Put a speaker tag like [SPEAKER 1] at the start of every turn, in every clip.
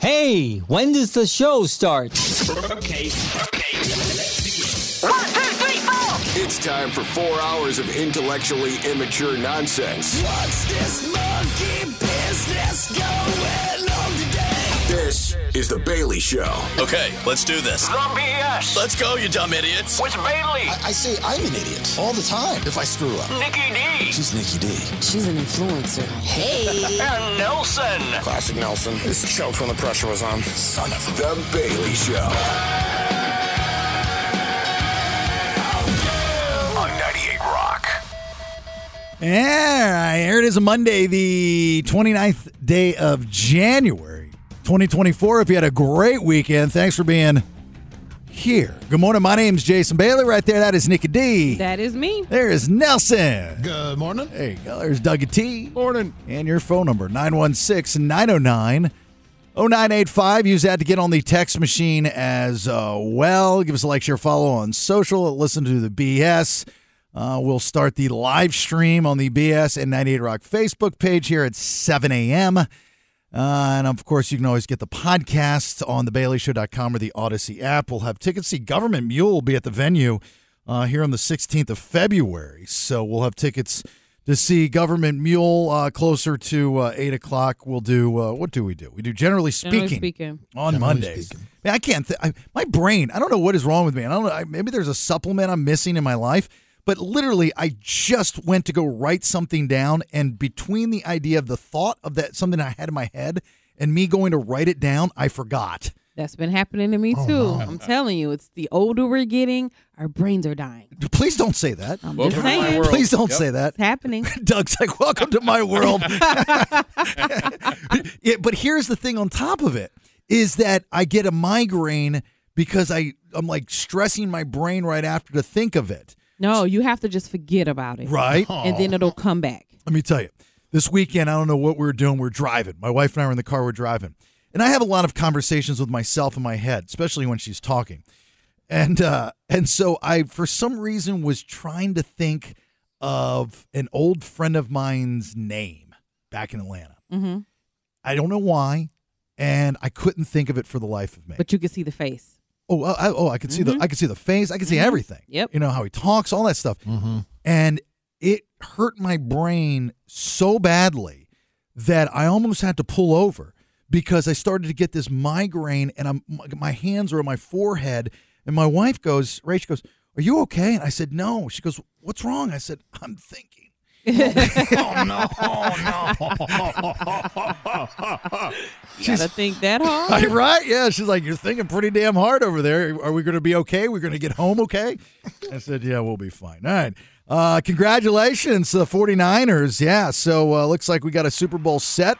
[SPEAKER 1] Hey, when does the show start?
[SPEAKER 2] Okay, okay.
[SPEAKER 3] It's time for four hours of intellectually immature nonsense.
[SPEAKER 4] What's this monkey business going on today?
[SPEAKER 3] This is The Bailey Show.
[SPEAKER 5] Okay, let's do this.
[SPEAKER 2] The BS
[SPEAKER 5] Let's go, you dumb idiots.
[SPEAKER 2] with Bailey,
[SPEAKER 4] I say I'm an idiot all the time if I screw up.
[SPEAKER 2] Nikki D,
[SPEAKER 4] She's Nikki D.
[SPEAKER 6] She's an influencer. Hey.
[SPEAKER 2] and Nelson.
[SPEAKER 7] Classic Nelson. This choke when the pressure was on.
[SPEAKER 3] Son of The Bailey Show.
[SPEAKER 2] On 98 Rock.
[SPEAKER 8] Yeah, here it is a Monday, the 29th day of January, 2024. If you had a great weekend, thanks for being here. Good morning. My name's Jason Bailey. Right there, that is Nikki D.
[SPEAKER 9] That is me.
[SPEAKER 8] there is Nelson.
[SPEAKER 7] Good morning.
[SPEAKER 8] There you go. There's Dougie T. Morning. And your phone number, 916 909 0985. Use that to get on the text machine as uh, well. Give us a like, share, follow on social. Listen to the BS. Uh, we'll start the live stream on the BS and 98 Rock Facebook page here at 7 a.m. Uh, and of course, you can always get the podcast on thebaileyshow.com or the Odyssey app. We'll have tickets. See, Government Mule will be at the venue uh, here on the 16th of February. So we'll have tickets to see Government Mule uh, closer to uh, 8 o'clock. We'll do, uh, what do we do? We do Generally Speaking,
[SPEAKER 9] Generally speaking.
[SPEAKER 8] on Mondays. Man, I can't, th- I, my brain, I don't know what is wrong with me. And I don't know, I, maybe there's a supplement I'm missing in my life. But literally, I just went to go write something down, and between the idea of the thought of that something I had in my head and me going to write it down, I forgot.
[SPEAKER 9] That's been happening to me too. I'm telling you, it's the older we're getting, our brains are dying.
[SPEAKER 8] Please don't say that.
[SPEAKER 9] I'm
[SPEAKER 5] Welcome
[SPEAKER 9] just
[SPEAKER 5] to my
[SPEAKER 9] saying.
[SPEAKER 5] world.
[SPEAKER 9] It's
[SPEAKER 8] Please don't say that.
[SPEAKER 9] happening.
[SPEAKER 8] Doug's like, welcome to my world. yeah, but here's the thing on top of it is that I get a migraine because I, I'm like stressing my brain right after to think of it.
[SPEAKER 9] No, you have to just forget about it.
[SPEAKER 8] Right?
[SPEAKER 9] And then it'll come back.
[SPEAKER 8] Let me tell you, this weekend, I don't know what we were doing. We were driving. My wife and I were in the car, we're driving. And I have a lot of conversations with myself in my head, especially when she's talking. And uh, and so I, for some reason, was trying to think of an old friend of mine's name back in Atlanta.
[SPEAKER 7] Mm-hmm.
[SPEAKER 9] hmm
[SPEAKER 8] I don't know why, and I couldn't think of it for the life of me.
[SPEAKER 9] But you can see the face.
[SPEAKER 8] oh, I, oh, I could see the I could see the face. I could see
[SPEAKER 9] Mhm.
[SPEAKER 8] everything.
[SPEAKER 9] Yep.
[SPEAKER 8] You know how he talks, all that stuff
[SPEAKER 7] Mm-hmm.
[SPEAKER 8] and it hurt my brain so badly that I almost had to pull over because I started to get this migraine and I'm my- my hands are on my forehead and my wife goes, Rach goes, "Are you okay?" And I said, "No." She goes, "What's wrong?" I said, "I'm thinking."
[SPEAKER 7] Oh no! Oh no!
[SPEAKER 9] You gotta think that hard.
[SPEAKER 8] I, right? Yeah. She's like, "You're thinking pretty damn hard over there. Are we going to be okay? We're going to get home okay?" I said, "Yeah, we'll be fine." All right. Uh, congratulations to the 49ers. Yeah. So uh, looks like we got a Super Bowl set.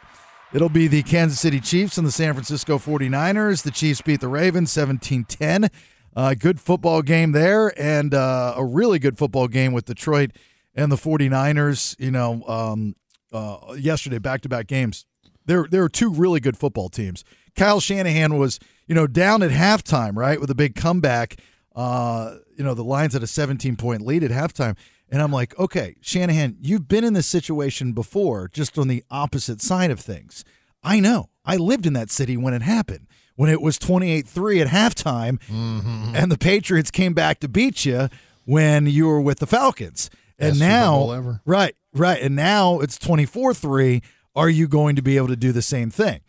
[SPEAKER 8] It'll be the Kansas City Chiefs and the San Francisco 49ers. The Chiefs beat the Ravens 17-10. Uh, good football game there and uh, a really good football game with Detroit and the 49ers, you know, um, uh, yesterday back-to-back games there there are two really good football teams. Kyle Shanahan was, you know, down at halftime, right, with a big comeback. Uh, you know, the Lions had a 17 point lead at halftime. And I'm like, okay, Shanahan, you've been in this situation before, just on the opposite side of things. I know. I lived in that city when it happened, when it was 28 3 at halftime,
[SPEAKER 7] Mm-hmm.
[SPEAKER 8] and the Patriots came back to beat you when you were with the Falcons. And
[SPEAKER 7] Best Super
[SPEAKER 8] now,
[SPEAKER 7] Bowl ever.
[SPEAKER 8] Right, right. And now it's 24 3. Are you going to be able to do the same thing?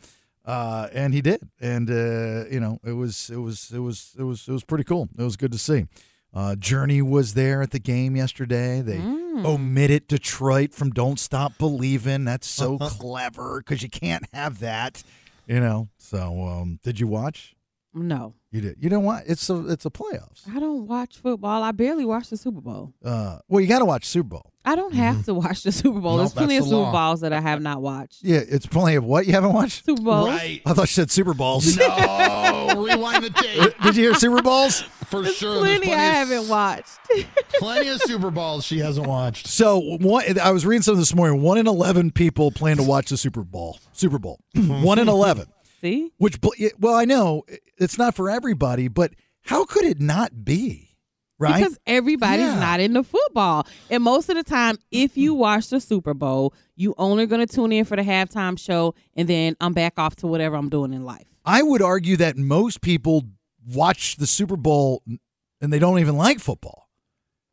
[SPEAKER 8] Uh, and he did. And, uh, you know, it was, it was, it was, it was, it was pretty cool. It was good to see. Uh, Journey was there at the game yesterday. They
[SPEAKER 7] Mm.
[SPEAKER 8] omitted Detroit from Don't Stop Believing. That's so
[SPEAKER 7] Uh-huh.
[SPEAKER 8] clever because you can't have that, you know. So, um, did you watch?
[SPEAKER 9] No,
[SPEAKER 8] You did. You know what? It's a, it's a playoffs.
[SPEAKER 9] I don't watch football. I barely watch the Super Bowl.
[SPEAKER 8] Uh, well, you got to watch Super Bowl.
[SPEAKER 9] I don't have to watch the Super Bowl.
[SPEAKER 7] No,
[SPEAKER 9] There's plenty
[SPEAKER 7] that's
[SPEAKER 9] of
[SPEAKER 7] the
[SPEAKER 9] Super
[SPEAKER 7] law.
[SPEAKER 9] Bowls that I have not watched.
[SPEAKER 8] Yeah, it's plenty of what you haven't watched.
[SPEAKER 9] Super Bowls.
[SPEAKER 8] I thought you said Super Bowls. Uh,
[SPEAKER 7] No. Rewind the tape.
[SPEAKER 8] Did you hear Super Bowls?
[SPEAKER 7] For sure. there's
[SPEAKER 9] Plenty, I
[SPEAKER 7] of,
[SPEAKER 9] haven't watched.
[SPEAKER 7] Plenty of Super Bowls she hasn't watched.
[SPEAKER 8] So one, I was reading something this morning. One in eleven people plan to watch the Super Bowl. Super Bowl.
[SPEAKER 7] Mm-hmm.
[SPEAKER 8] one in eleven.
[SPEAKER 9] See?
[SPEAKER 8] Which, bl- yeah, well, I know it's not for everybody, but how could it not be? Right?
[SPEAKER 9] Because everybody's
[SPEAKER 8] Yeah.
[SPEAKER 9] not into football. And most of the time, if you watch the Super Bowl, you only gonna tune in for the halftime show and then I'm back off to whatever I'm doing in life.
[SPEAKER 8] I would argue that most people watch the Super Bowl and they don't even like football.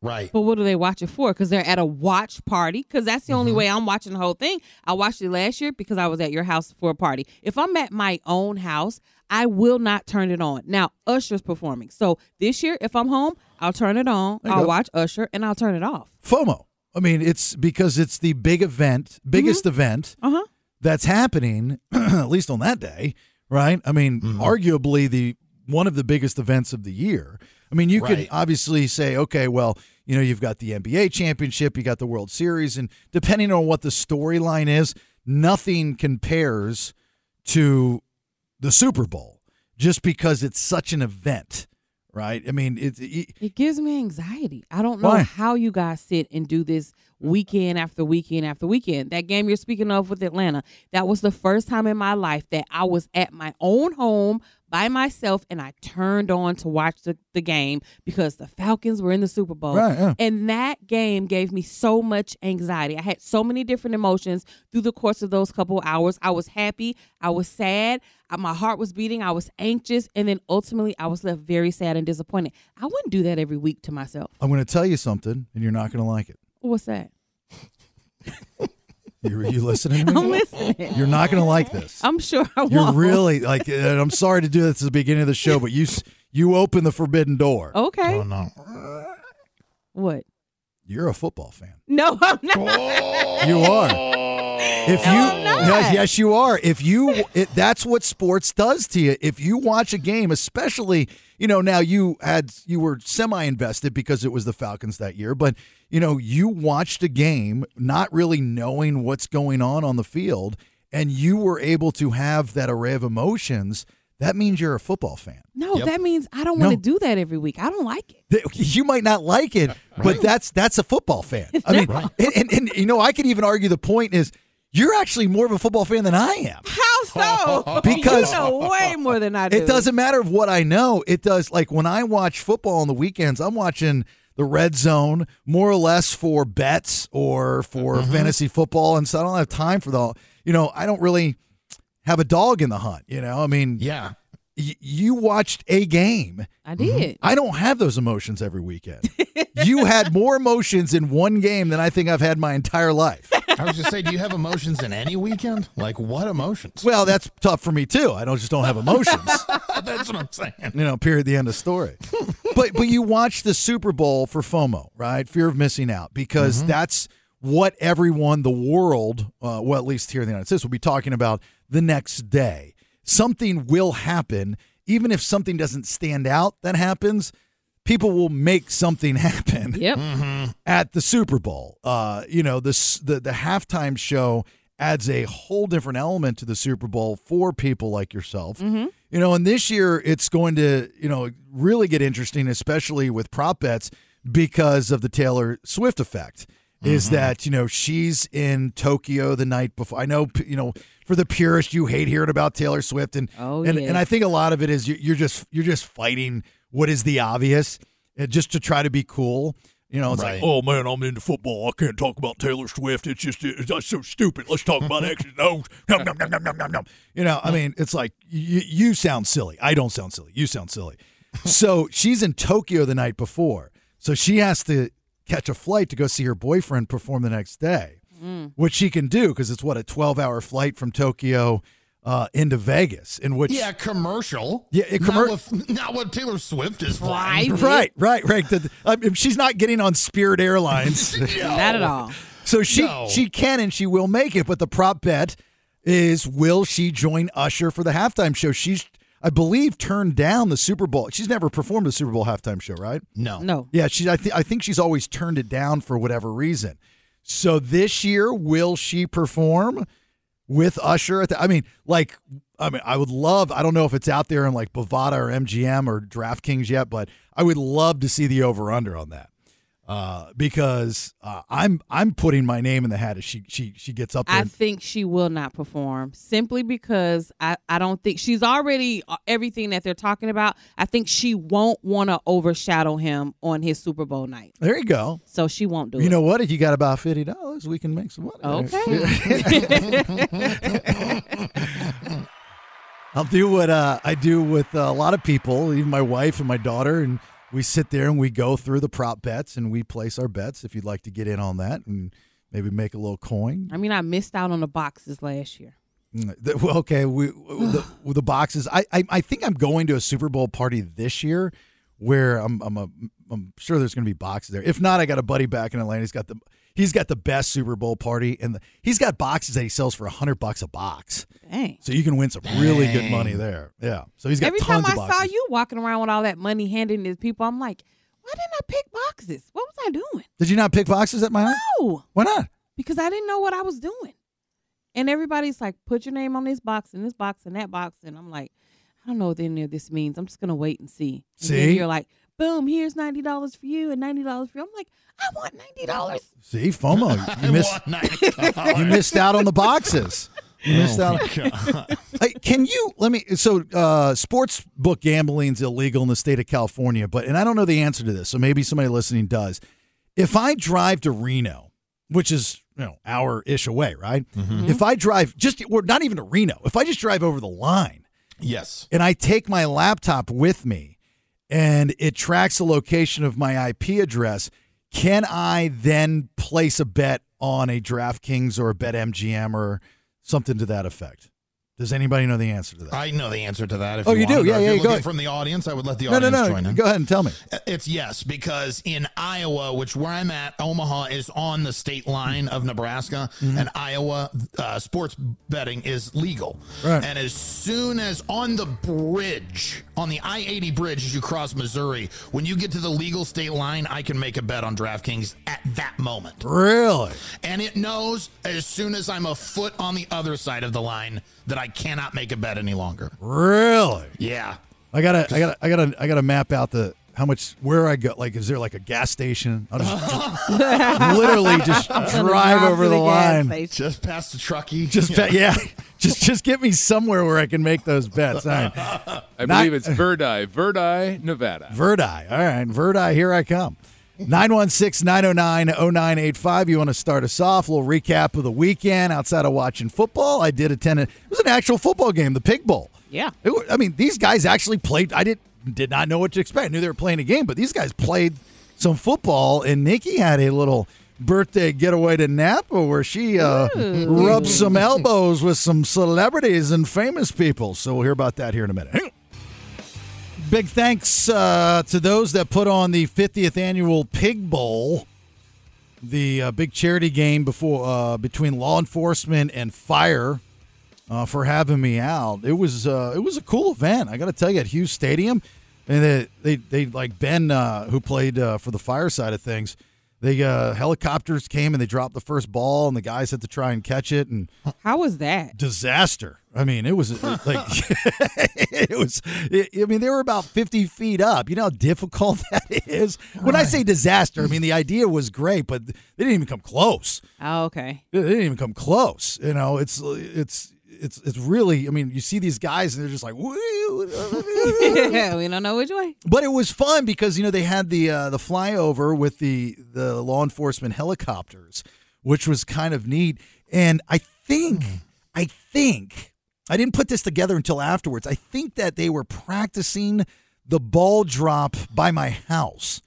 [SPEAKER 7] Right.
[SPEAKER 9] But what do they watch it for? Because they're at a watch party. Because that's the only
[SPEAKER 8] Mm-hmm.
[SPEAKER 9] way I'm watching the whole thing. I watched it last year because I was at your house for a party. If I'm at my own house, I will not turn it on. Now Usher's performing, so this year if I'm home, I'll turn it on.
[SPEAKER 8] you
[SPEAKER 9] I'll
[SPEAKER 8] go.
[SPEAKER 9] watch Usher and I'll turn it off.
[SPEAKER 8] FOMO. I mean, it's because it's the big event, biggest event
[SPEAKER 9] Uh huh.
[SPEAKER 8] that's happening, at least on that day, right? I mean, arguably the one of the biggest events of the year. I mean, you could
[SPEAKER 7] Right.
[SPEAKER 8] obviously say, okay, well, you know, you've got the NBA championship, you got the World Series, and depending on what the storyline is, nothing compares to the Super Bowl just because it's such an event, right? I mean, it's it,
[SPEAKER 9] It gives me anxiety. I don't know
[SPEAKER 8] Why?
[SPEAKER 9] how you guys sit and do this weekend after weekend after weekend. That game you're speaking of with Atlanta, that was the first time in my life that I was at my own home by myself and I turned on to watch the, the game because the Falcons were in the Super Bowl.
[SPEAKER 8] Right, yeah.
[SPEAKER 9] And that game gave me so much anxiety. I had so many different emotions through the course of those couple hours. I was happy, I was sad, I- my heart was beating, I was anxious, and then ultimately I was left very sad and disappointed. I wouldn't do that every week to myself.
[SPEAKER 8] I'm going to tell you something, and you're not going to like it.
[SPEAKER 9] What's that?
[SPEAKER 8] You're, you listening to me?
[SPEAKER 9] I'm listening.
[SPEAKER 8] You're not going to like this.
[SPEAKER 9] I'm sure I
[SPEAKER 8] You're
[SPEAKER 9] won't.
[SPEAKER 8] really like. And I'm sorry to do this at the beginning of the show, but you s- you open the forbidden door.
[SPEAKER 9] Okay.
[SPEAKER 7] Oh no.
[SPEAKER 9] What?
[SPEAKER 8] You're a football fan.
[SPEAKER 9] No, I'm not.
[SPEAKER 8] You are. If you
[SPEAKER 9] I'm not.
[SPEAKER 8] yes, yes, you are. If you it, that's what sports does to you. If you watch a game, especially you know now you had you were semi invested because it was the Falcons that year, but you know you watched a game not really knowing what's going on on the field, and you were able to have that array of emotions. That means you're a football fan.
[SPEAKER 9] No, that means I don't
[SPEAKER 8] No.
[SPEAKER 9] want to do that every week. I don't like it.
[SPEAKER 8] that- you might not like it, but that's that's a football fan. I mean, and, and, and you know, I could even argue the point is you're actually more of a football fan than I am.
[SPEAKER 9] How so?
[SPEAKER 8] Because-
[SPEAKER 9] you know way more than I do.
[SPEAKER 8] It doesn't matter of what I know. It does like when I watch football on the weekends, I'm watching the red zone more or less for bets or for fantasy football, and so I don't have time for the. You know, I don't really have a dog in the hunt. You know, I mean,
[SPEAKER 7] Yeah.
[SPEAKER 8] y- you watched a game.
[SPEAKER 9] I did.
[SPEAKER 8] I don't have those emotions every weekend. you had more emotions in one game than I think I've had my entire life.
[SPEAKER 7] I was just saying, do you have emotions in any weekend? Like what emotions?
[SPEAKER 8] Well, that's tough for me too. I don't just don't have emotions.
[SPEAKER 7] That's what I'm saying.
[SPEAKER 8] you know, period the end of story. but but you watch the Super Bowl for FOMO, right? Fear of missing out because that's what everyone the world, uh, well at least here in the United States will be talking about the next day. Something will happen even if something doesn't stand out that happens, people will make something happen.
[SPEAKER 9] Yep.
[SPEAKER 8] at the Super Bowl. Uh, you know, this the the halftime show adds a whole different element to the Super Bowl for people like yourself. You know, and this year it's going to, you know, really get interesting, especially with prop bets because of the Taylor Swift effect. Is that, you know, she's in Tokyo the night before. I know, p- you know, for the purist, you hate hearing about Taylor Swift and
[SPEAKER 9] Oh,
[SPEAKER 8] and,
[SPEAKER 9] yes.
[SPEAKER 8] and I think a lot of it is you- you're just you're just fighting what is the obvious uh, just to try to be cool. You know, it's
[SPEAKER 7] Right.
[SPEAKER 8] like, oh man, I'm into football. I can't talk about Taylor Swift. It's just it's, that's so stupid. Let's talk about X's and O's. Nom, nom, nom, nom, nom, nom, nom. You know, I mean, it's like you, you sound silly. I don't sound silly. You sound silly. so she's in Tokyo the night before, so she has to catch a flight to go see her boyfriend perform the next day, which she can do because it's what a 12 hour flight from Tokyo uh, into Vegas, in which
[SPEAKER 7] Yeah, commercial.
[SPEAKER 8] Yeah, it commer-
[SPEAKER 7] commercial. Not, with- not what Taylor Swift is flying.
[SPEAKER 9] Private.
[SPEAKER 8] Right, right, right. The- I mean, she's not getting on Spirit Airlines,
[SPEAKER 9] Not at all.
[SPEAKER 8] so she
[SPEAKER 7] No.
[SPEAKER 8] she can and she will make it. But the prop bet is: will she join Usher for the halftime show? She's, I believe, turned down the Super Bowl. She's never performed a Super Bowl halftime show, right?
[SPEAKER 7] No.
[SPEAKER 9] No.
[SPEAKER 8] Yeah, she. I, th- I think she's always turned it down for whatever reason. So this year, will she perform with Usher? At the, I mean, like, I mean, I would love. I don't know if it's out there in like Bovada or MGM or DraftKings yet, but I would love to see the over under on that uh, because uh, I'm I'm putting my name in the hat if she she she gets up there.
[SPEAKER 9] I think she will not perform simply because I, I don't think she's already uh, everything that they're talking about. I think she won't want to overshadow him on his Super Bowl night.
[SPEAKER 8] there you go.
[SPEAKER 9] So she won't do
[SPEAKER 8] You
[SPEAKER 9] it.
[SPEAKER 8] know what? If you got about fifty dollars, we can make some money.
[SPEAKER 9] okay.
[SPEAKER 8] I'll do what uh, I do with uh, a lot of people, even my wife and my daughter, and we sit there and we go through the prop bets and we place our bets. If you'd like to get in on that and maybe make a little coin.
[SPEAKER 9] I mean, I missed out on the boxes last year.
[SPEAKER 8] Mm, the- well, Okay, we the, with the boxes. I, I I think I'm going to a Super Bowl party this year, where I'm I'm a, I'm sure there's going to be boxes there. If not, I got a buddy back in Atlanta. He's got the he's got the best Super Bowl party, and the, he's got boxes that he sells for hundred bucks a box.
[SPEAKER 9] Dang.
[SPEAKER 8] So you can win some really good money there. Yeah. So he's got
[SPEAKER 9] Every time
[SPEAKER 8] tons
[SPEAKER 9] I
[SPEAKER 8] of boxes.
[SPEAKER 9] saw you walking around with all that money handing to people, I'm like, why didn't I pick boxes? What was I doing?
[SPEAKER 8] Did you not pick boxes at my house?
[SPEAKER 9] No,
[SPEAKER 8] Why not?
[SPEAKER 9] because I didn't know what I was doing. And everybody's like, put your name on this box and this box and that box. And I'm like, I don't know what any of this means. I'm just going to wait and see. And then
[SPEAKER 8] See?
[SPEAKER 9] you're like, boom, here's $90 for you and $90 for you. I'm like, I want $90.
[SPEAKER 8] See, FOMO. You missed you missed out on the boxes. You missed out. Hey, can you let me so uh sports book gambling is illegal in the state of California, but and I don't know the answer to this, so maybe somebody listening does. If I drive to Reno, which is you know hour ish away, right?
[SPEAKER 7] Mm-hmm.
[SPEAKER 8] If I drive just or not even to Reno, if I just drive over the line,
[SPEAKER 7] Yes.
[SPEAKER 8] and I take my laptop with me and it tracks the location of my IP address, can I then place a bet on a DraftKings or a BetMGM or something to that effect? Does anybody know the answer to that?
[SPEAKER 7] I know the answer to that. If
[SPEAKER 8] Oh, you do?
[SPEAKER 7] wanted, or
[SPEAKER 8] Yeah,
[SPEAKER 7] if
[SPEAKER 8] yeah, go
[SPEAKER 7] you're looking
[SPEAKER 8] ahead.
[SPEAKER 7] From the audience, I would let the
[SPEAKER 8] no, no,
[SPEAKER 7] audience
[SPEAKER 8] no.
[SPEAKER 7] join in.
[SPEAKER 8] Go ahead and tell me.
[SPEAKER 7] It's yes, because in Iowa, which where I'm at, Omaha is on the state line of Nebraska,
[SPEAKER 8] Mm-hmm.
[SPEAKER 7] and Iowa uh, sports betting is legal.
[SPEAKER 8] Right.
[SPEAKER 7] And as soon as on the bridge, on the I 80 bridge as you cross Missouri, when you get to the legal state line, I can make a bet on DraftKings at that moment.
[SPEAKER 8] Really?
[SPEAKER 7] And it knows as soon as I'm a foot on the other side of the line that I cannot make a bet any longer.
[SPEAKER 8] Really?
[SPEAKER 7] Yeah.
[SPEAKER 8] I gotta, I gotta, I gotta, I gotta map out the how much where I go. Like, is there like a gas station? I'll just, just literally just drive
[SPEAKER 9] to
[SPEAKER 8] over the,
[SPEAKER 9] gas
[SPEAKER 8] line.
[SPEAKER 9] station.
[SPEAKER 7] Just past the Truckee.
[SPEAKER 8] Just bet, yeah. Just just get me somewhere where I can make those bets. All right.
[SPEAKER 10] I
[SPEAKER 8] Not-
[SPEAKER 10] believe it's Verdi, Verdi, Nevada.
[SPEAKER 8] Verdi. All right. Verdi, here I come. 916-909-0985. You want to start us off? A little recap of the weekend outside of watching football. I did attend it. It was an actual football game, the Pig Bowl.
[SPEAKER 9] Yeah.
[SPEAKER 8] It wa- I mean, these guys actually played. I did did not know what to expect. I knew they were playing a game, but these guys played some football. And Nikki had a little birthday getaway to Napa where she uh, rubbed some elbows with some celebrities and famous people. So we'll hear about that here in a minute. Hang on. Big thanks uh, to those that put on the 50th annual Pig Bowl, the uh, big charity game before uh, between law enforcement and fire uh, for having me out. It was uh, it was a cool event. I got to tell you, at Hughes Stadium, and they they, they like Ben uh, who played uh, for the fire side of things. The uh, helicopters came and they dropped the first ball, and the guys had to try and catch it, and
[SPEAKER 9] How was that?
[SPEAKER 8] disaster. I mean, it was like it was. I mean, they were about fifty feet up. You know how difficult that is. When I say disaster, I mean the idea was great, but they didn't even come close
[SPEAKER 9] Oh, okay.
[SPEAKER 8] they didn't even come close. You know, it's it's it's it's really. I mean, you see these guys and they're just like, "Woo."
[SPEAKER 9] we don't know which way.
[SPEAKER 8] but it was fun because you know they had the uh, the flyover with the the law enforcement helicopters, which was kind of neat. And I think I think I didn't put this together until afterwards. I think that they were practicing the ball drop by my house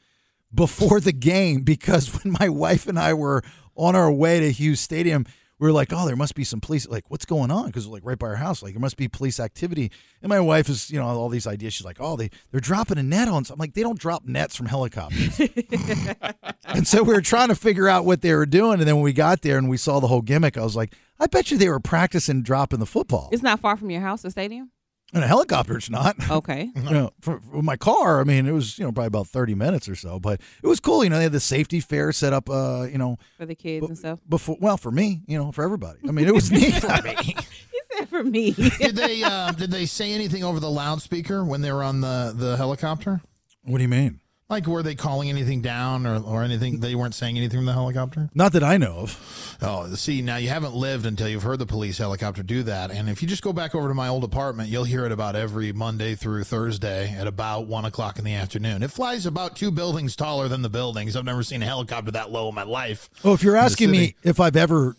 [SPEAKER 8] before the game because when my wife and I were on our way to Hughes Stadium, we were like, "Oh, there must be some police. Like, what's going on?" Because like right by our house, like there must be police activity. And my wife is, you know, all these ideas. She's like, "Oh, they they're dropping a net on." So I'm like, "They don't drop nets from helicopters." and so we were trying to figure out what they were doing. And then when we got there and we saw the whole gimmick, I was like, "I bet you they were practicing dropping the football."
[SPEAKER 9] It's not far from your house, the stadium?
[SPEAKER 8] In a helicopter, it's not.
[SPEAKER 9] Okay.
[SPEAKER 8] You know, for, for my car, I mean, it was you know probably about thirty minutes or so, but it was cool. You know, they had the safety fair set up. Uh, you know,
[SPEAKER 9] For the kids and stuff.
[SPEAKER 8] before well for me, you know, for everybody. I mean, it was neat.
[SPEAKER 7] for me.
[SPEAKER 9] He said for me.
[SPEAKER 7] did they uh, did they say anything over the loudspeaker when they were on the the helicopter?
[SPEAKER 8] what do you mean?
[SPEAKER 7] Like were they calling anything down or, or anything? They weren't saying anything from the helicopter.
[SPEAKER 8] Not that I know of.
[SPEAKER 7] Oh, see, now you haven't lived until you've heard the police helicopter do that. And if you just go back over to my old apartment, you'll hear it about every Monday through Thursday at about one o'clock in the afternoon. It flies about two buildings taller than the buildings. I've never seen a helicopter that low in my life.
[SPEAKER 8] Oh, if you're
[SPEAKER 7] the
[SPEAKER 8] asking me
[SPEAKER 7] city.
[SPEAKER 8] if I've ever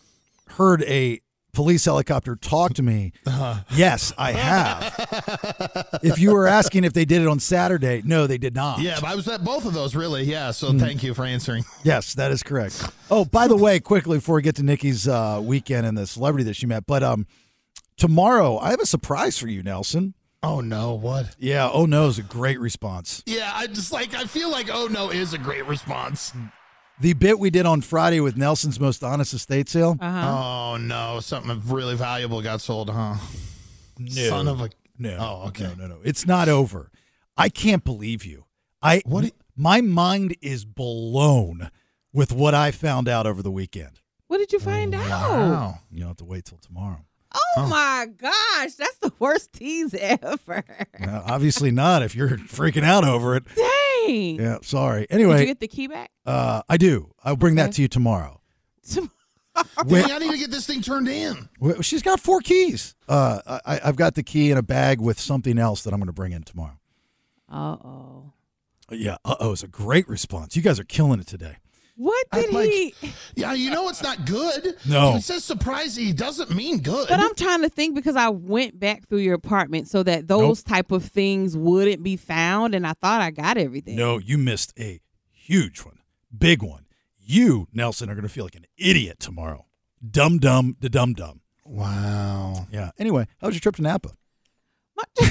[SPEAKER 8] heard a police helicopter talk to me,
[SPEAKER 7] Uh-huh.
[SPEAKER 8] yes, I have. if you were asking if they did it on Saturday, no, they did not.
[SPEAKER 7] Yeah, but I was at both of those, really. Yeah, so thank you for answering.
[SPEAKER 8] Yes, that is correct. Oh, by the way, quickly before we get to Nikki's uh, weekend and the celebrity that she met, but um, tomorrow I have a surprise for you, Nelson.
[SPEAKER 7] Oh, no, what?
[SPEAKER 8] Yeah, oh no is a great response.
[SPEAKER 7] Yeah, I just like, I feel like oh no is a great response.
[SPEAKER 8] The bit we did on Friday with Nelson's most honest estate sale.
[SPEAKER 9] Uh-huh.
[SPEAKER 7] Oh, no, something really valuable got sold, huh? Son of a.
[SPEAKER 8] No.
[SPEAKER 7] Oh, okay.
[SPEAKER 8] No, no, no. It's not over. I can't believe you. I
[SPEAKER 7] What
[SPEAKER 8] what
[SPEAKER 7] it-
[SPEAKER 8] my mind is blown with what I found out over the weekend.
[SPEAKER 9] What did you find out?
[SPEAKER 7] Oh, Wow.
[SPEAKER 8] You'll have to wait till tomorrow.
[SPEAKER 9] Oh, my gosh, that's the worst tease ever.
[SPEAKER 8] Well, obviously not if you're freaking out over it.
[SPEAKER 9] Dang.
[SPEAKER 8] Yeah, sorry.
[SPEAKER 9] Did you
[SPEAKER 8] Anyway,
[SPEAKER 9] get the key back?
[SPEAKER 8] uh, I do. I'll bring that to you tomorrow. Wait.
[SPEAKER 7] Dang, I need to get this thing turned in.
[SPEAKER 8] Well, She's got four keys. Uh, I, I've got the key in a bag with something else that I'm going to bring in tomorrow.
[SPEAKER 9] Uh oh.
[SPEAKER 8] Yeah. Uh oh, it's a great response. You guys are killing it today.
[SPEAKER 9] What
[SPEAKER 7] I'd
[SPEAKER 9] did
[SPEAKER 7] like-
[SPEAKER 9] he?
[SPEAKER 7] Yeah, you know it's not good.
[SPEAKER 8] No.
[SPEAKER 7] If It says surprise, he doesn't mean good.
[SPEAKER 9] But I'm trying to think because I went back through your apartment so that those type of things wouldn't be found, and I thought I got everything.
[SPEAKER 8] No, you missed a huge one, big one. You, Nelson, are going to feel like an idiot tomorrow. Dum dum da dum dum.
[SPEAKER 7] wow.
[SPEAKER 8] Yeah. Anyway, how was your trip to Napa?
[SPEAKER 9] My-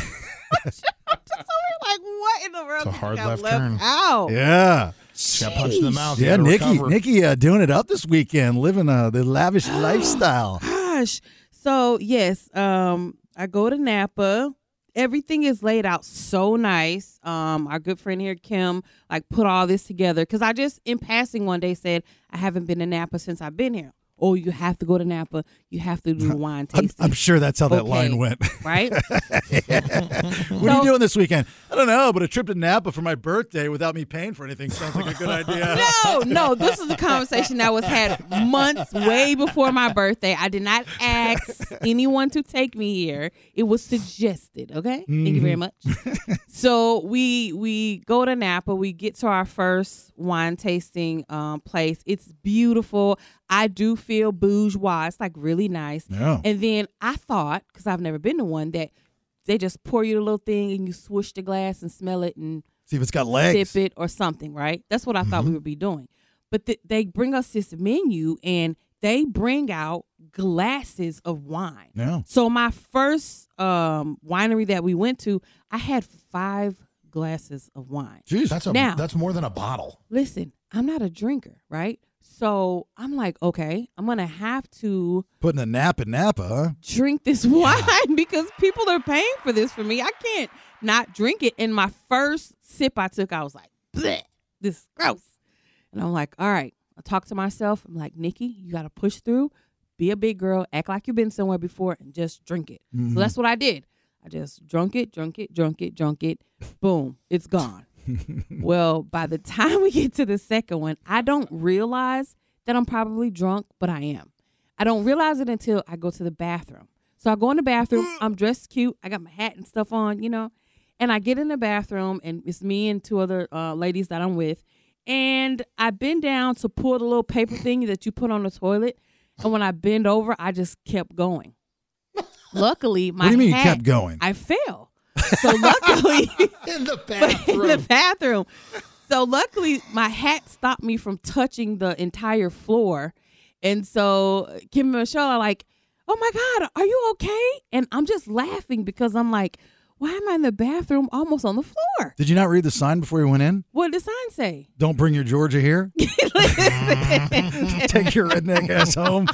[SPEAKER 9] I'm just over here like, what in the world?
[SPEAKER 7] a
[SPEAKER 9] did
[SPEAKER 7] hard
[SPEAKER 9] I
[SPEAKER 7] left
[SPEAKER 9] left
[SPEAKER 7] turn.
[SPEAKER 9] Out.
[SPEAKER 8] Yeah.
[SPEAKER 7] She got punched in the mouth.
[SPEAKER 8] Yeah,
[SPEAKER 7] You gotta
[SPEAKER 8] Nikki,
[SPEAKER 7] recover.
[SPEAKER 8] Nikki, uh, doing it up this weekend, living uh, the lavish lifestyle.
[SPEAKER 9] Gosh. So yes, um, I go to Napa. Everything is laid out so nice. Um, our good friend here, Kim, like put all this together because I just in passing one day said I haven't been to Napa since I've been here. Oh, you have to go to Napa. You have to do the wine
[SPEAKER 8] I'm,
[SPEAKER 9] tasting.
[SPEAKER 8] I'm sure that's how that
[SPEAKER 9] Okay.
[SPEAKER 8] line went.
[SPEAKER 9] right?
[SPEAKER 8] what are you doing this weekend? I don't know, but a trip to Napa for my birthday without me paying for anything sounds like a good idea.
[SPEAKER 9] No, no. This is a conversation that was had months way before my birthday. I did not ask anyone to take me here. It was suggested. Okay, thank you very much. so we we go to Napa. We get to our first wine tasting um, place. It's beautiful. I do feel bourgeois. It's like really nice.
[SPEAKER 8] Yeah.
[SPEAKER 9] And then I thought, because I've never been to one, that they just pour you the little thing and you swish the glass and smell it and
[SPEAKER 8] See if it's got legs.
[SPEAKER 9] sip it or something, right? That's what I thought we would be doing. But th- they bring us this menu and they bring out glasses of wine.
[SPEAKER 8] Yeah.
[SPEAKER 9] So my first um, winery that we went to, I had five glasses of wine.
[SPEAKER 8] Jeez.
[SPEAKER 7] That's a,
[SPEAKER 9] Now-
[SPEAKER 7] that's more than a bottle.
[SPEAKER 9] Listen, I'm not a drinker, right? So I'm like, okay, I'm gonna have to
[SPEAKER 8] Putting a nap in Napa, huh?
[SPEAKER 9] drink this wine because people are paying for this for me. I can't not drink it. And my first sip I took, I was like, Bleh, this is gross. And I'm like, all right. I talk to myself. I'm like, Nikki, you got to push through, be a big girl, act like you've been somewhere before, and just drink it. So that's what I did. I just drunk it, drunk it, drunk it, drunk it. Boom, it's gone. well, by the time we get to the second one, I don't realize that I'm probably drunk, but I am. I don't realize it until I go to the bathroom. So I go in the bathroom.
[SPEAKER 8] Mm.
[SPEAKER 9] I'm dressed cute. I got my hat and stuff on, you know. And I get in the bathroom, and it's me and two other uh, ladies that I'm with. And I bend down to pull the little paper thing that you put on the toilet. And when I bend over, I just kept going. Luckily, my
[SPEAKER 8] what do you mean
[SPEAKER 9] hat,
[SPEAKER 8] you kept going?
[SPEAKER 9] I fell. So luckily,
[SPEAKER 7] In the
[SPEAKER 9] but in the
[SPEAKER 7] bathroom.
[SPEAKER 9] bathroom. So luckily, my hat stopped me from touching the entire floor. And so Kim and Michelle are like, "Oh my God, are you okay?" And I'm just laughing because I'm like, "Why am I in the bathroom, almost on the floor?
[SPEAKER 8] Did you not read the sign before you went in?
[SPEAKER 9] What did the sign say?"
[SPEAKER 8] Don't bring your Georgia here. Take your redneck ass home.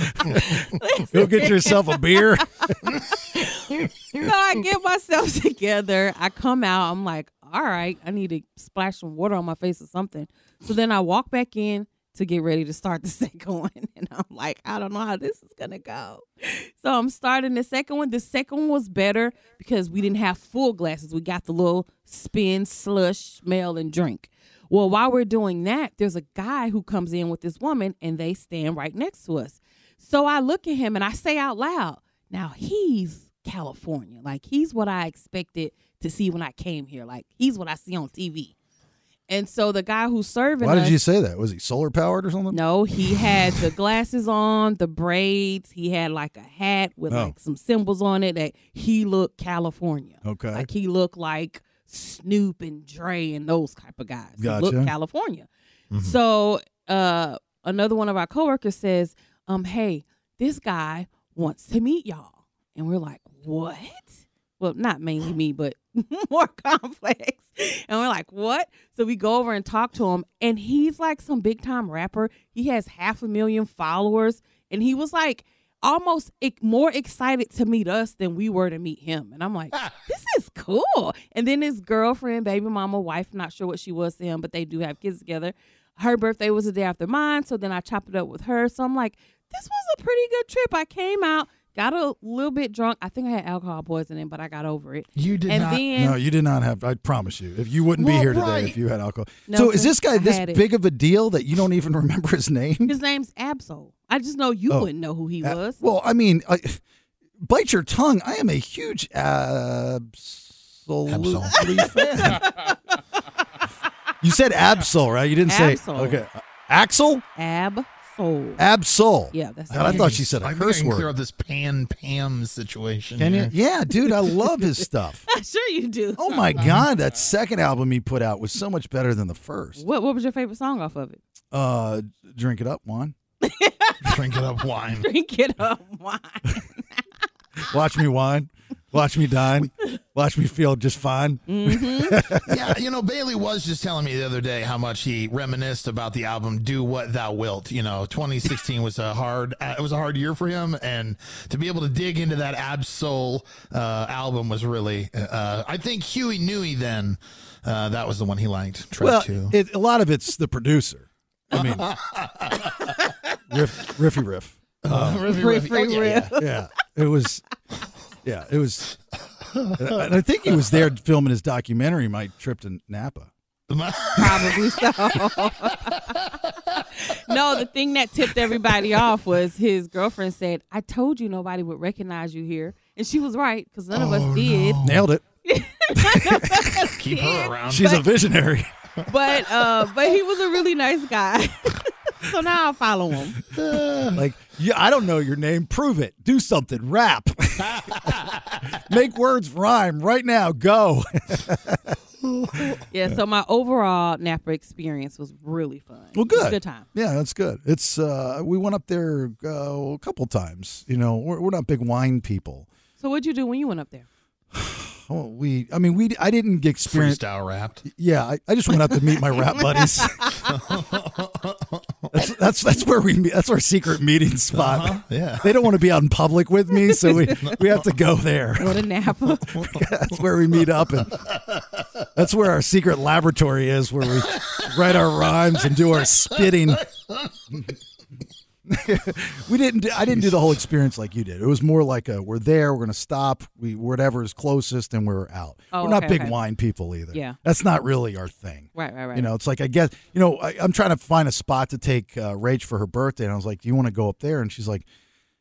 [SPEAKER 8] Go get yourself a beer.
[SPEAKER 9] so I get myself together. I come out. I'm like, all right, I need to splash some water on my face or something. So then I walk back in to get ready to start the second one. And I'm like, I don't know how this is going to go. So I'm starting the second one. The second one was better because we didn't have full glasses. We got the little spin, slush, smell, and drink. Well, while we're doing that, there's a guy who comes in with this woman and they stand right next to us. So I look at him and I say out loud, now he's California. Like he's what I expected to see when I came here. Like he's what I see on TV. And so the guy who's serving
[SPEAKER 8] Why
[SPEAKER 9] us-
[SPEAKER 8] did you say that? Was he solar powered or something?
[SPEAKER 9] No, he had the glasses on, the braids. He had like a hat with
[SPEAKER 8] Oh.
[SPEAKER 9] like some symbols on it that he looked California.
[SPEAKER 8] Okay.
[SPEAKER 9] Like he looked like Snoop and Dre and those type of guys. He
[SPEAKER 8] Gotcha. Mm-hmm.
[SPEAKER 9] looked California. So uh, another one of our coworkers says, um, hey, this guy wants to meet y'all. And we're like, what? Well, not mainly me, but more complex. And we're like, what? So we go over and talk to him, and he's like some big time rapper. He has half a million followers, and he was like almost ec- more excited to meet us than we were to meet him. And I'm like, this is cool. And then his girlfriend, baby mama, wife, not sure what she was to him, but they do have kids together. Her birthday was the day after mine, so then I chopped it up with her. So I'm like, this was a pretty good trip. I came out, got a little bit drunk. I think I had alcohol poisoning, but I got over it.
[SPEAKER 7] You did
[SPEAKER 9] and
[SPEAKER 7] not-
[SPEAKER 9] Then,
[SPEAKER 8] No, you did not have. I promise you, if you wouldn't
[SPEAKER 7] Well,
[SPEAKER 8] be here today
[SPEAKER 7] right.
[SPEAKER 8] if you had alcohol.
[SPEAKER 9] No,
[SPEAKER 8] so is this
[SPEAKER 9] I
[SPEAKER 8] guy this
[SPEAKER 9] had it.
[SPEAKER 8] big of a deal that you don't even remember his name?
[SPEAKER 9] His name's Absol. I just know you wouldn't know who he
[SPEAKER 8] Uh,
[SPEAKER 9] was.
[SPEAKER 8] well, I mean, I, bite your tongue. I am a huge absolutely fan. you said Absol, right? You didn't say
[SPEAKER 9] Absol.
[SPEAKER 8] okay. Axel
[SPEAKER 9] Absol.
[SPEAKER 8] Absol.
[SPEAKER 9] Yeah, that's
[SPEAKER 8] God, I
[SPEAKER 9] it.
[SPEAKER 8] thought she said a
[SPEAKER 7] I think I
[SPEAKER 8] curse
[SPEAKER 7] can clear
[SPEAKER 8] word.
[SPEAKER 7] up this Pan Pam situation.
[SPEAKER 8] Can you?
[SPEAKER 7] here.
[SPEAKER 8] Yeah, dude, I love his stuff.
[SPEAKER 9] sure you do.
[SPEAKER 8] Oh my God, that second album he put out was so much better than the first.
[SPEAKER 9] What What was your favorite song off of it?
[SPEAKER 8] Uh, drink it up, Juan.
[SPEAKER 7] Drink it up wine.
[SPEAKER 9] Drink it up, wine.
[SPEAKER 8] Watch me whine. Watch me dine. Watch me feel just fine.
[SPEAKER 7] yeah, you know, Bailey was just telling me the other day how much he reminisced about the album "Do What Thou Wilt." You know, 2016 was a hard uh, it was a hard year for him, and to be able to dig into that Absol uh, album was really. Uh, I think Huey Newey then uh, that was the one he liked. Track two.
[SPEAKER 8] well, it, a lot of it's the producer. I mean, riff, riffy riff.
[SPEAKER 7] Riffy,
[SPEAKER 9] Free,
[SPEAKER 7] riffy.
[SPEAKER 9] free,
[SPEAKER 7] Oh, yeah,
[SPEAKER 9] real.
[SPEAKER 7] yeah.
[SPEAKER 8] Yeah, it was. Yeah, it was. And I think he was there filming his documentary, My Trip to Napa.
[SPEAKER 9] Probably so. no, the thing that tipped everybody off was his girlfriend said, I told you nobody would recognize you here. And she was right, because none of us did.
[SPEAKER 8] Nailed it.
[SPEAKER 7] Keep her around.
[SPEAKER 8] She's a visionary.
[SPEAKER 9] But uh, but he was a really nice guy. so now I'll follow him.
[SPEAKER 8] Like, yeah, I don't know your name. Prove it. Do something. Rap. Make words rhyme right now. Go.
[SPEAKER 9] Yeah, so my overall Napa experience was really fun.
[SPEAKER 8] Well,
[SPEAKER 9] It was
[SPEAKER 8] good.
[SPEAKER 9] a Good time.
[SPEAKER 8] Yeah, that's good. It's uh, we went up there uh, a couple times. You know, we're, we're not big wine people.
[SPEAKER 9] So what'd you do when you went up there?
[SPEAKER 8] Oh, we, I mean, we, I didn't get experience.
[SPEAKER 7] Freestyle rapped.
[SPEAKER 8] Yeah, I, I just went up to meet my rap buddies. that's, that's that's where we meet. That's our secret meeting spot.
[SPEAKER 7] Uh-huh. yeah.
[SPEAKER 8] they don't want to be out in public with me, so we we have to go there.
[SPEAKER 9] Go to Napa.
[SPEAKER 8] That's where we meet up, and that's where our secret laboratory is, where we write our rhymes and do our spitting. we didn't. Do, I didn't do the whole experience like you did. It was more like a we're there, we're gonna stop, we whatever is closest, and we're out.
[SPEAKER 9] Oh,
[SPEAKER 8] we're not
[SPEAKER 9] okay,
[SPEAKER 8] big
[SPEAKER 9] okay.
[SPEAKER 8] wine people either.
[SPEAKER 9] Yeah.
[SPEAKER 8] that's not really our thing.
[SPEAKER 9] right, right, right.
[SPEAKER 8] You know, it's like I guess you know I, I'm trying to find a spot to take uh, Rach for her birthday, and I was like, "Do you want to go up there?" And she's like,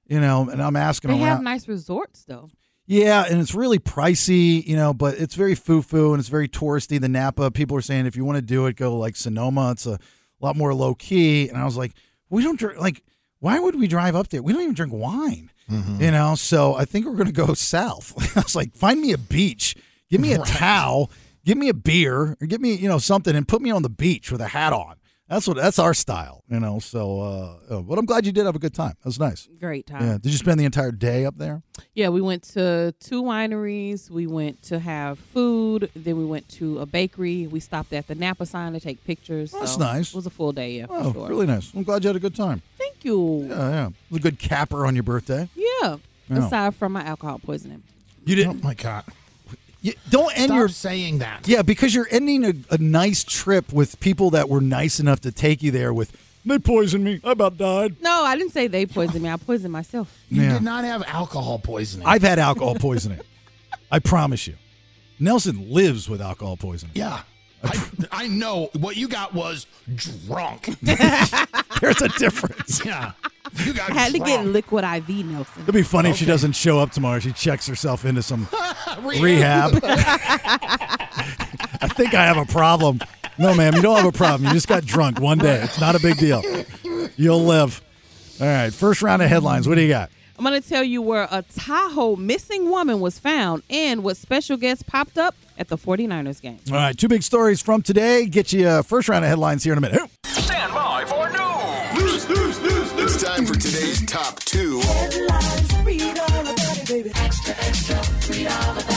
[SPEAKER 8] "You know," and I'm asking
[SPEAKER 9] they
[SPEAKER 8] around.
[SPEAKER 9] have nice resorts though.
[SPEAKER 8] Yeah, and it's really pricey, you know, but it's very foo foo and it's very touristy. The Napa people are saying if you want to do it, go like Sonoma. It's a lot more low key. And I was like, we don't drink, like, why would we drive up there? We don't even drink wine, you know? So I think we're going to go south. I was like, find me a beach, give me a towel, give me a beer, or give me, you know, something and put me on the beach with a hat on. That's what, that's our style, you know? So, uh, uh, but I'm glad you did have a good time. That was nice.
[SPEAKER 9] Great time.
[SPEAKER 8] Yeah.
[SPEAKER 9] Yeah.
[SPEAKER 8] Did you spend the entire day up there?
[SPEAKER 9] we went to two wineries. We went to have food. Then we went to a bakery. We stopped at the Napa sign to take pictures.
[SPEAKER 8] That's
[SPEAKER 9] so
[SPEAKER 8] nice.
[SPEAKER 9] It was a full day, yeah, for
[SPEAKER 8] Oh,
[SPEAKER 9] sure.
[SPEAKER 8] really nice. I'm glad you had a good time.
[SPEAKER 9] Thank you.
[SPEAKER 8] Yeah, yeah. It was a good capper on your birthday.
[SPEAKER 9] Yeah.
[SPEAKER 8] Yeah.
[SPEAKER 9] Aside from my alcohol poisoning.
[SPEAKER 8] You
[SPEAKER 7] Oh my god!
[SPEAKER 8] You, don't end
[SPEAKER 7] Stop
[SPEAKER 8] your.
[SPEAKER 7] saying that.
[SPEAKER 8] Yeah, because you're ending a, a nice trip with people that were nice enough to take you there with. They poisoned me. I about died.
[SPEAKER 9] No, I didn't say they poisoned me. I poisoned myself.
[SPEAKER 7] You
[SPEAKER 8] Yeah.
[SPEAKER 7] did not have alcohol poisoning.
[SPEAKER 8] I've had alcohol poisoning. I promise you. Nelson lives with alcohol poisoning.
[SPEAKER 7] yeah. I, I know what you got was drunk.
[SPEAKER 8] There's a difference.
[SPEAKER 7] Yeah. You got
[SPEAKER 9] I had to get
[SPEAKER 7] drunk.
[SPEAKER 9] liquid IV, Nelson.
[SPEAKER 8] It'd be funny if she doesn't show up tomorrow. She checks herself into some
[SPEAKER 7] Rehab.
[SPEAKER 8] rehab. I think I have a problem. No, ma'am, you don't have a problem. You just got drunk one day. It's not a big deal. You'll live. All right, first round of headlines. What do you got?
[SPEAKER 9] I'm going to tell you where a Tahoe missing woman was found and what special guest popped up at the 49ers game.
[SPEAKER 8] All right, two big stories from today. Get you uh, first round of headlines here in a minute.
[SPEAKER 2] Stand by for news.
[SPEAKER 3] News, news, news, news. It's time for today's top two.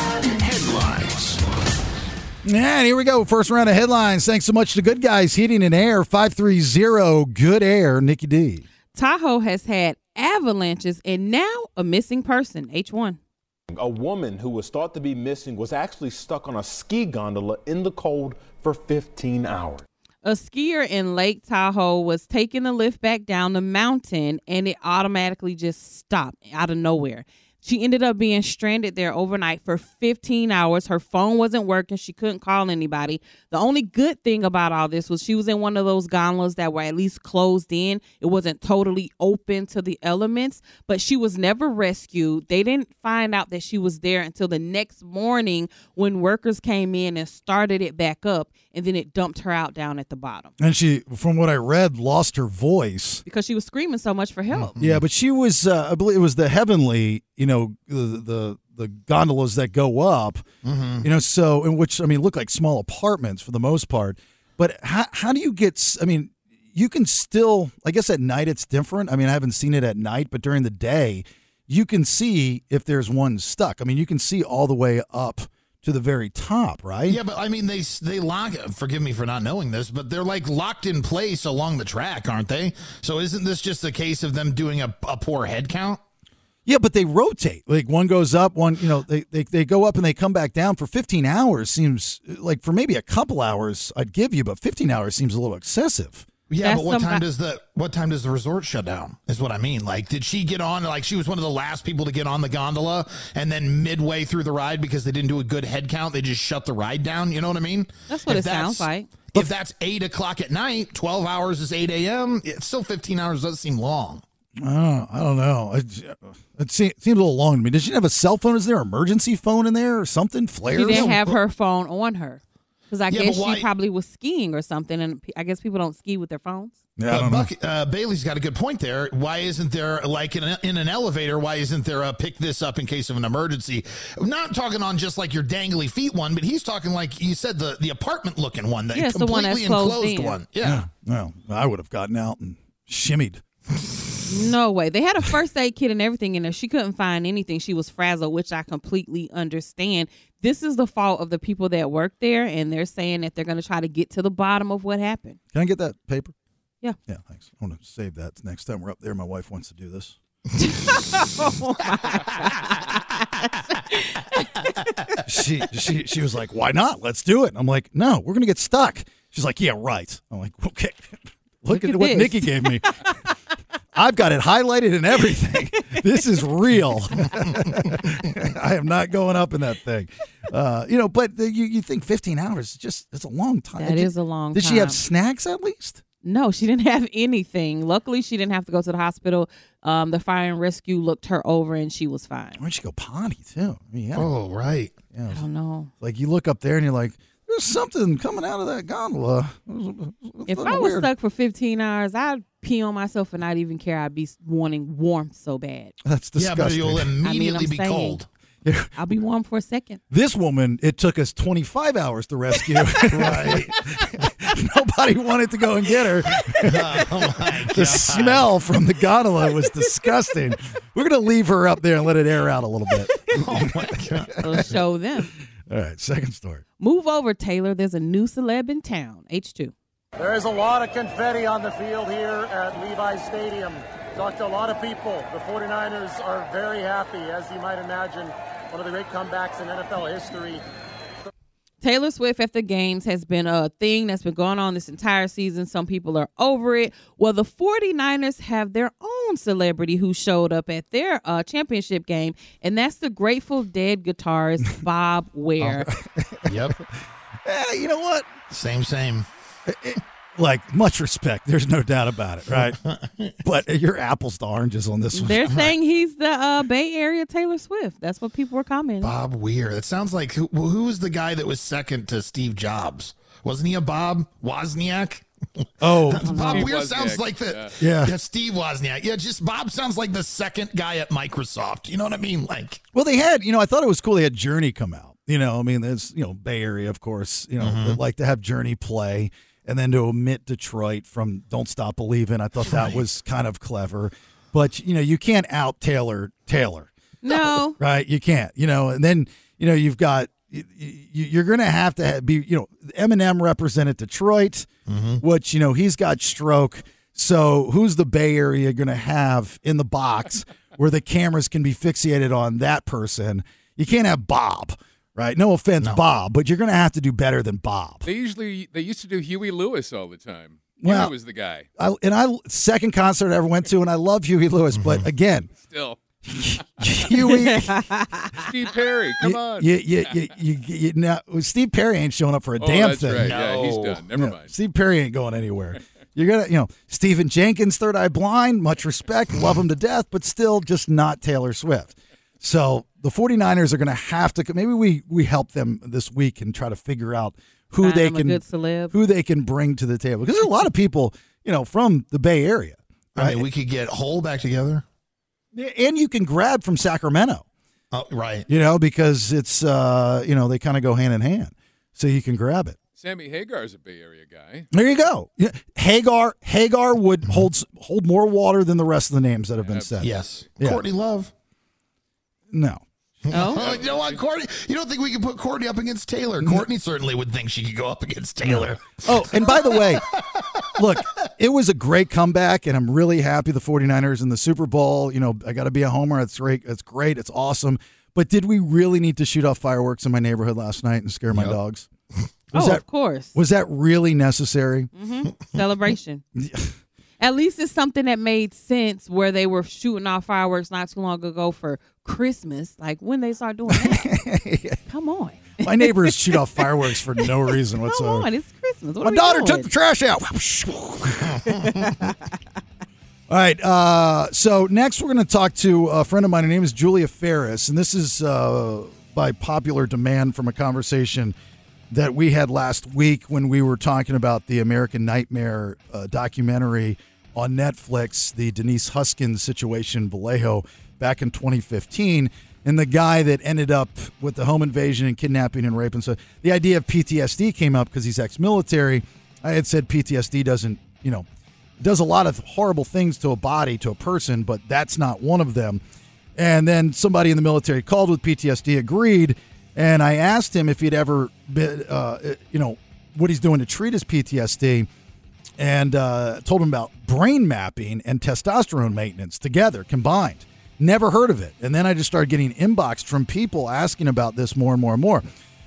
[SPEAKER 2] Headlines.
[SPEAKER 8] And here we go. First round of headlines. Thanks so much to Good Guys Heating and Air 530 Good Air, Nikki D.
[SPEAKER 9] Tahoe has had avalanches and now a missing person, H1.
[SPEAKER 11] A woman who was thought to be missing was actually stuck on a ski gondola in the cold for 15 hours.
[SPEAKER 9] A skier in Lake Tahoe was taking a lift back down the mountain and it automatically just stopped out of nowhere. She ended up being stranded there overnight for 15 hours. Her phone wasn't working. She couldn't call anybody. The only good thing about all this was she was in one of those gondolas that were at least closed in. It wasn't totally open to the elements, but she was never rescued. They didn't find out that she was there until the next morning when workers came in and started it back up, and then it dumped her out down at the bottom
[SPEAKER 8] And she, from what I read, lost her voice.
[SPEAKER 9] because she was screaming so much for help.
[SPEAKER 8] Yeah, but she was, uh, I believe it was the heavenly, you know, the, the, the gondolas that go up, you know, so, in which, I mean, look like small apartments for the most part. But how, how do you get, s- I mean, you can still, I guess at night it's different. I mean, I haven't seen it at night, but during the day, you can see if there's one stuck. I mean, you can see all the way up to the very top, right?
[SPEAKER 7] Yeah, but I mean, they they lock. Forgive me for not knowing this, but they're like locked in place along the track, aren't they? So isn't this just a case of them doing a, a poor head count?
[SPEAKER 8] Yeah, but they rotate. Like one goes up, one, you know, they, they, they go up and they come back down for 15 hours seems like for maybe a couple hours I'd give you, but 15 hours seems a little excessive.
[SPEAKER 7] Yeah,
[SPEAKER 9] That's
[SPEAKER 7] but what time
[SPEAKER 9] somebody-
[SPEAKER 7] does the what time does the resort shut down? Is what I mean. Like, did she get on? Like, she was one of the last people to get on the gondola, and then midway through the ride because they didn't do a good head count, they just shut the ride down. You know what I mean?
[SPEAKER 9] That's what
[SPEAKER 7] If
[SPEAKER 9] it sounds like.
[SPEAKER 7] If that's eight o'clock at night, twelve hours is eight a.m. It's still fifteen hours. Does seem long?
[SPEAKER 8] Oh, I don't know. It, it se- seems a little long to me. Did she have a cell phone? Is there an emergency phone in there or something? Flares?
[SPEAKER 9] She didn't have her phone on her. Because I
[SPEAKER 7] Yeah,
[SPEAKER 9] guess
[SPEAKER 7] but why-
[SPEAKER 9] she probably was skiing or something, and pe- I guess people don't ski with their phones.
[SPEAKER 8] Yeah, I
[SPEAKER 7] But
[SPEAKER 8] don't know.
[SPEAKER 7] Buck, uh, Bailey's got a good point there. Why isn't there like in, a, in an elevator? Why isn't there a pick this up in case of an emergency? I'm not talking on just like your dangly feet one, but he's talking like you said the the apartment looking one, the
[SPEAKER 9] Yes, the one
[SPEAKER 7] completely
[SPEAKER 9] that's closed
[SPEAKER 7] enclosed
[SPEAKER 9] in.
[SPEAKER 7] one. Yeah.
[SPEAKER 8] Well, I would have gotten out and shimmied.
[SPEAKER 9] No way. They had a first aid kit and everything in there. She couldn't find anything. She was frazzled, which I completely understand. This is the fault of the people that work there, and they're saying that they're going to try to get to the bottom of what happened.
[SPEAKER 8] Can I get that paper?
[SPEAKER 9] Yeah.
[SPEAKER 8] Yeah, thanks. I want to save that next time we're up there. My wife wants to do this.
[SPEAKER 9] Oh,
[SPEAKER 8] she she she was like, "Why not? Let's do it." I'm like, "No, we're gonna get stuck." She's like, "Yeah, right." I'm like, "Okay, look,
[SPEAKER 9] Look
[SPEAKER 8] at,
[SPEAKER 9] at
[SPEAKER 8] what
[SPEAKER 9] this.
[SPEAKER 8] Nikki gave me. I've got it highlighted and everything. this is real. I am not going up in that thing." Uh, you know, but the, you you think 15 hours is just it's a long time.
[SPEAKER 9] That
[SPEAKER 8] Uh, Did-
[SPEAKER 9] is a long
[SPEAKER 8] Did she have
[SPEAKER 9] time.
[SPEAKER 8] snacks at least?
[SPEAKER 9] No, she didn't have anything. Luckily, she didn't have to go to the hospital. Um, the fire and rescue looked her over, and she was fine.
[SPEAKER 8] Where'd she go potty too? I mean, yeah.
[SPEAKER 7] Oh right.
[SPEAKER 9] I don't know.
[SPEAKER 8] Like you look up there and you're like, there's something coming out of that gondola. It's
[SPEAKER 9] If
[SPEAKER 8] a
[SPEAKER 9] I
[SPEAKER 8] little
[SPEAKER 9] was
[SPEAKER 8] weird.
[SPEAKER 9] stuck for 15 hours, I'd pee on myself and not even care. I'd be wanting warmth so bad.
[SPEAKER 8] that's disgusting.
[SPEAKER 7] Yeah, but you'll immediately
[SPEAKER 9] I'm
[SPEAKER 7] be
[SPEAKER 9] saying.
[SPEAKER 7] cold.
[SPEAKER 9] I'll be warm for a second.
[SPEAKER 8] this woman, it took us 25 hours to rescue. right. Nobody wanted to go and get her.
[SPEAKER 7] Oh my
[SPEAKER 8] The smell from the gondola was disgusting. We're gonna leave her up there and let it air out a little bit.
[SPEAKER 7] Oh,
[SPEAKER 9] It'll show them.
[SPEAKER 8] All right, second story.
[SPEAKER 9] Move over, Taylor. There's a new celeb in town. H2.
[SPEAKER 12] There is a lot of confetti on the field here at Levi's Stadium. Talked to a lot of people. The 49ers are very happy, as you might imagine. One of the great comebacks in NFL history.
[SPEAKER 9] Taylor Swift at the games has been a thing that's been going on this entire season. Some people are over it. Well, the 49ers have their own celebrity who showed up at their uh, championship game, and that's the Grateful Dead guitarist
[SPEAKER 7] Oh,
[SPEAKER 9] Bob Ware.
[SPEAKER 7] Yep.
[SPEAKER 8] Eh, you know what?
[SPEAKER 7] Same same.
[SPEAKER 8] Like much respect. There's no doubt about it, right? but your apples to oranges on this one.
[SPEAKER 9] They're saying he's the uh, Bay Area Taylor Swift. That's what people were commenting.
[SPEAKER 7] Bob Weir. That sounds like who, who was the guy that was second to Steve Jobs? Wasn't he a Bob Wozniak?
[SPEAKER 8] Oh,
[SPEAKER 7] Bob
[SPEAKER 8] Steve
[SPEAKER 7] Weir
[SPEAKER 8] Wozniak,
[SPEAKER 7] sounds like the
[SPEAKER 8] yeah. Yeah.
[SPEAKER 7] Steve Wozniak. Yeah, just Bob sounds like the second guy at Microsoft. You know what I mean? Like
[SPEAKER 8] Well, they had, you know, I thought it was cool. They had Journey come out. You know, I mean, there's, you know, Bay Area, of course, you know,
[SPEAKER 7] Mhm.
[SPEAKER 8] but, like to have Journey play and then to omit Detroit from Don't Stop Believing. I thought that was kind of clever. But, you know, you can't out Taylor Taylor,
[SPEAKER 9] No.
[SPEAKER 8] right? You can't, you know, and then, you know, you've got, you, you- you're going to have to ha- be, you know, Eminem represented Detroit,
[SPEAKER 10] Mm-hmm.
[SPEAKER 8] which, you know, he's got stroke. So who's the Bay Area going to have in the box where the cameras can be fixated on that person? You can't have Bob, right? No offense, Bob, but you're going to have to do better than Bob.
[SPEAKER 10] They usually they used to do Huey Lewis all the time.
[SPEAKER 8] Well-
[SPEAKER 10] Huey was the guy.
[SPEAKER 8] I, and I second concert I ever went to, and I love Huey Lewis, but
[SPEAKER 10] Mm-hmm.
[SPEAKER 8] again,
[SPEAKER 10] Still,
[SPEAKER 8] Huey,
[SPEAKER 10] Steve Perry. Come
[SPEAKER 8] you,
[SPEAKER 10] on.
[SPEAKER 8] You, you, you, you, you- now, Steve Perry ain't showing up for a
[SPEAKER 10] Oh,
[SPEAKER 8] damn
[SPEAKER 10] that's
[SPEAKER 8] thing.
[SPEAKER 10] right. Yeah, he's No. done. Never mind.
[SPEAKER 8] Steve Perry ain't going anywhere. You're gonna, you know, Stephen Jenkins, Third Eye Blind, much respect, love him to death, but still just not Taylor Swift. So the 49ers are gonna have to. Maybe we we help them this week and try to figure out who
[SPEAKER 9] Find
[SPEAKER 8] they
[SPEAKER 9] them a
[SPEAKER 8] can
[SPEAKER 9] good celeb.
[SPEAKER 8] who they can bring to the table because there's a lot of people, you know, from the Bay Area,
[SPEAKER 7] I mean, we could get whole back together.
[SPEAKER 8] and you can grab from Sacramento.
[SPEAKER 7] Oh, right.
[SPEAKER 8] you know, because it's uh, you know they kind of go hand in hand, so you can grab it.
[SPEAKER 10] Sammy Hagar's a Bay Area guy.
[SPEAKER 8] There you go. Yeah, Hagar Hagar would hold s- hold more water than the rest of the names that have been said.
[SPEAKER 7] Yes.
[SPEAKER 8] Yeah.
[SPEAKER 7] Courtney Love.
[SPEAKER 8] No.
[SPEAKER 9] Oh.
[SPEAKER 7] you know what, Courtney? You don't think we could put Courtney up against Taylor? Courtney certainly would think she could go up against Taylor.
[SPEAKER 8] Oh, and by the way, look, it was a great comeback, and I'm really happy the 49ers in the Super Bowl. You know, I got to be a homer. It's great. It's great. It's awesome. But did we really need to shoot off fireworks in my neighborhood last night and scare my dogs? Was
[SPEAKER 9] oh,
[SPEAKER 8] that
[SPEAKER 9] of course.
[SPEAKER 8] was that really necessary?
[SPEAKER 9] hmm Celebration. At least it's something that made sense where they were shooting off fireworks not too long ago for Christmas. Like when they start doing that. Come on.
[SPEAKER 8] My neighbors shoot off fireworks for no reason
[SPEAKER 9] Come
[SPEAKER 8] whatsoever.
[SPEAKER 9] on. It's Christmas. What
[SPEAKER 8] uh, My
[SPEAKER 9] are we
[SPEAKER 8] daughter
[SPEAKER 9] doing?
[SPEAKER 8] took the trash out. All right. Uh, so next, we're going to talk to a friend of mine. Her name is Julia Ferris, and this is uh, by popular demand from a conversation that we had last week when we were talking about the American Nightmare uh, documentary on Netflix, the Denise Huskins situation, Vallejo, back in 2015. And the guy that ended up with the home invasion and kidnapping and rape and so the idea of PTSD came up because he's ex-military. I had said PTSD doesn't, you know, does a lot of horrible things to a body, to a person, but that's not one of them. And then somebody in the military called with PTSD, agreed, and I asked him if he'd ever, been, uh, you know, what he's doing to treat his PTSD, and uh, told him about brain mapping and testosterone maintenance together combined. Never heard of it. And then I just started getting inboxed from people asking about this more and more and more.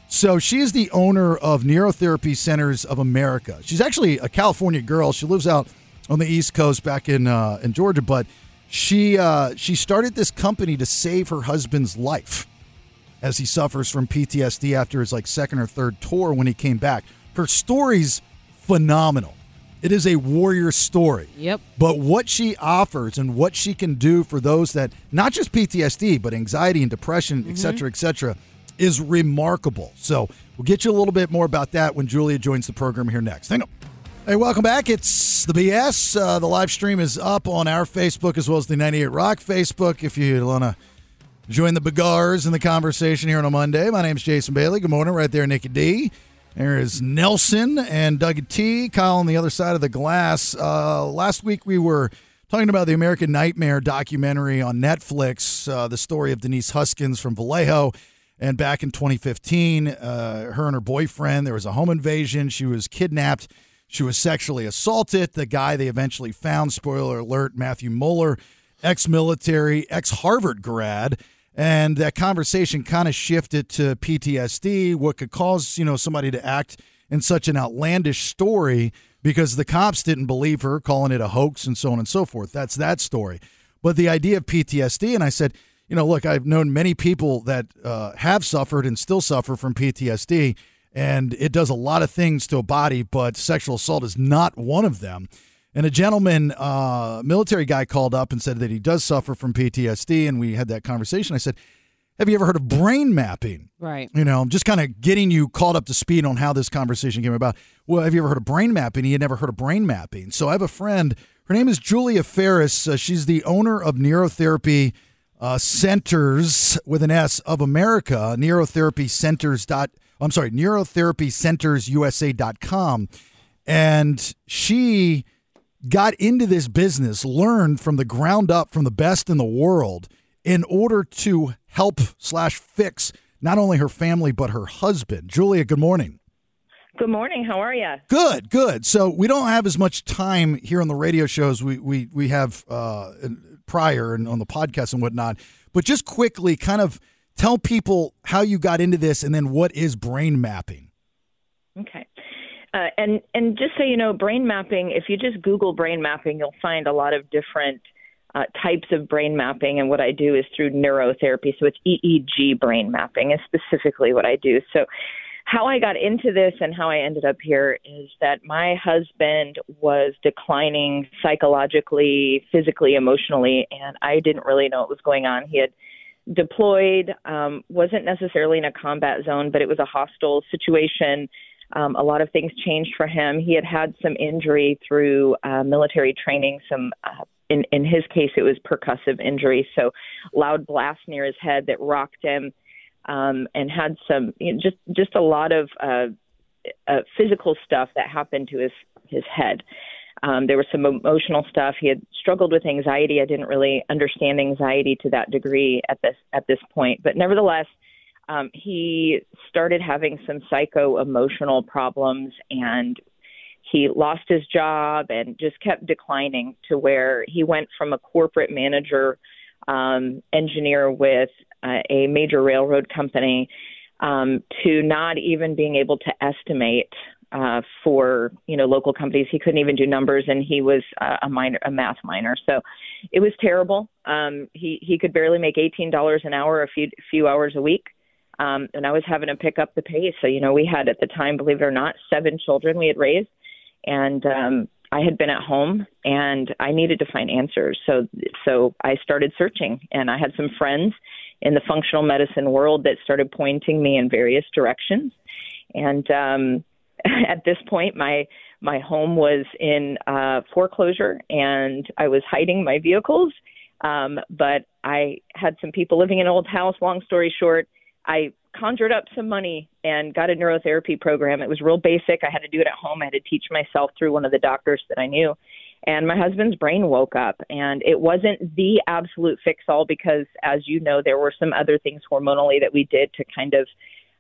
[SPEAKER 8] So she is the owner of Neurotherapy Centers of America. She's actually a California girl. She lives out on the East Coast, back in uh, in Georgia. But she uh, she started this company to save her husband's life as he suffers from PTSD after his like second or third tour when he came back. Her story's phenomenal. It is a warrior story.
[SPEAKER 9] Yep.
[SPEAKER 8] But what she offers and what she can do for those that not just PTSD, but anxiety and depression, et cetera, et cetera, is remarkable. So we'll get you a little bit more about that when Julia joins the program here next. Hang on. Hey, welcome back. It's the BS. Uh, the live stream is up on our Facebook as well as the 98 Rock Facebook. If you want to join the Begars in the conversation here on a Monday, my name's Jason Bailey. Good morning, right there, Nikki D. There is Nelson and Doug T. Kyle on the other side of the glass. Uh, last week we were talking about the American Nightmare documentary on Netflix, uh, the story of Denise Huskins from Vallejo. And back in 2015, uh, her and her boyfriend, there was a home invasion. She was kidnapped. She was sexually assaulted. The guy they eventually found, spoiler alert, Matthew Mueller, ex military, ex Harvard grad. And that conversation kind of shifted to PTSD, what could cause, you know, somebody to act in such an outlandish story because the cops didn't believe her, calling it a hoax and so on and so forth. That's that story. But the idea of PTSD, and I said, you know, look, I've known many people that uh, have suffered and still suffer from PTSD, and it does a lot of things to a body, but sexual assault is not one of them. And a gentleman, uh, military guy, called up and said that he does suffer from PTSD, and we had that conversation. I said, "Have you ever heard of brain mapping?"
[SPEAKER 9] Right.
[SPEAKER 8] You know, I'm just kind of getting you caught up to speed on how this conversation came about. Well, have you ever heard of brain mapping? He had never heard of brain mapping. So I have a friend. Her name is Julia Ferris. Uh, she's the owner of Neurotherapy uh, Centers with an S of America. Neurotherapy Centers dot. I'm sorry, neurotherapycentersusa.com. And she got into this business, learned from the ground up from the best in the world in order to help slash fix not only her family but her husband. Julia, good morning.
[SPEAKER 13] Good morning. How are you?
[SPEAKER 8] Good, good. So we don't have as much time here on the radio shows we we we have uh, prior and on the podcast and whatnot. But just quickly, kind of tell people how you got into this, and then what is brain mapping?
[SPEAKER 13] Okay. Uh, and and just so you know, brain mapping. If you just Google brain mapping, you'll find a lot of different uh, types of brain mapping. And what I do is through neurotherapy. So it's EEG brain mapping is specifically what I do. So how I got into this and how I ended up here is that my husband was declining psychologically, physically, emotionally, and I didn't really know what was going on. He had deployed, um, wasn't necessarily in a combat zone, but it was a hostile situation. Um, a lot of things changed for him. He had had some injury through uh, military training, some uh, in, in his case, it was percussive injury. So loud blast near his head that rocked him um, and had some you know, just just a lot of uh, uh, physical stuff that happened to his his head. Um, there was some emotional stuff. He had struggled with anxiety. I didn't really understand anxiety to that degree at this at this point, but nevertheless, um, he started having some psycho emotional problems and he lost his job and just kept declining to where he went from a corporate manager um, engineer with uh, a major railroad company um, to not even being able to estimate uh, for you know local companies. He couldn't even do numbers, and he was uh, a minor, a math minor. So it was terrible. Um, he he could barely make eighteen dollars an hour, a few few hours a week. Um, and I was having to pick up the pace. So, you know, we had at the time, believe it or not, seven children we had raised. And um, I had been at home and I needed to find answers. So so I started searching and I had some friends in the functional medicine world that started pointing me in various directions. And um at this point my my home was in uh foreclosure and I was hiding my vehicles. Um but I had some people living in an old house, long story short, I conjured up some money and got a neurotherapy program. It was real basic. I had to do it at home. I had to teach myself through one of the doctors that I knew. And my husband's brain woke up, and it wasn't the absolute fix all because, as you know, there were some other things hormonally that we did to kind of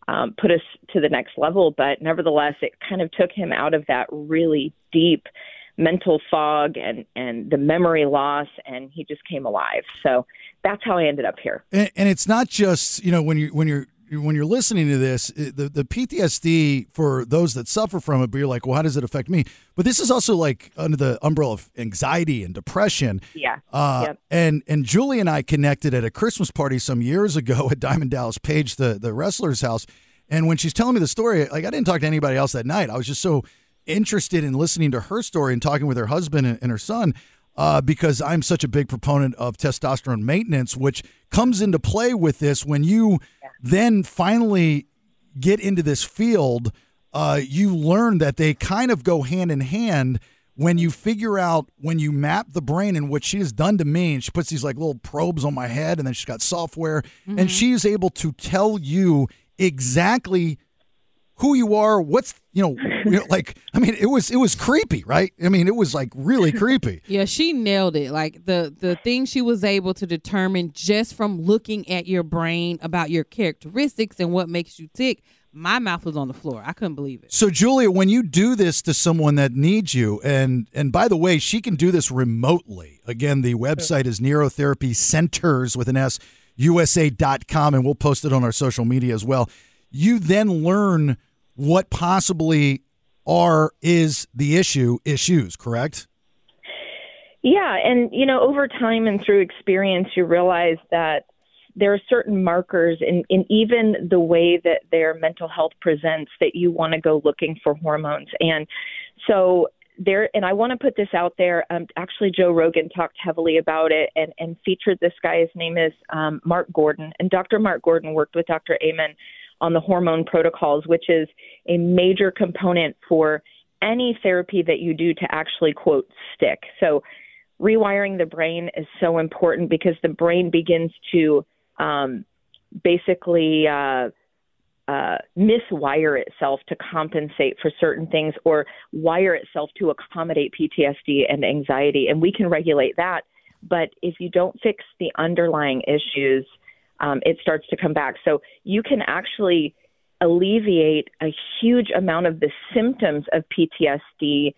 [SPEAKER 13] um, put us to the next level. But nevertheless, it kind of took him out of that really deep mental fog and and the memory loss and he just came alive so that's how i ended up here
[SPEAKER 8] and, and it's not just you know when you when you're when you're listening to this, the, the PTSD for those that suffer from it, but you're like, well, how does it affect me? But this is also like under the umbrella of anxiety and depression.
[SPEAKER 13] Yeah.
[SPEAKER 8] Uh,
[SPEAKER 13] yep.
[SPEAKER 8] And and Julie and I connected at a Christmas party some years ago at Diamond Dallas Page, the the wrestler's house. And when she's telling me the story, like I didn't talk to anybody else that night. I was just so interested in listening to her story and talking with her husband and, and her son. Uh, because I'm such a big proponent of testosterone maintenance, which comes into play with this when you then finally get into this field, uh, you learn that they kind of go hand in hand when you figure out when you map the brain and what she has done to me and she puts these like little probes on my head and then she's got software
[SPEAKER 14] Mhm.
[SPEAKER 8] and she is able to tell you exactly who you are what's you know, you know, like i mean it was it was creepy right i mean it was like really creepy
[SPEAKER 9] Yeah, she nailed it. Like the the thing she was able to determine just from looking at your brain about your characteristics and what makes you tick. My mouth was on the floor. I couldn't believe it.
[SPEAKER 8] So Julia, when you do this to someone that needs you, and and by the way, she can do this remotely. Again, the website is Neurotherapy Centers with an S USA.com, and we'll post it on our social media as well. You then learn what possibly are is the issue issues, correct?
[SPEAKER 13] Yeah, and you know, over time and through experience, you realize that there are certain markers in, in even the way that their mental health presents that you want to go looking for hormones. And so there, and I want to put this out there. Um, actually, Joe Rogan talked heavily about it and, and featured this guy. His name is um, Mark Gordon. And Dr. Mark Gordon worked with Dr. Amen on the hormone protocols, which is a major component for any therapy that you do to actually, quote, stick. So, rewiring the brain is so important because the brain begins to um, basically uh, uh, miswire itself to compensate for certain things or wire itself to accommodate PTSD and anxiety. And we can regulate that. But if you don't fix the underlying issues, um, it starts to come back. So you can actually alleviate a huge amount of the symptoms of PTSD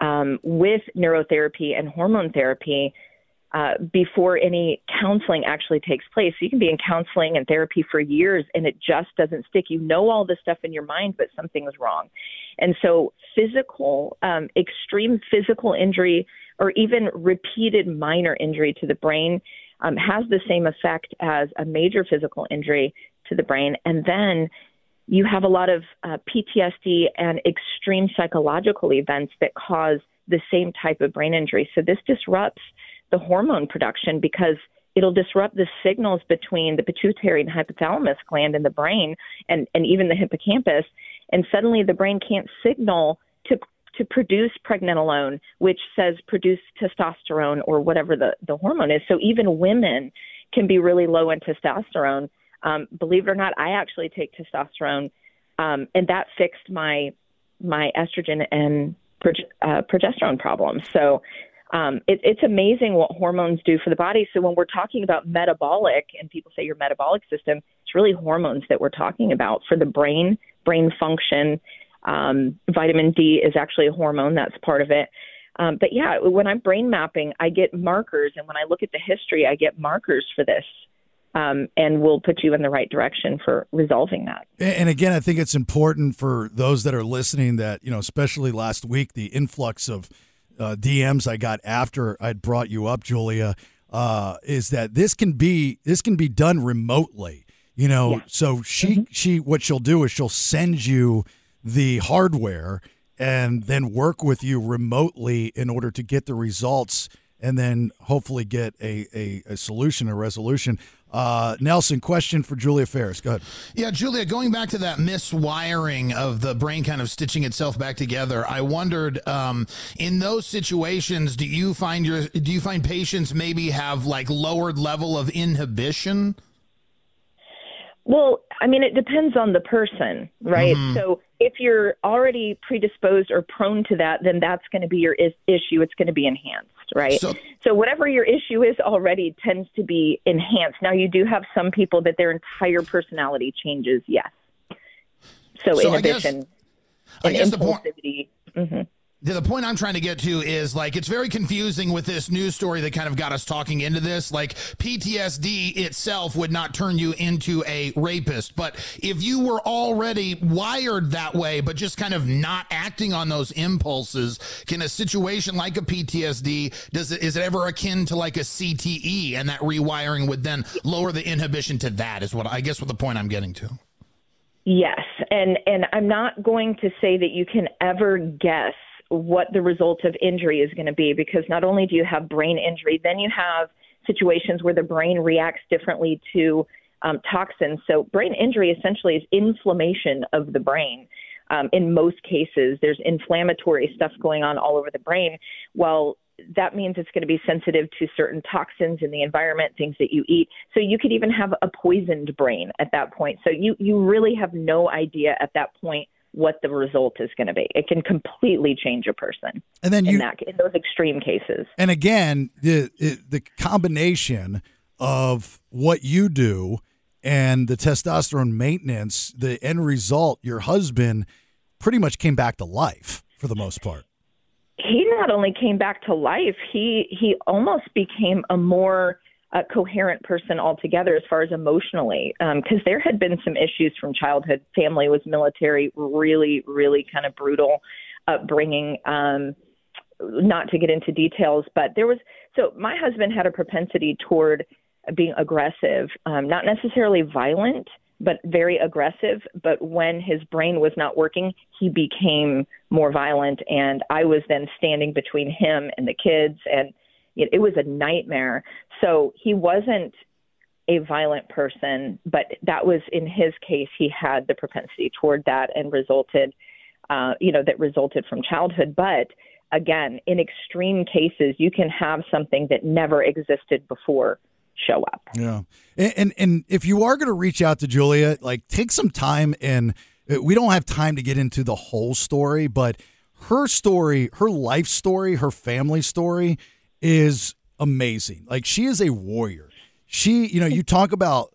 [SPEAKER 13] um, with neurotherapy and hormone therapy uh, before any counseling actually takes place. So you can be in counseling and therapy for years and it just doesn't stick. You know all this stuff in your mind, but something is wrong. And so, physical, um, extreme physical injury, or even repeated minor injury to the brain um, has the same effect as a major physical injury to the brain. And then you have a lot of uh, PTSD and extreme psychological events that cause the same type of brain injury. So this disrupts the hormone production because it'll disrupt the signals between the pituitary and hypothalamus gland in the brain and, and even the hippocampus. And suddenly the brain can't signal to to produce pregnenolone, which says produce testosterone or whatever the, the hormone is. So even women can be really low in testosterone. Um, believe it or not, I actually take testosterone, um, and that fixed my my estrogen and prog- uh, progesterone problems. So um, it, it's amazing what hormones do for the body. So when we're talking about metabolic, and people say your metabolic system, it's really hormones that we're talking about for the brain, brain function. Um, vitamin D is actually a hormone that's part of it. Um, but yeah, when I'm brain mapping, I get markers, and when I look at the history, I get markers for this, um, and will put you in the right direction for resolving that.
[SPEAKER 8] And again, I think it's important for those that are listening that, you know, especially last week, the influx of uh, DMs I got after I'd brought you up, Julia, uh, is that this can be this can be done remotely. You know,
[SPEAKER 14] Yeah.
[SPEAKER 8] so she she what she'll do is she'll send you the hardware and then work with you remotely in order to get the results and then hopefully get a, a, a solution, a resolution. Uh, Nelson, question for Julia Ferris. Go ahead.
[SPEAKER 7] Yeah, Julia, going back to that miswiring of the brain kind of stitching itself back together, I wondered um, in those situations, do you find your do you find patients maybe have like lowered level of inhibition?
[SPEAKER 13] Well, I mean, it depends on the person, right?
[SPEAKER 7] Mhm.
[SPEAKER 13] So if you're already predisposed or prone to that, then that's going to be your is- issue. It's going to be enhanced, right?
[SPEAKER 7] So-
[SPEAKER 13] So, whatever your issue is already tends to be enhanced. Now, you do have some people that their entire personality changes, yes. So,
[SPEAKER 7] So I guess-
[SPEAKER 13] inhibition
[SPEAKER 7] I
[SPEAKER 13] and
[SPEAKER 7] guess the point-
[SPEAKER 13] impulsivity. hmm
[SPEAKER 7] The the point I'm trying to get to is like it's very confusing with this news story that kind of got us talking into this. Like PTSD itself would not turn you into a rapist, but if you were already wired that way, but just kind of not acting on those impulses, can a situation like a PTSD does it is it ever akin to like a CTE and that rewiring would then lower the inhibition to that is what I guess what the point I'm getting to.
[SPEAKER 13] Yes, and and I'm not going to say that you can ever guess what the result of injury is going to be because not only do you have brain injury, then you have situations where the brain reacts differently to um, toxins. So brain injury essentially is inflammation of the brain. Um, in most cases, there's inflammatory stuff going on all over the brain. Well, that means it's going to be sensitive to certain toxins in the environment, things that you eat. So you could even have a poisoned brain at that point. So you you really have no idea at that point what the result is going to be. It can completely change a person.
[SPEAKER 8] And then
[SPEAKER 13] in
[SPEAKER 8] you-
[SPEAKER 13] that, in those extreme cases.
[SPEAKER 8] And again, the it- the combination of what you do and the testosterone maintenance, the end result, your husband pretty much came back to life for the most part.
[SPEAKER 13] he not only came back to life, he he almost became a more uh, coherent person altogether as far as emotionally, because there had been some issues from childhood. Family was military, really, really kind of brutal upbringing. Um, not to get into details, but there was so my husband had a propensity toward being aggressive, um, not necessarily violent, but very aggressive. But when his brain was not working, he became more violent, and I was then standing between him and the kids, and it, it was a nightmare. So he wasn't a violent person, but that was in his case, he had the propensity toward that and resulted, uh, you know, that resulted from childhood. But again, in extreme cases, you can have something that never existed before show up.
[SPEAKER 8] Yeah, and and, and if you are going to reach out to Julia, like take some time and uh, we don't have time to get into the whole story, but her story, her life story, her family story is amazing. Like she is a warrior. She, you know, you talk about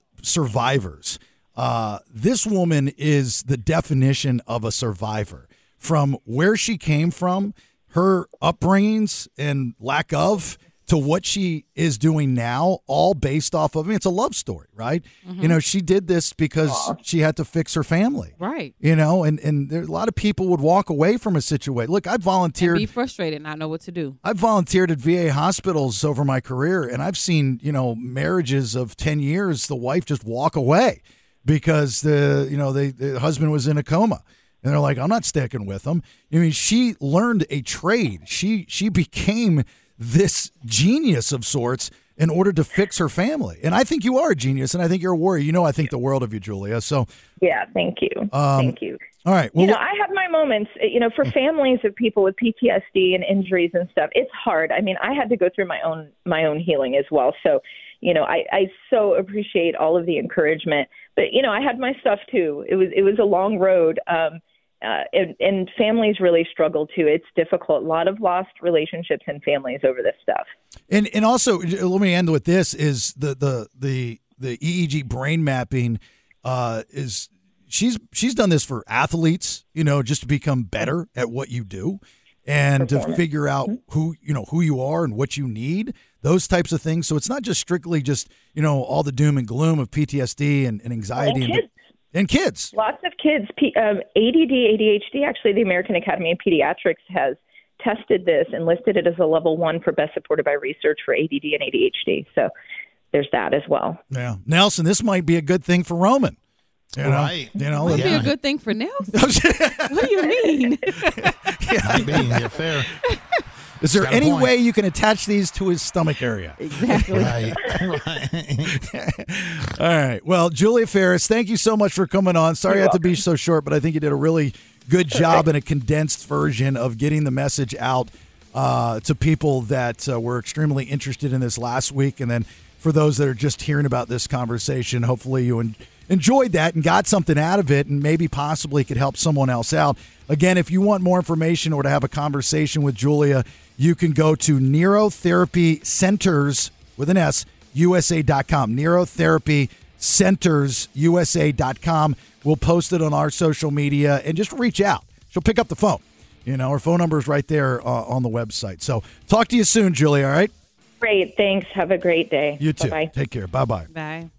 [SPEAKER 8] survivors. Uh, this woman is the definition of a survivor. From where she came from, her upbringings and lack of, to what she is doing now, all based off of. I mean, it's a love story, right?
[SPEAKER 9] Mhm.
[SPEAKER 8] You know, she did this because she had to fix her family.
[SPEAKER 9] Right.
[SPEAKER 8] You know, and and there, a lot of people would walk away from a situation. Look, I volunteered.
[SPEAKER 9] Be frustrated, not know what to do.
[SPEAKER 8] I've volunteered at VA hospitals over my career, and I've seen you know marriages of ten years, the wife just walk away because the you know they, the husband was in a coma, and they're like, I'm not sticking with them. I mean, she learned a trade. She she became this genius of sorts in order to fix her family. And I think you are a genius, and I think you're a warrior. You know, I think the world of you, Julia. So
[SPEAKER 13] Yeah, thank you.
[SPEAKER 8] um,
[SPEAKER 13] thank you.
[SPEAKER 8] All right.
[SPEAKER 13] you
[SPEAKER 8] Well,
[SPEAKER 13] know, I have my moments. You know, for families of people with PTSD and injuries and stuff, it's hard. I mean, I had to go through my own my own healing as well. So, you know, I, I so appreciate all of the encouragement. But you know, I had my stuff too. It was it was a long road, um, uh, and, and families really struggle too. It's difficult. A lot of lost relationships and families over this stuff.
[SPEAKER 8] And and also j- let me end with this is the the the the EEG brain mapping uh is she's she's done this for athletes, you know, just to become better at what you do and to
[SPEAKER 14] Performance.
[SPEAKER 8] figure out
[SPEAKER 13] Mm-hmm.
[SPEAKER 8] who you know who you are and what you need, those types of things. So it's not just strictly just, you know, all the doom and gloom of PTSD and, and
[SPEAKER 13] And
[SPEAKER 8] anxiety and
[SPEAKER 13] kids.
[SPEAKER 8] and kids.
[SPEAKER 13] Lots of kids, P, um, ADD, ADHD. Actually, the American Academy of Pediatrics has tested this and listed it as a level one for best supported by research for ADD and ADHD. So there's that as well.
[SPEAKER 8] Yeah. Nelson, this might be a good thing for Roman. You know,
[SPEAKER 7] Right.
[SPEAKER 8] You know,
[SPEAKER 9] Would be a
[SPEAKER 8] yeah.
[SPEAKER 9] good thing for Nelson. what do you mean?
[SPEAKER 7] Might be, yeah, fair.
[SPEAKER 8] Is there
[SPEAKER 7] Got a
[SPEAKER 8] any
[SPEAKER 7] point.
[SPEAKER 8] way you can attach these to his stomach area?
[SPEAKER 9] Exactly.
[SPEAKER 7] Right. right.
[SPEAKER 8] All right. Well, Julia Ferris, thank you so much for coming on. Sorry I
[SPEAKER 7] You're
[SPEAKER 8] had to be so short, but I think you did a really good job in a condensed version of getting the message out uh, to people that uh, were extremely interested in this last week. And then for those that are just hearing about this conversation, hopefully you en- enjoyed that and got something out of it and maybe possibly could help someone else out. Again, if you want more information or to have a conversation with Julia, you can go to Neurotherapy Centers with an S, USA.com. Neurotherapy Centers, USA.com. We'll post it on our social media and just reach out. She'll pick up the phone. You know, her phone number is right there uh, on the website. So talk to you soon, Julie. All right.
[SPEAKER 13] Great. Thanks. Have a great day.
[SPEAKER 8] You too.
[SPEAKER 13] Bye-bye.
[SPEAKER 8] Take care. Bye bye.
[SPEAKER 9] Bye.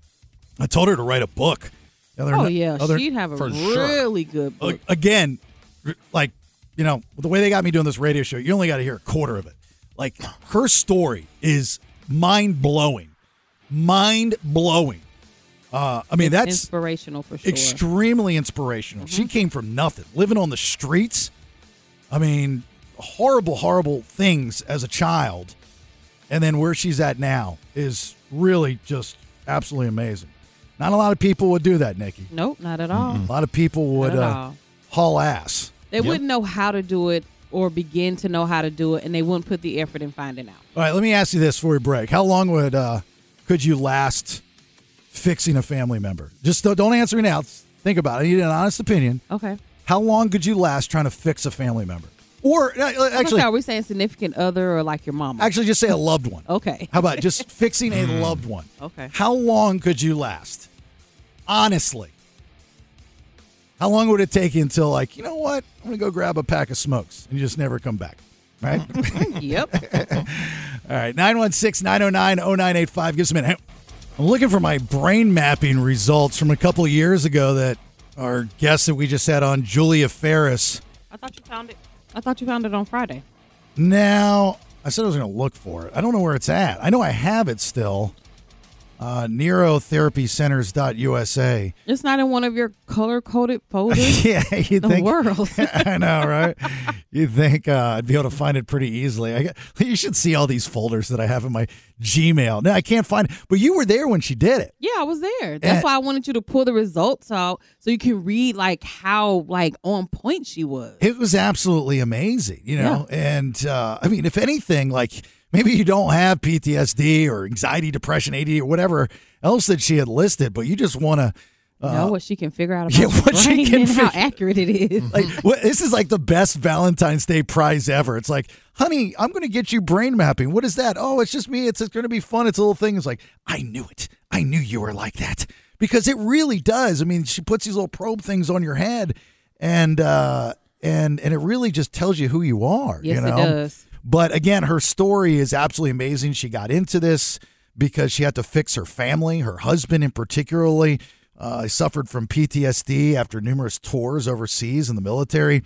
[SPEAKER 8] I told her to write a book. The other
[SPEAKER 9] Oh,
[SPEAKER 8] ni-
[SPEAKER 9] yeah.
[SPEAKER 8] other-
[SPEAKER 9] She'd have a
[SPEAKER 8] for sure.
[SPEAKER 9] really good
[SPEAKER 8] A-
[SPEAKER 9] book.
[SPEAKER 8] Again, r- like, you know, the way they got me doing this radio show, you only got to hear a quarter of it. Like, her story is mind blowing. Mind blowing. Uh, I mean,
[SPEAKER 9] It's
[SPEAKER 8] that's
[SPEAKER 9] inspirational Mm-hmm. for sure.
[SPEAKER 8] extremely inspirational. She came from nothing, living on the streets. I mean, horrible, horrible things as a child. And then where she's at now is really just absolutely amazing. Not a lot of people would do that, Nikki.
[SPEAKER 9] Nope, not at all.
[SPEAKER 8] A lot of people would
[SPEAKER 9] at
[SPEAKER 8] uh,
[SPEAKER 9] all.
[SPEAKER 8] haul ass.
[SPEAKER 9] They wouldn't know how to do it or begin to know how to do it, and they wouldn't put the effort in finding out.
[SPEAKER 8] All right, let me ask you this before we break. How long would uh, could you last fixing a family member? Just don't, don't answer me now. Think about it. I need an honest opinion.
[SPEAKER 9] Okay.
[SPEAKER 8] How long could you last trying to fix a family member? Or uh, actually-
[SPEAKER 9] are we saying significant other or like your mama?
[SPEAKER 8] Actually, just say a loved one.
[SPEAKER 9] Okay.
[SPEAKER 8] How about just fixing a loved one?
[SPEAKER 9] Okay.
[SPEAKER 8] How long could you last? Honestly. How long would it take you until, like, you know what? I'm going to go grab a pack of smokes and you just never come back, right?
[SPEAKER 9] yep.
[SPEAKER 8] All right, 916 909 0985. Give us a minute. I'm looking for my brain mapping results from a couple of years ago that our guest that we just had on, Julia Ferris.
[SPEAKER 9] I thought you found it. I thought you found it on Friday.
[SPEAKER 8] Now, I said I was going to look for it. I don't know where it's at. I know I have it still. Uh, neurotherapycenters.usa.
[SPEAKER 9] It's not in one of your color coded folders.
[SPEAKER 8] yeah, you
[SPEAKER 9] the
[SPEAKER 8] think-
[SPEAKER 9] world.
[SPEAKER 8] I know, right? You'd think uh, I'd be able to find it pretty easily. I, got- you should see all these folders that I have in my Gmail. Now I can't find, but you were there when she did it.
[SPEAKER 9] Yeah, I was there. That's
[SPEAKER 8] And-
[SPEAKER 9] why I wanted you to pull the results out so you can read like how like on point she was.
[SPEAKER 8] It was absolutely amazing, you know. And uh, I mean, if anything, like maybe you don't have PTSD or anxiety, depression, AD, or whatever else that she had listed, but you just want to.
[SPEAKER 9] You
[SPEAKER 8] Uh,
[SPEAKER 9] know what she can figure out about
[SPEAKER 8] yeah,
[SPEAKER 9] the
[SPEAKER 8] what she
[SPEAKER 9] brain
[SPEAKER 8] can
[SPEAKER 9] and how
[SPEAKER 8] fig-
[SPEAKER 9] accurate it is.
[SPEAKER 8] like well, this is like the best Valentine's Day prize ever. It's like, honey, I'm going to get you brain mapping. What is that? Oh, it's just me. It's, it's going to be fun. It's a little thing. It's like I knew it. I knew you were like that because it really does. I mean, she puts these little probe things on your head, and uh, and and it really just tells you who you are.
[SPEAKER 9] Yes,
[SPEAKER 8] you
[SPEAKER 9] it
[SPEAKER 8] know?
[SPEAKER 9] does.
[SPEAKER 8] But again, her story is absolutely amazing. She got into this because she had to fix her family, her husband in particularly. Uh, suffered from PTSD after numerous tours overseas in the military.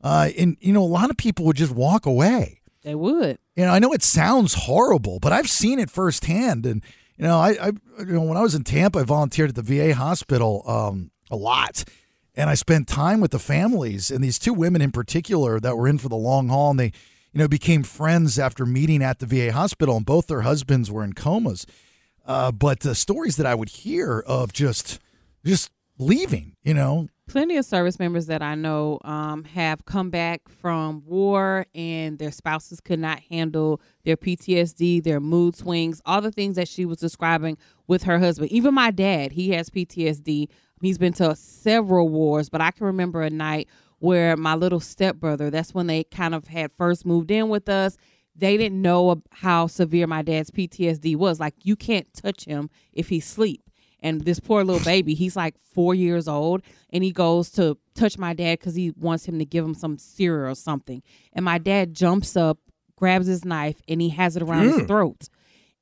[SPEAKER 8] Uh, and, you know, a lot of people would just walk away.
[SPEAKER 9] They would.
[SPEAKER 8] You know, I know it sounds horrible, but I've seen it firsthand. And, you know, I, I you know, when I was in Tampa, I volunteered at the VA hospital um, a lot. And I spent time with the families and these two women in particular that were in for the long haul. And they, you know, became friends after meeting at the VA hospital. And both their husbands were in comas. Uh, but the stories that I would hear of just, just leaving, you know,
[SPEAKER 9] Plenty of service members that I know um, have come back from war and their spouses could not handle their PTSD, their mood swings, all the things that she was describing with her husband. Even my dad, he has PTSD. He's been to several wars, but I can remember a night where my little stepbrother, that's when they kind of had first moved in with us. They didn't know ab- how severe my dad's PTSD was. Like, you can't touch him if he's asleep and this poor little baby he's like four years old and he goes to touch my dad because he wants him to give him some cereal or something and my dad jumps up grabs his knife and he has it around his
[SPEAKER 8] Mm.
[SPEAKER 14] Ew.
[SPEAKER 9] throat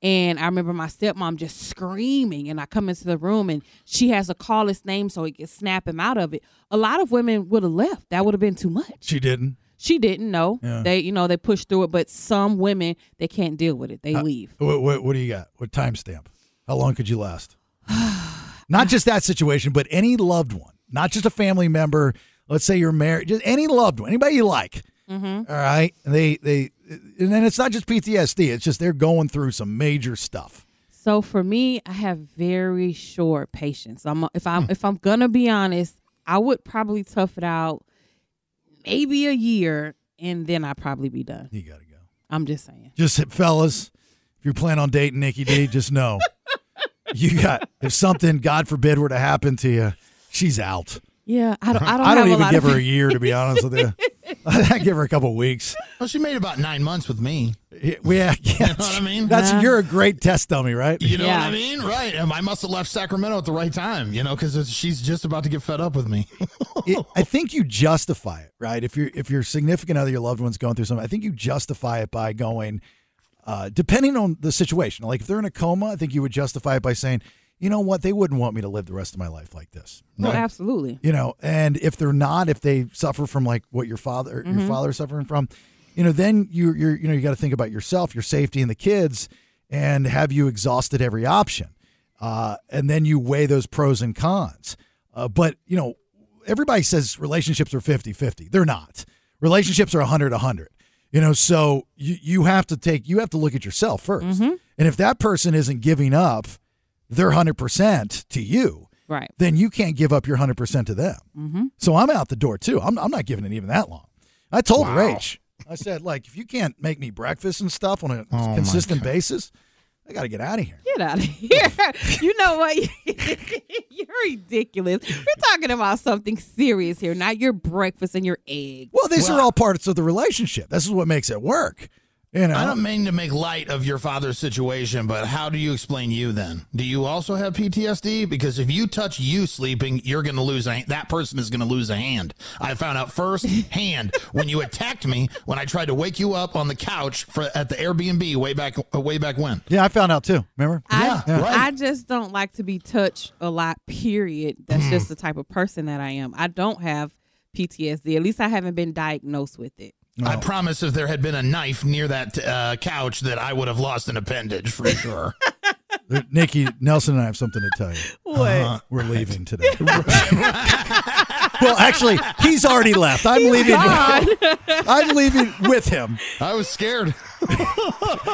[SPEAKER 9] and i remember my stepmom just screaming and i come into the room and she has to call his name so he can snap him out of it a lot of women would have left that would have been too much
[SPEAKER 8] she didn't.
[SPEAKER 9] she didn't know
[SPEAKER 8] Yeah.
[SPEAKER 9] they you know they pushed through it but some women they can't deal with it they
[SPEAKER 8] Uh,
[SPEAKER 9] leave
[SPEAKER 8] What, what, what do you got? What timestamp? How long could you last? not just that situation, but any loved one, not just a family member. Let's say you're married, just any loved one, anybody you like.
[SPEAKER 9] Mhm.
[SPEAKER 8] All right, they they, and then it's not just PTSD. It's just they're going through some major stuff.
[SPEAKER 9] So for me, I have very short patience. I'm if I'm if I'm gonna be honest, I would probably tough it out maybe a year and then I'd probably be done.
[SPEAKER 8] You gotta go.
[SPEAKER 9] I'm just saying.
[SPEAKER 8] Just fellas, if you plan on dating Nikki D, just know you got if something, God forbid, were to happen to you, she's out.
[SPEAKER 9] Yeah, I don't I don't,
[SPEAKER 8] I
[SPEAKER 9] have
[SPEAKER 8] don't
[SPEAKER 9] a
[SPEAKER 8] even
[SPEAKER 9] lot
[SPEAKER 8] give
[SPEAKER 9] of
[SPEAKER 8] her a year to be honest with you. I give her a couple weeks.
[SPEAKER 7] Well, she made about nine months with me.
[SPEAKER 8] Yeah, yeah.
[SPEAKER 7] You know what I mean?
[SPEAKER 8] That's you're a great test dummy, right?
[SPEAKER 7] You know what I mean? Right. And I must have left Sacramento at the right time, you know, because she's just about to get fed up with me.
[SPEAKER 8] It- I think you justify it, right? If you're if your significant other, your loved one's going through something, I think you justify it by going, uh, depending on the situation. Like if they're in a coma, I think you would justify it by saying, you know what, they wouldn't want me to live the rest of my life like this.
[SPEAKER 9] No, Oh, absolutely.
[SPEAKER 8] You know, and if they're not, if they suffer from like what your father your
[SPEAKER 9] Mhm.
[SPEAKER 8] father's suffering from, you know, then you you're you know you got to think about yourself, your safety, and the kids, and have you exhausted every option, uh, and then you weigh those pros and cons. Uh, but you know, everybody says relationships are 50-50. They're not. Relationships are 100-100. You know, so you you have to take you have to look at yourself 1st and if that person isn't giving up their hundred percent to you,
[SPEAKER 9] Right.
[SPEAKER 8] then you can't give up your 100% to them.
[SPEAKER 9] Mhm.
[SPEAKER 8] So I'm out the door too. I'm, I'm not giving it even that long. I told her age. I said, like, if you can't make me breakfast and stuff on a
[SPEAKER 9] my
[SPEAKER 8] consistent basis, I got to get out of here.
[SPEAKER 9] Get out of here. you know what? You're ridiculous. We're talking about something serious here, not your breakfast and your eggs.
[SPEAKER 8] Well, these are all parts of the relationship. This is what makes it work. You know,
[SPEAKER 7] I don't mean to make light of your father's situation, but how do you explain you then? Do you also have PTSD? Because if you touch you sleeping, you're going to lose a that person is going to lose a hand. I found out firsthand when you attacked me when I tried to wake you up on the couch for, at the Airbnb way back way back when.
[SPEAKER 8] yeah, I found out too. Remember?
[SPEAKER 9] I,
[SPEAKER 7] Yeah, right.
[SPEAKER 9] I just don't like to be touched a lot, period.
[SPEAKER 7] Hmm.
[SPEAKER 9] That's just the type of person that I am. I don't have PTSD. At least I haven't been diagnosed with it.
[SPEAKER 7] I promise if there had been a knife near that uh, couch that I would have lost an appendage for sure.
[SPEAKER 8] Nikki Nelson and I have something to tell you. Uh-huh.
[SPEAKER 9] What?
[SPEAKER 8] we're leaving today. well, actually, he's already left. I'm leaving. With, I'm leaving with him.
[SPEAKER 7] I was scared.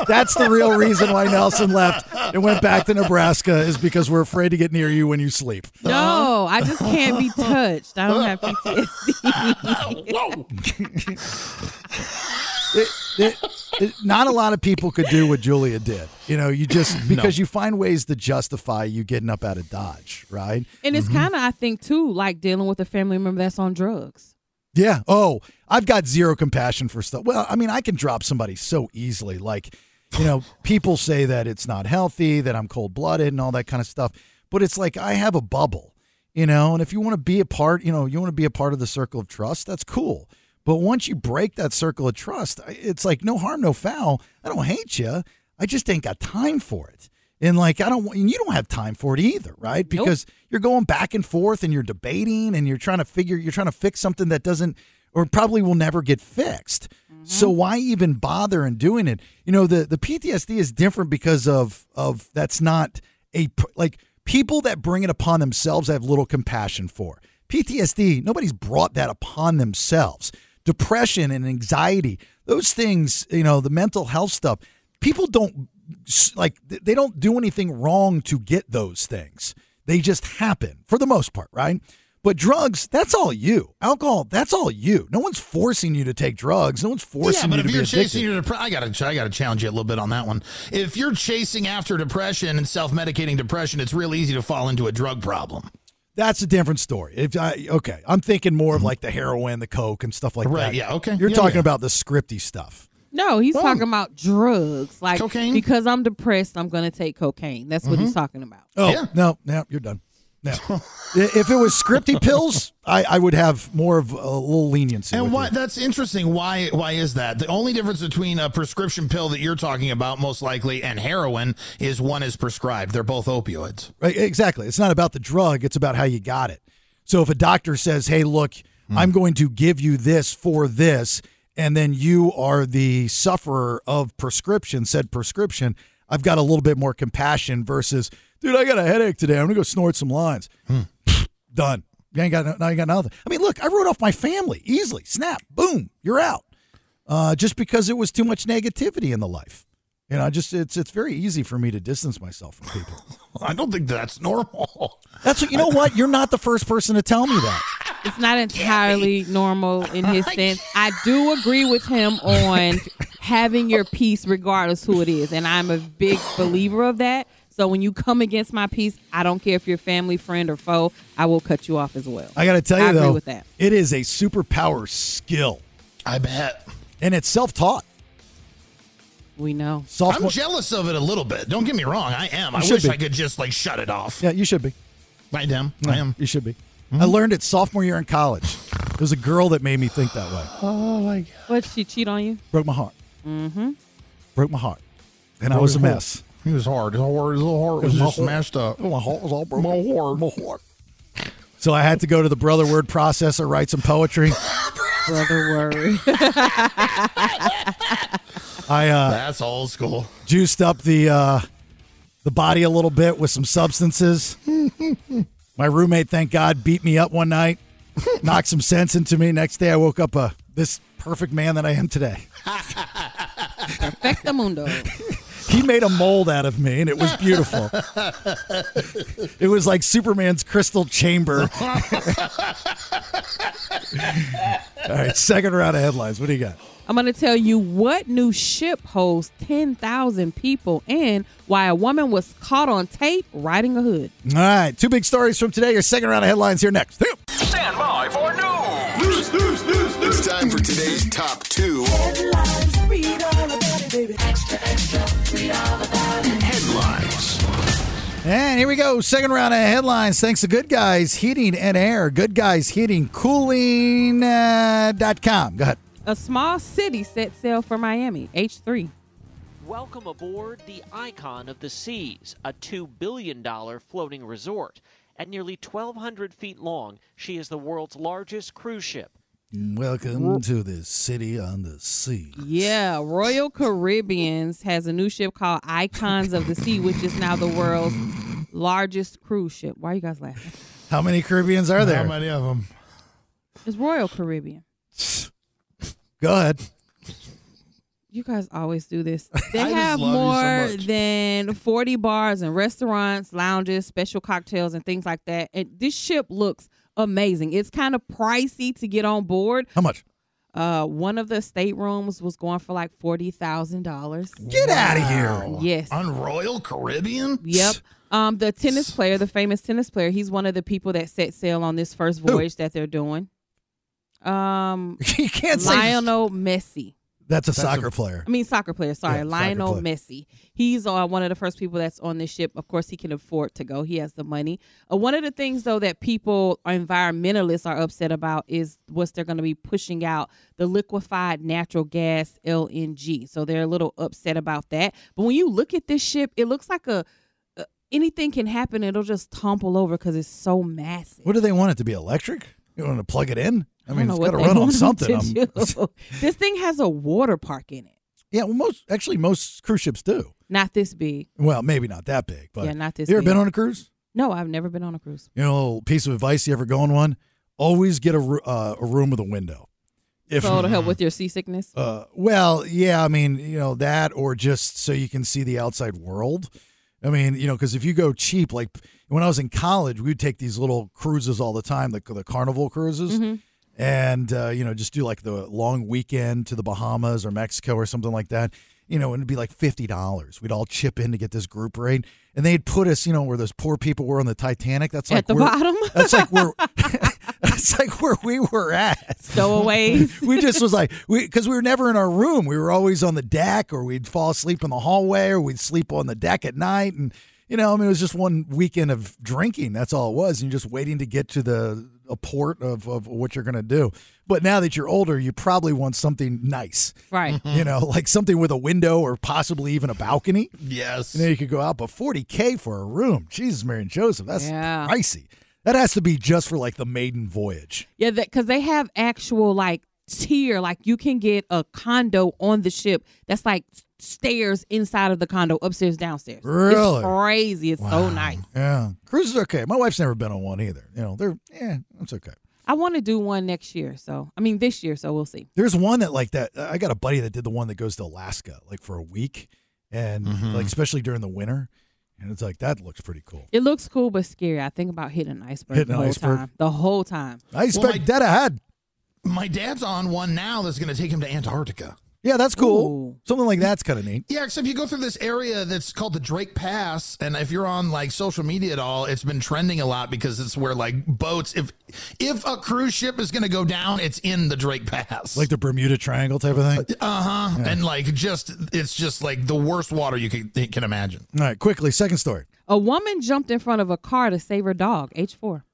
[SPEAKER 8] That's the real reason why Nelson left and went back to Nebraska is because we're afraid to get near you when you sleep.
[SPEAKER 7] Uh-huh.
[SPEAKER 9] No, I just can't be touched. I don't have PTSD.
[SPEAKER 8] It- it- it- not a lot of people could do what Julia did. You know, you just because you find ways to justify you getting up out of Dodge, right?
[SPEAKER 7] Mm-hmm.
[SPEAKER 9] and it's kind of, I think, too, like dealing with a family member that's on drugs.
[SPEAKER 8] Yeah. Oh, I've got zero compassion for stuff. Well, I mean, I can drop somebody so easily. Like, you know, people say that it's not healthy, that I'm cold blooded and all that kind of stuff. But it's like I have a bubble, you know, and if you want to be a part, you know, you want to be a part of the circle of trust, that's cool. But once you break that circle of trust, I- it's like no harm, no foul. I don't hate you. I just ain't got time for it. And like I don't want and you don't have time for it either, right? Because you're going back and forth and you're debating and you're trying to figure you're trying to fix something that doesn't or probably will never get fixed. So why even bother in doing it? You know, the the PTSD is different because of of that's not a pr- like people that bring it upon themselves I have little compassion for. PTSD, nobody's brought that upon themselves. Depression and anxiety, those things, you know, the mental health stuff, people don't like th- they don't do anything wrong to get those things. They just happen for the most part, right? But drugs, that's all you. Alcohol, that's all you. No one's forcing you to take drugs. No one's
[SPEAKER 7] Yeah,
[SPEAKER 8] forcing
[SPEAKER 7] but
[SPEAKER 8] you to be
[SPEAKER 7] if you're
[SPEAKER 8] addicted.
[SPEAKER 7] chasing your depression, I gotta, I gotta challenge you a little bit on that one. If you're chasing after depression and self-medicating depression, it's real easy to fall into a drug problem.
[SPEAKER 8] That's a different story. If I okay, I'm thinking more of like the heroin, the coke, and stuff like
[SPEAKER 7] Mm-hmm. Right,
[SPEAKER 8] that.
[SPEAKER 7] yeah, okay.
[SPEAKER 8] You're
[SPEAKER 7] Yeah,
[SPEAKER 8] talking
[SPEAKER 7] yeah.
[SPEAKER 8] about the scripty stuff.
[SPEAKER 9] No, he's
[SPEAKER 7] Well,
[SPEAKER 9] talking about drugs. Like,
[SPEAKER 7] Oh. cocaine? Mm-hmm.
[SPEAKER 9] because I'm depressed, I'm going to take cocaine. That's what he's talking about.
[SPEAKER 8] Oh no, no, you're done. No, I- if it was scripty pills, I, I would have more of a little leniency.
[SPEAKER 7] And
[SPEAKER 8] with
[SPEAKER 7] why?
[SPEAKER 8] it.
[SPEAKER 7] That's interesting. Why? Why is that? The only difference between a prescription pill that you're talking about, most likely, and heroin is one is prescribed. They're both opioids.
[SPEAKER 8] Right, exactly. It's not about the drug, it's about how you got it. So if a doctor says, hey, look, I'm going to give you this for this, and then you are the sufferer of prescription, said prescription, I've got a little bit more compassion versus, dude, I got a headache today. I'm going to go snort some lines. Done. You ain't got, no, now you got nothing. I mean, look, I wrote off my family easily. Snap, boom, you're out. Uh, just because it was too much negativity in the life. You know, I just it's it's very easy for me to distance myself from people.
[SPEAKER 7] I don't think that's normal.
[SPEAKER 8] That's what you know. What you're not the first person to tell me that.
[SPEAKER 9] It's not entirely normal in his sense. I do agree with him on having your peace regardless who it is. And I'm a big believer of that. So when you come against my peace, I don't care if you're family, friend, or foe, I will cut you off as well.
[SPEAKER 8] I got to tell you
[SPEAKER 9] I agree
[SPEAKER 8] though,
[SPEAKER 9] with that.
[SPEAKER 8] it is a superpower skill.
[SPEAKER 7] I bet,
[SPEAKER 8] and it's self-taught.
[SPEAKER 9] We know.
[SPEAKER 8] Sophomore-
[SPEAKER 7] I'm jealous of it a little bit. Don't get me wrong. I am. I
[SPEAKER 8] You should
[SPEAKER 7] wish
[SPEAKER 8] be.
[SPEAKER 7] I could just like shut it off.
[SPEAKER 8] Yeah, you should be.
[SPEAKER 7] I am. I am.
[SPEAKER 8] You should be. I learned it sophomore year in college. There was a girl that made me think that way.
[SPEAKER 9] Oh my god. What she cheat on you?
[SPEAKER 8] Broke my heart.
[SPEAKER 9] Mm-hmm.
[SPEAKER 8] Broke my heart, and I
[SPEAKER 7] Broke
[SPEAKER 8] was a
[SPEAKER 7] his heart.
[SPEAKER 8] mess.
[SPEAKER 7] He was hard. His heart, his little heart
[SPEAKER 8] It was
[SPEAKER 7] was
[SPEAKER 8] my
[SPEAKER 7] just
[SPEAKER 8] heart. Oh,
[SPEAKER 7] smashed up.
[SPEAKER 8] My heart was all broken.
[SPEAKER 7] My heart. My heart.
[SPEAKER 8] So I had to go to the brother word processor, write some poetry.
[SPEAKER 9] Brother word.
[SPEAKER 8] I uh,
[SPEAKER 7] That's old school.
[SPEAKER 8] juiced up the uh, the body a little bit with some substances. My roommate, thank God, beat me up one night, knocked some sense into me. Next day, I woke up a this perfect man that I am today.
[SPEAKER 9] Perfectamundo.
[SPEAKER 8] He made a mold out of me, and it was beautiful. It was like Superman's crystal chamber. All right, second round of headlines. What do you got?
[SPEAKER 9] I'm going to tell you what new ship holds 10,000 people and why a woman was caught on tape riding a hood.
[SPEAKER 8] All right, two big stories from today. Your second round of headlines here next.
[SPEAKER 2] Stand by for news.
[SPEAKER 3] News, news, news, It's time for today's top two.
[SPEAKER 2] Headlines.
[SPEAKER 8] And here we go. Second round of headlines. Thanks to Good Guys Heating and Air. Good Guys Heating Cooling uh, dot com. Go ahead.
[SPEAKER 9] A small city set sail for Miami, H3.
[SPEAKER 14] Welcome aboard the Icon of the Seas, a $2 billion floating resort. At nearly 1,200 feet long, she is the world's largest cruise ship.
[SPEAKER 8] Welcome to the city on the sea.
[SPEAKER 9] Yeah, Royal Caribbean's has a new ship called Icons of the Sea, which is now the world's largest cruise ship. Why are you guys laughing?
[SPEAKER 8] How many Caribbeans are there?
[SPEAKER 7] How many of them?
[SPEAKER 9] It's Royal Caribbean.
[SPEAKER 8] Go ahead.
[SPEAKER 9] You guys always do this.
[SPEAKER 8] I
[SPEAKER 9] They
[SPEAKER 8] just
[SPEAKER 9] have
[SPEAKER 8] love you so
[SPEAKER 9] more
[SPEAKER 8] much.
[SPEAKER 9] than 40 bars and restaurants, lounges, special cocktails, and things like that. And this ship looks amazing. It's kind of pricey to get on board.
[SPEAKER 8] How much?
[SPEAKER 9] Uh, one of the staterooms was going for like forty thousand dollars.
[SPEAKER 7] Get outta here.
[SPEAKER 9] Yes,
[SPEAKER 7] On Royal Caribbean.
[SPEAKER 9] Yep. Um, the tennis player, the famous tennis player, he's one of the people that set sail on this first voyage that they're doing. Um,
[SPEAKER 8] you can't
[SPEAKER 7] say-
[SPEAKER 9] Lionel Messi.
[SPEAKER 8] That's a soccer player.
[SPEAKER 9] I mean, soccer player. Sorry,
[SPEAKER 8] Yeah, soccer
[SPEAKER 9] Lionel
[SPEAKER 8] player.
[SPEAKER 9] Messi. He's uh, one of the first people that's on this ship. Of course, he can afford to go. He has the money. Uh, one of the things, though, that people, uh, environmentalists, are upset about is what's they're going to be pushing out the liquefied natural gas LNG. So they're a little upset about that. But when you look at this ship, it looks like a uh, anything can happen. It'll just topple over because it's so massive.
[SPEAKER 8] What do they want it to be? Electric? You want to plug it in? I mean,
[SPEAKER 9] don't
[SPEAKER 8] it's
[SPEAKER 9] know
[SPEAKER 8] got to
[SPEAKER 9] what they
[SPEAKER 8] run on
[SPEAKER 9] want 'em
[SPEAKER 8] something.
[SPEAKER 9] to
[SPEAKER 8] I'm-
[SPEAKER 9] do. this thing has a water park in it.
[SPEAKER 8] yeah, well, most actually most cruise ships do.
[SPEAKER 9] Not this big.
[SPEAKER 8] Well, maybe not that big, but
[SPEAKER 9] yeah, not this.
[SPEAKER 8] You ever
[SPEAKER 9] big.
[SPEAKER 8] been on a cruise?
[SPEAKER 9] No, I've never been on a cruise.
[SPEAKER 8] You know, piece of advice you ever go on one? Always get a, ru- uh, a room with a window.
[SPEAKER 9] so it'll Oh, help with your seasickness.
[SPEAKER 8] Uh, well, yeah, I mean, you know, that or just so you can see the outside world. I mean, you know, because if you go cheap, like when I was in college, we'd take these little cruises all the time, the, the carnival cruises,
[SPEAKER 9] Mm-hmm.
[SPEAKER 15] Mhm.
[SPEAKER 8] and, uh, you know, just do like the long weekend to the Bahamas or Mexico or something like that. You know, and it'd be like $50. We'd all chip in to get this group rate. And they'd put us, you know, where those poor people were on the Titanic. That's
[SPEAKER 9] At
[SPEAKER 8] like
[SPEAKER 9] the
[SPEAKER 8] where-
[SPEAKER 9] bottom?
[SPEAKER 8] That's like where that's like where we were at.
[SPEAKER 9] Stowaways.
[SPEAKER 8] we just was like we because we were never in our room. We were always on the deck, or we'd fall asleep in the hallway, or we'd sleep on the deck at night. And you know, I mean, it was just one weekend of drinking. That's all it was, and you're just waiting to get to the a port of of what you're gonna do. But now that you're older, you probably want something nice,
[SPEAKER 9] Right.
[SPEAKER 8] You know, like something with a window or possibly even a balcony.
[SPEAKER 7] Yes.
[SPEAKER 8] You know, you could go out, but 40K for a room. Jesus, Mary and Joseph, that's
[SPEAKER 9] Yeah.
[SPEAKER 8] pricey. That has to be just for like the maiden voyage.
[SPEAKER 9] Yeah, because they have actual like tier, like you can get a condo on the ship that's like s- stairs inside of the condo, upstairs, downstairs.
[SPEAKER 8] Really?
[SPEAKER 9] It's crazy. It's so nice.
[SPEAKER 8] Yeah. Cruises are okay. My wife's never been on one either. You know, they're, yeah, that's okay.
[SPEAKER 9] I want to do one next year. So, I mean, this year. So we'll see.
[SPEAKER 8] There's one that like that. I got a buddy that did the one that goes to Alaska like for a week and like especially during the winter. And it's like, that looks pretty cool.
[SPEAKER 9] It looks cool, but scary. I think about hitting an iceberg
[SPEAKER 8] Hitting
[SPEAKER 9] the
[SPEAKER 8] an
[SPEAKER 9] whole
[SPEAKER 8] iceberg.
[SPEAKER 9] time. The whole time.
[SPEAKER 8] I expect that ahead.
[SPEAKER 7] My dad's on one now that's going to take him to Antarctica.
[SPEAKER 8] Yeah, that's cool. Something like that's kind of neat.
[SPEAKER 7] Yeah, except you go through this area that's called the Drake Pass, and if you're on like social media at all, it's been trending a lot because it's where like boats. If if a cruise ship is going to go down, it's in the Drake Pass.
[SPEAKER 8] Like the Bermuda Triangle type of thing.
[SPEAKER 7] Uh huh.
[SPEAKER 8] Yeah.
[SPEAKER 7] And like just it's just like the worst water you can can imagine.
[SPEAKER 8] All right, quickly, second story.
[SPEAKER 9] A woman jumped in front of a car to save her dog, age four.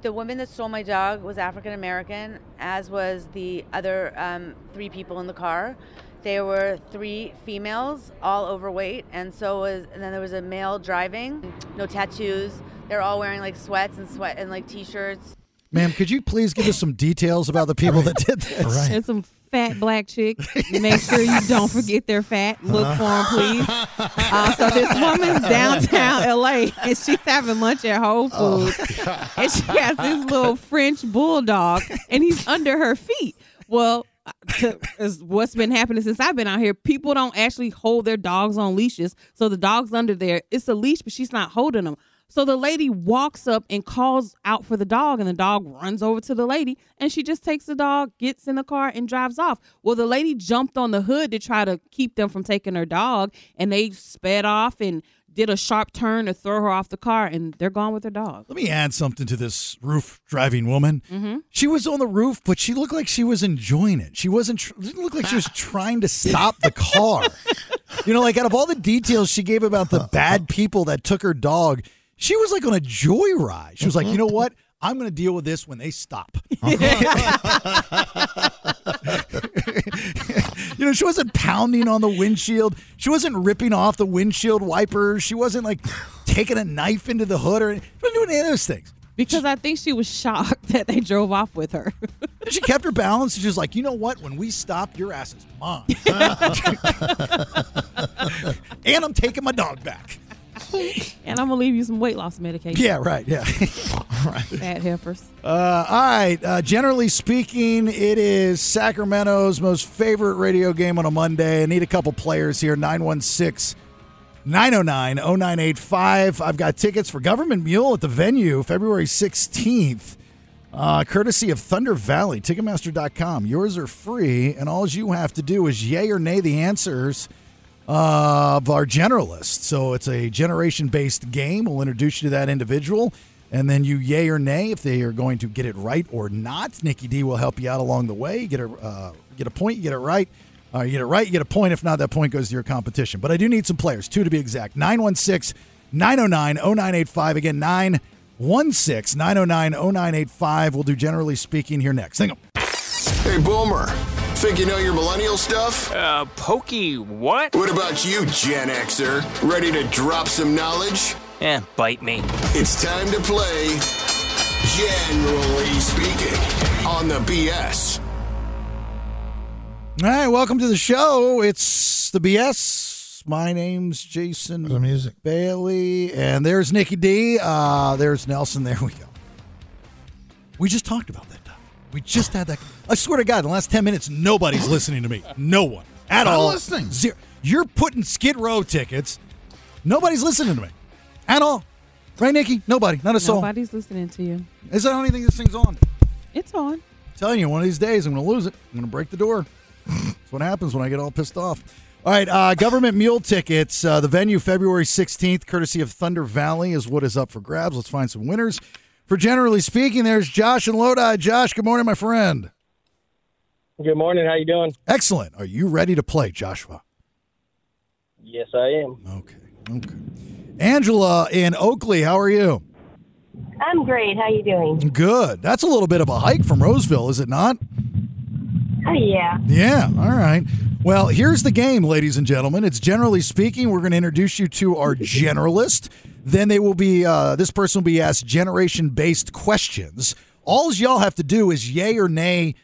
[SPEAKER 16] The woman that stole my dog was African American, as was the other um, three people in the car. There were three females, all overweight, and so was. And then there was a male driving, no tattoos. They're all wearing like sweats and sweat and like t-shirts.
[SPEAKER 8] Ma'am, could you please give us some details about the people that did this?
[SPEAKER 9] And some fat black chick. Make sure you don't forget their fat. Look for them, please. Uh, so this woman's downtown LA and she's having lunch at Whole Foods. and she has this little French bulldog and he's under her feet. Well, to- is what's been happening since I've been out here, people don't actually hold their dogs on leashes. So the dog's under there. It's a leash, but she's not holding them. So the lady walks up and calls out for the dog, and the dog runs over to the lady, and she just takes the dog, gets in the car, and drives off. Well, the lady jumped on the hood to try to keep them from taking her dog, and they sped off and did a sharp turn to throw her off the car, and they're gone with her dog.
[SPEAKER 8] Let me add something to this roof driving woman.
[SPEAKER 9] Mhm.
[SPEAKER 8] She was on the roof, but she looked like she was enjoying it. She wasn't. Tr- didn't look like she was trying to stop the car. you know, like out of all the details she gave about the bad people that took her dog, she was like on a joyride. She was like, you know what? I'm going to deal with this when they stop. you know, she wasn't pounding on the windshield. She wasn't ripping off the windshield wiper. She wasn't like taking a knife into the hood or she wasn't doing any of those things.
[SPEAKER 9] Because I think she was shocked that they drove off with her.
[SPEAKER 8] And she kept her balance. She's like, you know what? When we stop, your ass is mine. and I'm taking my dog back.
[SPEAKER 9] and I'm gonna leave you some weight loss medication.
[SPEAKER 8] Yeah, right. Yeah.
[SPEAKER 9] Fat heifers.
[SPEAKER 8] Uh, all right. Uh, generally speaking, it is Sacramento's most favorite radio game on a Monday. I need a couple players here 916 909 0985. I've got tickets for Government Mule at the venue February 16th, uh, courtesy of Thunder Valley, Ticketmaster.com. Yours are free, and all you have to do is yay or nay the answers of our generalist. So it's a generation based game. We'll introduce you to that individual, and then you yay or nay if they are going to get it right or not. Nikki D will help you out along the way. You get a uh, get a point, you get it right. Uh, you get it right, you get a point. If not, that point goes to your competition. But I do need some players, two to be exact. 916 909 0985. Again, 916 909 0985. We'll do generally speaking here next. Hang on.
[SPEAKER 3] Hey, Boomer. Think you know your millennial stuff?
[SPEAKER 15] Uh, pokey what?
[SPEAKER 3] What about you, Gen Xer? Ready to drop some knowledge?
[SPEAKER 15] Eh, bite me.
[SPEAKER 3] It's time to play Generally Speaking on the BS.
[SPEAKER 8] All right, welcome to the show. It's the BS. My name's Jason music. Bailey, and there's Nikki D. Uh, there's Nelson. There we go. We just talked about that. Topic. We just had that. I swear to God, in the last ten minutes, nobody's listening to me. No one at
[SPEAKER 7] Not
[SPEAKER 8] all.
[SPEAKER 7] listening.
[SPEAKER 8] Zero. You're putting Skid Row tickets. Nobody's listening to me at all. Right, Nikki? Nobody. Not a soul.
[SPEAKER 9] Nobody's listening to you.
[SPEAKER 8] Is I don't even think this thing's on.
[SPEAKER 9] It's on.
[SPEAKER 8] telling you, one of these days I'm going to lose it. I'm going to break the door. That's what happens when I get all pissed off. All right, uh, government mule tickets. Uh, the venue, February 16th, courtesy of Thunder Valley, is what is up for grabs. Let's find some winners. For generally speaking, there's Josh and Lodi. Josh, good morning, my friend.
[SPEAKER 17] Good morning. How you doing?
[SPEAKER 8] Excellent. Are you ready to play, Joshua?
[SPEAKER 17] Yes, I am.
[SPEAKER 8] Okay. Angela in Oakley, how are you?
[SPEAKER 18] I'm great. How you doing?
[SPEAKER 8] Good. That's a little bit of a hike from Roseville, is it not?
[SPEAKER 18] Oh, yeah.
[SPEAKER 8] Yeah, all right. Well, here's the game, ladies and gentlemen. It's generally speaking, we're going to introduce you to our generalist. Then they will be, uh, this person will be asked generation based questions. All y'all have to do is yay or nay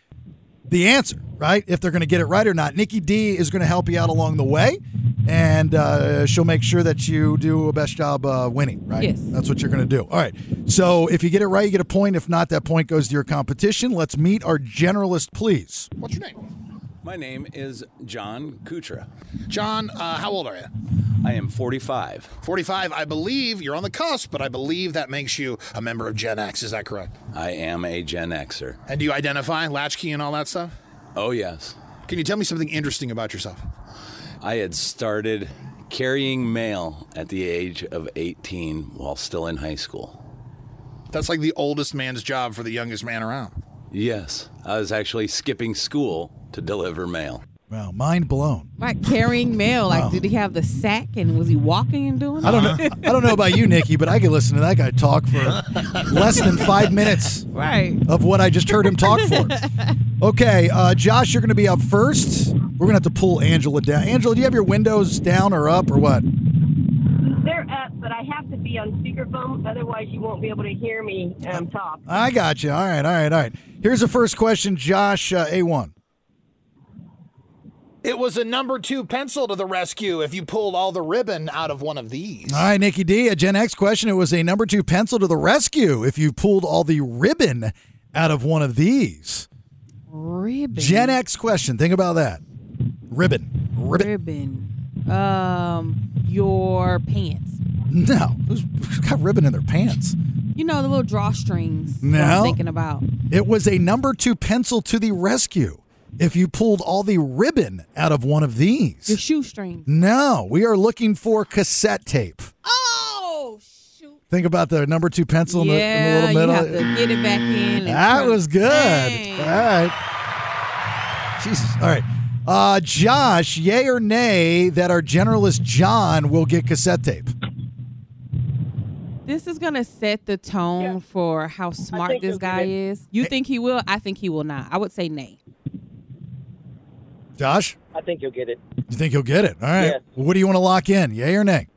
[SPEAKER 8] the answer, right? If they're going to get it right or not. Nikki D is going to help you out along the way, and uh, she'll make sure that you do a best job uh, winning, right?
[SPEAKER 9] Yes.
[SPEAKER 8] That's what you're going to do. All right. So if you get it right, you get a point. If not, that point goes to your competition. Let's meet our generalist, please.
[SPEAKER 7] What's your name?
[SPEAKER 19] My name is John Kutra.
[SPEAKER 7] John, uh, how old are you?
[SPEAKER 19] I am 45.
[SPEAKER 7] 45. I believe you're on the cusp, but I believe that makes you a member of Gen X. Is that correct?
[SPEAKER 19] I am a Gen Xer.
[SPEAKER 7] And do you identify latchkey and all that stuff?
[SPEAKER 19] Oh, yes.
[SPEAKER 7] Can you tell me something interesting about yourself?
[SPEAKER 19] I had started carrying mail at the age of 18 while still in high school.
[SPEAKER 7] That's like the oldest man's job for the youngest man around.
[SPEAKER 19] Yes, I was actually skipping school to deliver mail.
[SPEAKER 8] Wow, mind blown.
[SPEAKER 9] Like carrying mail. Like, did he have the sack and was he walking and doing?
[SPEAKER 8] I don't
[SPEAKER 9] it?
[SPEAKER 8] know. I don't know about you, Nikki, but I could listen to that guy talk for less than five minutes.
[SPEAKER 9] Right.
[SPEAKER 8] Of what I just heard him talk for. Okay, uh, Josh, you're going to be up first. We're going to have to pull Angela down. Angela, do you have your windows down or up or what?
[SPEAKER 20] They're up, but I have to be on speakerphone, otherwise you won't be able to hear me um, talk.
[SPEAKER 8] I got you. All right, all right, all right. Here's the first question, Josh uh, A1.
[SPEAKER 7] It was a number two pencil to the rescue if you pulled all the ribbon out of one of these.
[SPEAKER 8] All right, Nikki D, a Gen X question. It was a number two pencil to the rescue if you pulled all the ribbon out of one of these.
[SPEAKER 9] Ribbon.
[SPEAKER 8] Gen X question. Think about that. Ribbon. Ribbon.
[SPEAKER 9] Ribbon. Um, your pants.
[SPEAKER 8] No, who's who's got ribbon in their pants?
[SPEAKER 9] You know the little drawstrings. that
[SPEAKER 8] No.
[SPEAKER 9] I'm thinking about.
[SPEAKER 8] It was a number two pencil to the rescue. If you pulled all the ribbon out of one of these,
[SPEAKER 9] Your shoestring.
[SPEAKER 8] no, we are looking for cassette tape.
[SPEAKER 9] Oh,
[SPEAKER 8] Think about the number two pencil in the-
[SPEAKER 9] yeah.
[SPEAKER 8] in, the,
[SPEAKER 9] you
[SPEAKER 8] little
[SPEAKER 9] have
[SPEAKER 8] middle.
[SPEAKER 9] to get it back in. and
[SPEAKER 8] That
[SPEAKER 9] turn-
[SPEAKER 8] was good.
[SPEAKER 9] Dang.
[SPEAKER 8] All right. Jesus. All right. Uh, Josh, yay or nay that our generalist John will get cassette tape?
[SPEAKER 9] This is gonna set the tone for how smart
[SPEAKER 20] think
[SPEAKER 9] this
[SPEAKER 20] he'll
[SPEAKER 9] guy
[SPEAKER 20] get it.
[SPEAKER 9] is. You think he will? I think he will not. I would say nay.
[SPEAKER 8] Josh,
[SPEAKER 20] I think you'll get it.
[SPEAKER 8] you think he'll get it? All right. Well, what do you want to lock in? Yay or nay?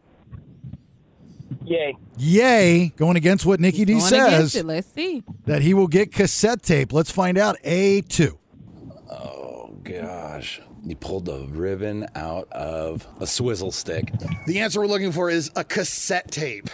[SPEAKER 17] Yay.
[SPEAKER 8] Yay, going against what Nikki D
[SPEAKER 9] Going against
[SPEAKER 8] says
[SPEAKER 9] it. Let's see.
[SPEAKER 8] that he will get cassette tape. Let's find out. A2.
[SPEAKER 19] Oh, gosh. You pulled the ribbon out of a swizzle stick.
[SPEAKER 21] The answer we're looking for is a cassette tape.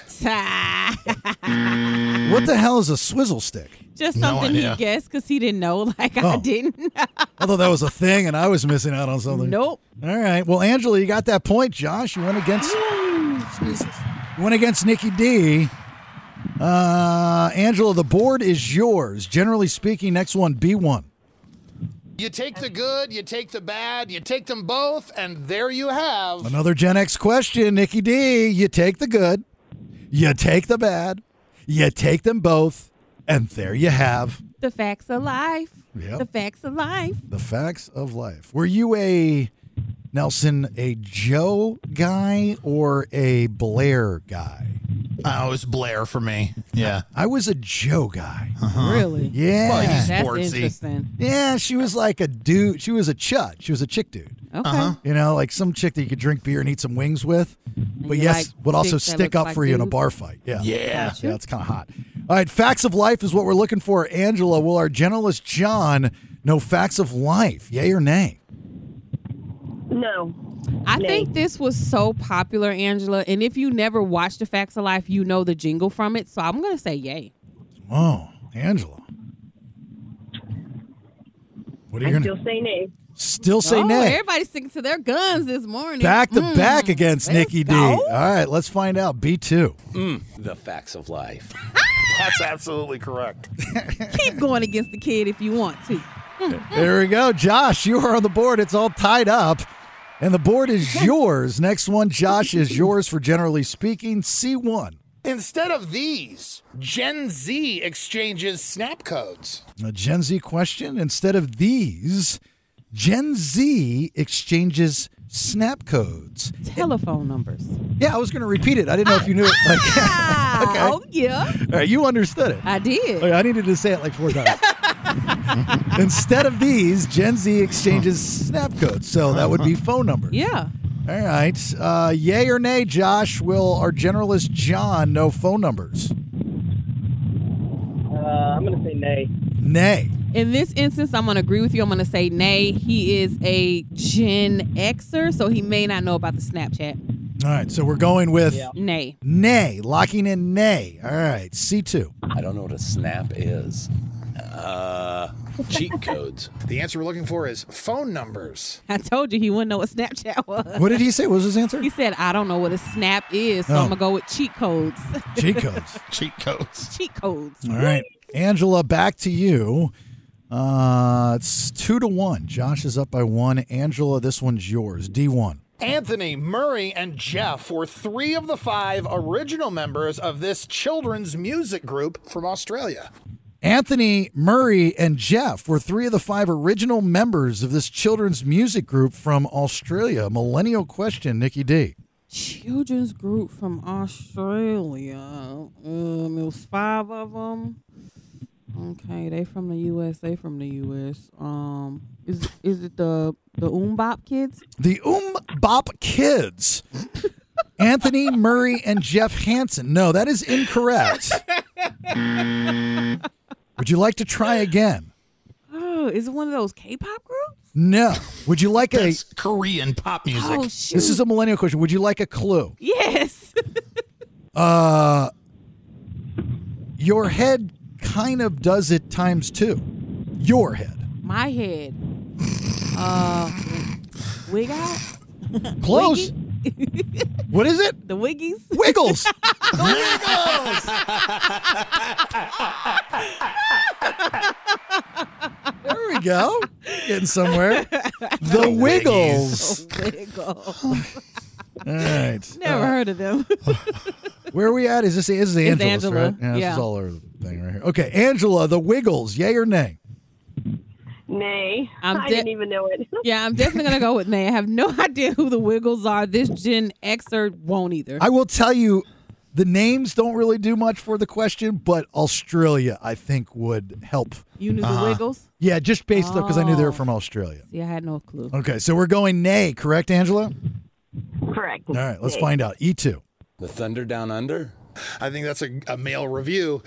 [SPEAKER 8] What the hell is a swizzle stick?
[SPEAKER 9] Just
[SPEAKER 8] No
[SPEAKER 9] something
[SPEAKER 8] idea.
[SPEAKER 9] he guessed because he didn't know. Like I
[SPEAKER 8] Oh.
[SPEAKER 9] didn't.
[SPEAKER 8] I thought that was a thing and I was missing out on something.
[SPEAKER 9] Nope.
[SPEAKER 8] All right. Well, Angela, you got that point. Josh, you went against you went against Nikki D. Uh, Angela, the board is yours. Generally speaking, next one B1.
[SPEAKER 21] You take the good, you take the bad, you take them both, and there you have.
[SPEAKER 8] Another Gen X question, Nikki D. You take the good, you take the bad, you take them both, and there you have
[SPEAKER 9] The facts of life.
[SPEAKER 8] Yep.
[SPEAKER 9] The facts of life.
[SPEAKER 8] the facts of life. Were you a Nelson, a Joe guy or a Blair guy?
[SPEAKER 7] Oh, it's Blair for me. Yeah.
[SPEAKER 8] I was a Joe guy.
[SPEAKER 9] Really?
[SPEAKER 8] Yeah.
[SPEAKER 7] Well, he's
[SPEAKER 9] That's
[SPEAKER 7] sportsy.
[SPEAKER 9] interesting.
[SPEAKER 8] Yeah, she was like a dude. She was a chud. She was a chick dude.
[SPEAKER 9] Okay. Uh-huh.
[SPEAKER 8] You know, like some chick that you could drink beer and eat some wings with, but
[SPEAKER 9] you
[SPEAKER 8] yes,
[SPEAKER 9] like
[SPEAKER 8] would also
[SPEAKER 9] chicks that
[SPEAKER 8] stick
[SPEAKER 9] look
[SPEAKER 8] up
[SPEAKER 9] like
[SPEAKER 8] for you in a
[SPEAKER 9] dudes?
[SPEAKER 8] bar fight. Yeah.
[SPEAKER 9] Yeah. Gotcha.
[SPEAKER 8] Yeah, it's kind of hot. All right, facts of life is what we're looking for. Angela, will our generalist John know facts of life? Yay or nay?
[SPEAKER 20] No.
[SPEAKER 9] I think this was so popular, Angela. And if you never watched The Facts of Life, you know the jingle from it. So I'm gonna say yay.
[SPEAKER 8] Oh, Angela. What are you
[SPEAKER 20] I
[SPEAKER 8] going
[SPEAKER 20] still
[SPEAKER 8] to
[SPEAKER 20] say nay.
[SPEAKER 8] still say
[SPEAKER 9] oh,
[SPEAKER 8] nay?
[SPEAKER 9] Everybody's sticking to their guns this morning.
[SPEAKER 8] Back to back
[SPEAKER 9] Mm.
[SPEAKER 8] against
[SPEAKER 9] Let's
[SPEAKER 8] Nikki D.
[SPEAKER 9] go.
[SPEAKER 8] All right, let's find out. B2.
[SPEAKER 19] Mm, the facts of life.
[SPEAKER 21] That's absolutely correct.
[SPEAKER 9] Keep going against the kid if you want to.
[SPEAKER 8] There we go. Josh, you are on the board. It's all tied up. And the board is yours. Next one, Josh, is yours for generally speaking. C1.
[SPEAKER 21] Instead of these, Gen Z exchanges snap codes.
[SPEAKER 8] A Gen Z question. Instead of these, Gen Z exchanges snap codes.
[SPEAKER 9] Telephone numbers.
[SPEAKER 8] Yeah, I was going to repeat it. I didn't know if you knew it. Like, okay.
[SPEAKER 9] Oh yeah,
[SPEAKER 8] All right, you understood it.
[SPEAKER 9] I did.
[SPEAKER 8] Okay, Oh, I needed to say it like four times. Instead of these, Gen Z exchanges snap codes. So that would be phone numbers.
[SPEAKER 9] Yeah.
[SPEAKER 8] All right. Uh, yay or nay, Josh? Will our generalist John know phone numbers?
[SPEAKER 20] Uh, I'm going to say nay.
[SPEAKER 8] Nay.
[SPEAKER 9] In this instance, I'm gonna agree with you. I'm gonna say nay. He is a Gen Xer, so he may not know about the Snapchat.
[SPEAKER 8] All right. So we're going with
[SPEAKER 9] Nay.
[SPEAKER 8] nay, locking in nay. All right. C2.
[SPEAKER 19] I don't know what a snap is. Uh, cheat codes.
[SPEAKER 21] The answer we're looking for is phone numbers.
[SPEAKER 9] I told you he wouldn't know what Snapchat was.
[SPEAKER 8] What did he say? What was his answer?
[SPEAKER 9] He said, "I don't know what a snap is, so
[SPEAKER 8] Oh.
[SPEAKER 9] I'm gonna go with cheat codes."
[SPEAKER 8] Cheat codes.
[SPEAKER 7] Cheat codes.
[SPEAKER 9] cheat codes.
[SPEAKER 8] All right. Angela, back to you. Uh, it's two to one. Josh is up by one. Angela, this one's yours. D1.
[SPEAKER 21] Anthony, Murray, and Jeff were three of the five original members of this children's music group from Australia.
[SPEAKER 8] Anthony, Murray, and Jeff were three of the five original members of this children's music group from Australia. Millennial question, Nikki D.
[SPEAKER 9] Children's group from Australia. Um, it was five of them. Okay, they from the U.S. They from the U.S. Um, is is it the the Umbop kids?
[SPEAKER 8] The Oom Bop Kids. Anthony, Murray, and Jeff Hansen. No, that is incorrect. Would you like to try again?
[SPEAKER 9] Oh, is it one of those K-pop groups?
[SPEAKER 8] No. Would you like a.
[SPEAKER 7] Korean pop music.
[SPEAKER 9] Oh, shoot.
[SPEAKER 8] This is a millennial question. Would you like a clue?
[SPEAKER 9] Yes.
[SPEAKER 8] Uh, your head kind of does it times two. Your head.
[SPEAKER 9] My head. Uh, wig out.
[SPEAKER 8] Close. what is it?
[SPEAKER 9] The Wiggies.
[SPEAKER 8] Wiggles. there we go. Getting somewhere. The Wiggles.
[SPEAKER 9] Wiggle.
[SPEAKER 8] All right.
[SPEAKER 9] Never
[SPEAKER 8] Uh,
[SPEAKER 9] heard of them.
[SPEAKER 8] Where are we at? Is this, this is the
[SPEAKER 9] It's
[SPEAKER 8] Angeles,
[SPEAKER 9] Angela.
[SPEAKER 8] right? Yeah, This
[SPEAKER 9] Yeah.
[SPEAKER 8] is all over the thing right here. Okay, Angela, the Wiggles, yay or nay?
[SPEAKER 20] Nay.
[SPEAKER 9] I'm
[SPEAKER 20] I
[SPEAKER 9] de-
[SPEAKER 20] didn't even know it.
[SPEAKER 9] yeah, I'm definitely gonna go with Nay. I have no idea who the Wiggles are. This Gen Xer won't either.
[SPEAKER 8] I will tell you, the names don't really do much for the question, but Australia, I think, would help.
[SPEAKER 9] you knew
[SPEAKER 8] Uh-huh.
[SPEAKER 9] the Wiggles.
[SPEAKER 8] Yeah, just based up because I knew they were
[SPEAKER 9] Oh.
[SPEAKER 8] from Australia.
[SPEAKER 9] See, I had no clue.
[SPEAKER 8] Okay, so we're going nay, correct, Angela?
[SPEAKER 20] Correct.
[SPEAKER 8] All right, let's find out. E E2.
[SPEAKER 19] The Thunder Down Under?
[SPEAKER 21] I think that's a, a male review.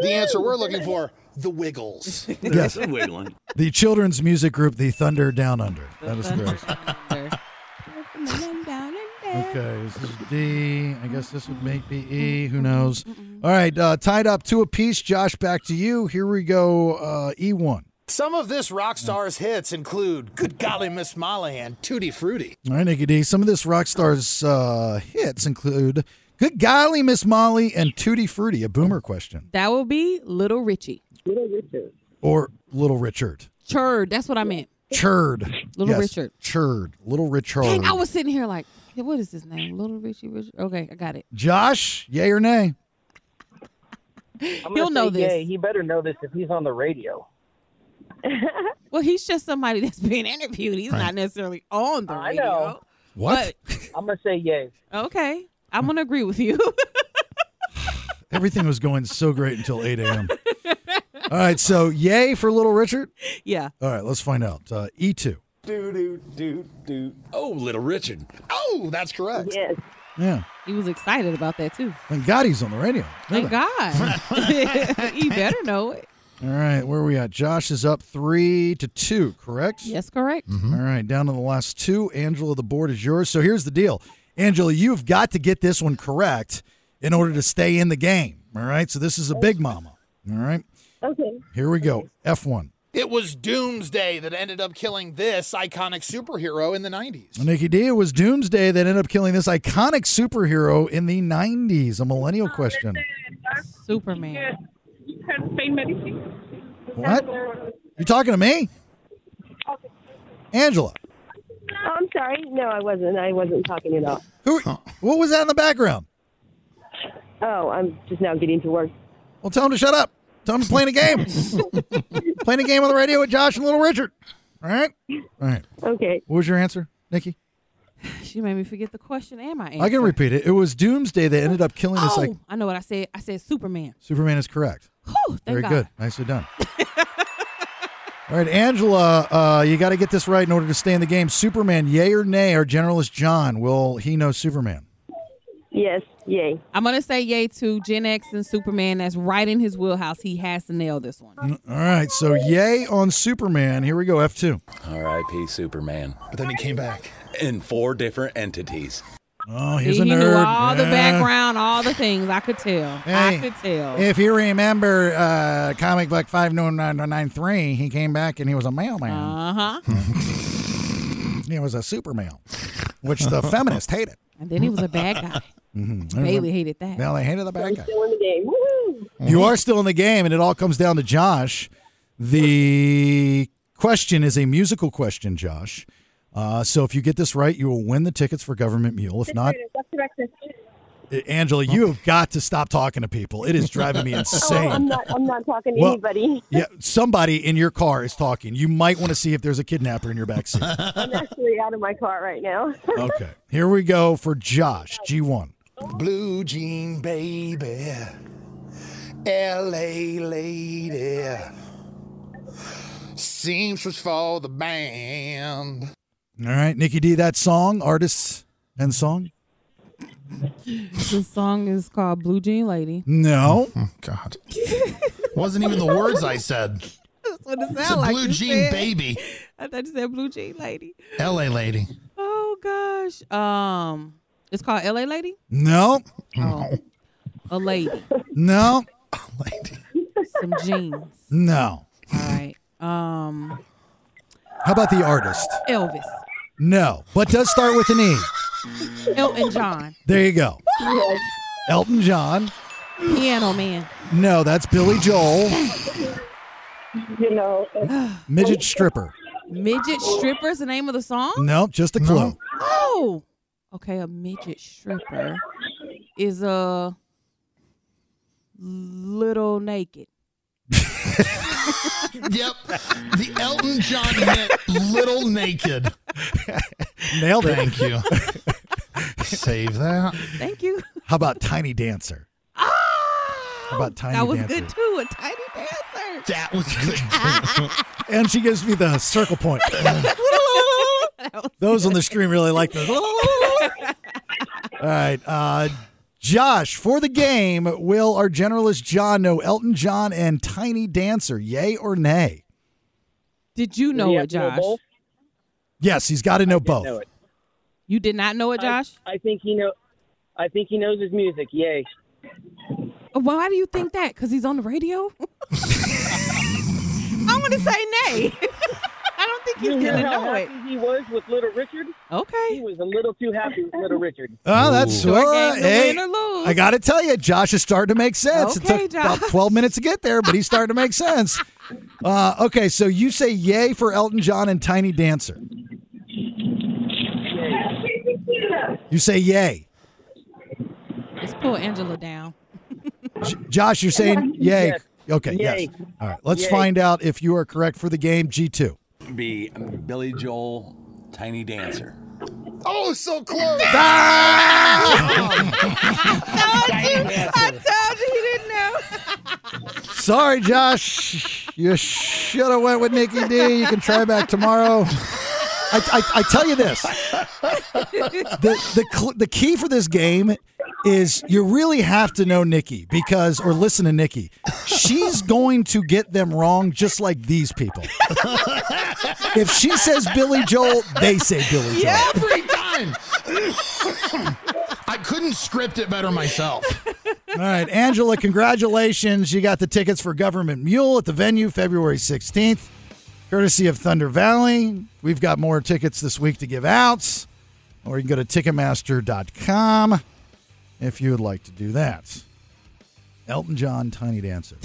[SPEAKER 21] The answer we're looking for the Wiggles.
[SPEAKER 8] Yes. The children's music group, The Thunder Down Under. That is correct. Okay, this is D. I guess this would make me E. Who knows? All right, uh, tied up two apiece. Josh, back to you. Here we go. Uh, E1.
[SPEAKER 21] Some of this rock star's hits include Good Golly Miss Molly and Tutti Frutti.
[SPEAKER 8] All right, Nikki D. Some of this Rockstar's uh, hits include Good Golly, Miss Molly, and Tutti Frutti, a boomer question.
[SPEAKER 9] That will be Little Richie. Little Richard.
[SPEAKER 8] Or Little Richard.
[SPEAKER 9] Churd. That's what I meant.
[SPEAKER 8] Churd.
[SPEAKER 9] Little
[SPEAKER 8] Yes,
[SPEAKER 9] Richard.
[SPEAKER 8] Churd. Little Richard.
[SPEAKER 9] Dang, I was sitting here like, "Hey, what is his name? Little Richie Richard. Okay, I got it.
[SPEAKER 8] Josh, yay or nay?
[SPEAKER 20] I'm
[SPEAKER 9] He'll
[SPEAKER 20] gonna
[SPEAKER 9] know
[SPEAKER 20] say
[SPEAKER 9] this.
[SPEAKER 20] yay. He better know this if he's on the radio.
[SPEAKER 9] Well, he's just somebody that's being interviewed. He's not necessarily on the
[SPEAKER 20] I
[SPEAKER 9] radio.
[SPEAKER 20] know.
[SPEAKER 8] What?
[SPEAKER 20] I'm gonna say yay.
[SPEAKER 9] Okay, I'm gonna agree with you.
[SPEAKER 8] Everything was going so great until 8 a.m. All right, so yay for Little Richard?
[SPEAKER 9] Yeah.
[SPEAKER 8] All right, let's find out. Uh, E2.
[SPEAKER 21] Do, do, do, do.
[SPEAKER 19] Oh, Little Richard.
[SPEAKER 21] Oh, that's correct.
[SPEAKER 20] Yes.
[SPEAKER 8] Yeah.
[SPEAKER 9] He was excited about that too.
[SPEAKER 8] Thank God he's on the radio.
[SPEAKER 9] Thank God. he better know it.
[SPEAKER 8] All right, where are we at? Josh is up three to two, correct?
[SPEAKER 9] Yes, correct.
[SPEAKER 8] All right, down to the last two. Angela, the board is yours. So here's the deal Angela, you've got to get this one correct in order to stay in the game. All right, so this is a big mama. All right,
[SPEAKER 20] Okay.
[SPEAKER 8] here we go. F1.
[SPEAKER 21] It was Doomsday that ended up killing this iconic superhero in the 90s.
[SPEAKER 8] Nikki D, it was Doomsday that ended up killing this iconic superhero in the 90s, a millennial question.
[SPEAKER 9] Superman.
[SPEAKER 8] What? You talking to me? Angela,
[SPEAKER 18] Oh, I'm sorry. No, I wasn't. I wasn't talking at all.
[SPEAKER 8] who? what was that in the background?
[SPEAKER 18] Oh, I'm just now getting to work.
[SPEAKER 8] Well, tell him to shut up. Tell him to play in a game. playing a game on the radio with Josh and Little Richard. All right? All right.
[SPEAKER 18] Okay.
[SPEAKER 8] What was your answer, Nikki?
[SPEAKER 9] She made me forget the question and my answer.
[SPEAKER 8] I can repeat it. It was Doomsday that ended up killing this.
[SPEAKER 9] Oh,
[SPEAKER 8] Like
[SPEAKER 9] I know what I said. I said Superman.
[SPEAKER 8] Superman is correct.
[SPEAKER 9] Whew, thank
[SPEAKER 8] Very
[SPEAKER 9] God.
[SPEAKER 8] good. Nicely done. All right, Angela, uh, you got to get this right in order to stay in the game. Superman, yay or nay? Our generalist John, will he know Superman?
[SPEAKER 18] Yes. Yay.
[SPEAKER 9] I'm gonna say yay to Gen X and Superman. That's right in his wheelhouse. He has to nail this one.
[SPEAKER 8] All right, so yay on Superman. Here we go, F2.
[SPEAKER 19] R.I.P. Superman.
[SPEAKER 21] But then he came back.
[SPEAKER 19] In four different entities.
[SPEAKER 8] Oh, he's
[SPEAKER 9] he
[SPEAKER 8] a
[SPEAKER 9] he
[SPEAKER 8] nerd.
[SPEAKER 9] knew all the
[SPEAKER 8] Yeah.
[SPEAKER 9] background, all the things. I could tell. I
[SPEAKER 8] Hey,
[SPEAKER 9] could tell.
[SPEAKER 8] If you remember uh, Comic Book 59993, he came back and he was a mailman.
[SPEAKER 9] uh huh.
[SPEAKER 8] He was a super male, which the feminists hated.
[SPEAKER 9] And then he was a bad guy.
[SPEAKER 8] Mm-hmm.
[SPEAKER 9] Bailey hated that.
[SPEAKER 8] Now they hated the bad guy.
[SPEAKER 18] Still in the game. Woo!
[SPEAKER 8] You are still in the game, and it all comes down to Josh. The question is a musical question, Josh. Uh, so if you get this right, you will win the tickets for Government Mule. If not, Angela, you have got to stop talking to people. It is driving me
[SPEAKER 18] Oh, I'm
[SPEAKER 8] insane.
[SPEAKER 18] not. I'm not talking to
[SPEAKER 8] Well-
[SPEAKER 18] anybody.
[SPEAKER 8] Yeah, somebody in your car is talking. You might want to see if there's a kidnapper in your backseat.
[SPEAKER 18] I'm actually out of my car right now.
[SPEAKER 8] Okay, here we go for Josh G1.
[SPEAKER 21] Blue Jean Baby, LA Lady, Seamstress for the band.
[SPEAKER 8] All right, Nikki D, that song, artist and song?
[SPEAKER 9] The song is called Blue Jean Lady.
[SPEAKER 8] No.
[SPEAKER 7] God. Wasn't even the words I said.
[SPEAKER 9] That's what it
[SPEAKER 7] It's a
[SPEAKER 9] sounds like.
[SPEAKER 7] blue
[SPEAKER 9] you
[SPEAKER 7] jean
[SPEAKER 9] said.
[SPEAKER 7] baby.
[SPEAKER 9] I thought you said Blue Jean Lady.
[SPEAKER 7] LA lady.
[SPEAKER 9] Oh gosh. Um, it's called L.A. Lady.
[SPEAKER 8] No.
[SPEAKER 9] Oh, a lady.
[SPEAKER 8] No.
[SPEAKER 9] Some jeans.
[SPEAKER 8] No.
[SPEAKER 9] All right. Um,
[SPEAKER 8] How about the artist?
[SPEAKER 9] Elvis,
[SPEAKER 8] No. But does start with an E.
[SPEAKER 9] Elton John,
[SPEAKER 8] There you go. Elton John.
[SPEAKER 9] Piano Man.
[SPEAKER 8] No, that's Billy Joel.
[SPEAKER 18] You know.
[SPEAKER 8] Midget stripper.
[SPEAKER 9] Midget stripper is the name of the song.
[SPEAKER 8] No, just a clue.
[SPEAKER 9] Oh, okay. A midget stripper is a little naked.
[SPEAKER 7] Yep. The Elton John hit Little Naked.
[SPEAKER 8] Nailed it.
[SPEAKER 7] Thank you. Save that.
[SPEAKER 9] Thank you. Ah!
[SPEAKER 8] How about Tiny Dancer? How about Tiny
[SPEAKER 9] that was
[SPEAKER 8] Dancer?
[SPEAKER 9] good too. A tiny dancer.
[SPEAKER 7] That was good.
[SPEAKER 8] And she gives me the circle point. Those on the stream really like the. All right. Uh, Josh, for the game, will our generalist John know Elton John and Tiny Dancer? Yay or nay?
[SPEAKER 9] Did you know
[SPEAKER 8] he
[SPEAKER 9] it,
[SPEAKER 8] have to know
[SPEAKER 9] Josh?
[SPEAKER 8] both? Yes, he's got to know both.
[SPEAKER 9] know it. You did not know it, Josh?
[SPEAKER 17] I, I think he know. I think he knows his music. Yay!
[SPEAKER 9] Why do you think that? Because he's on the radio? I'm going to say nay. I don't think he's
[SPEAKER 17] You
[SPEAKER 9] going to
[SPEAKER 17] hear how
[SPEAKER 9] know it.
[SPEAKER 17] happy He was with Little Richard.
[SPEAKER 9] Okay.
[SPEAKER 17] He was a little too happy with Little Richard.
[SPEAKER 8] Oh, that's
[SPEAKER 9] Short
[SPEAKER 8] uh,
[SPEAKER 9] game, no
[SPEAKER 8] hey,
[SPEAKER 9] win or lose.
[SPEAKER 8] I got to tell you, Josh is starting to make sense.
[SPEAKER 9] Okay,
[SPEAKER 8] it took about
[SPEAKER 9] Josh.
[SPEAKER 8] 12 minutes to get there, but he's starting to make sense. Uh, okay, so you say yay for Elton John and Tiny Dancer. You say yay.
[SPEAKER 9] Let's pull Angela down.
[SPEAKER 8] J- Josh, you're saying yay.
[SPEAKER 9] Yes.
[SPEAKER 8] Okay,
[SPEAKER 9] Yay.
[SPEAKER 8] yes. All right, let's
[SPEAKER 9] Yay.
[SPEAKER 8] find out if you are correct for the game G2.
[SPEAKER 19] Be Billy Joel, Tiny Dancer.
[SPEAKER 21] Oh, so close.
[SPEAKER 9] I told you he didn't know.
[SPEAKER 8] Sorry, Josh. You should have went with Nikki D. You can try back tomorrow. I, I, I tell you this. The the cl- the key for this game is you really have to know Nikki because or listen to Nikki. She's going to get them wrong just like these people. if she says Billy Joel, they say Billy Joel.
[SPEAKER 7] Every time. I couldn't script it better myself.
[SPEAKER 8] All right, Angela, congratulations. You got the tickets for Government Mule at the venue February 16th, courtesy of Thunder Valley. We've got more tickets this week to give out, or you can go to Ticketmaster.com if you would like to do that. Elton John, Tiny Dancer.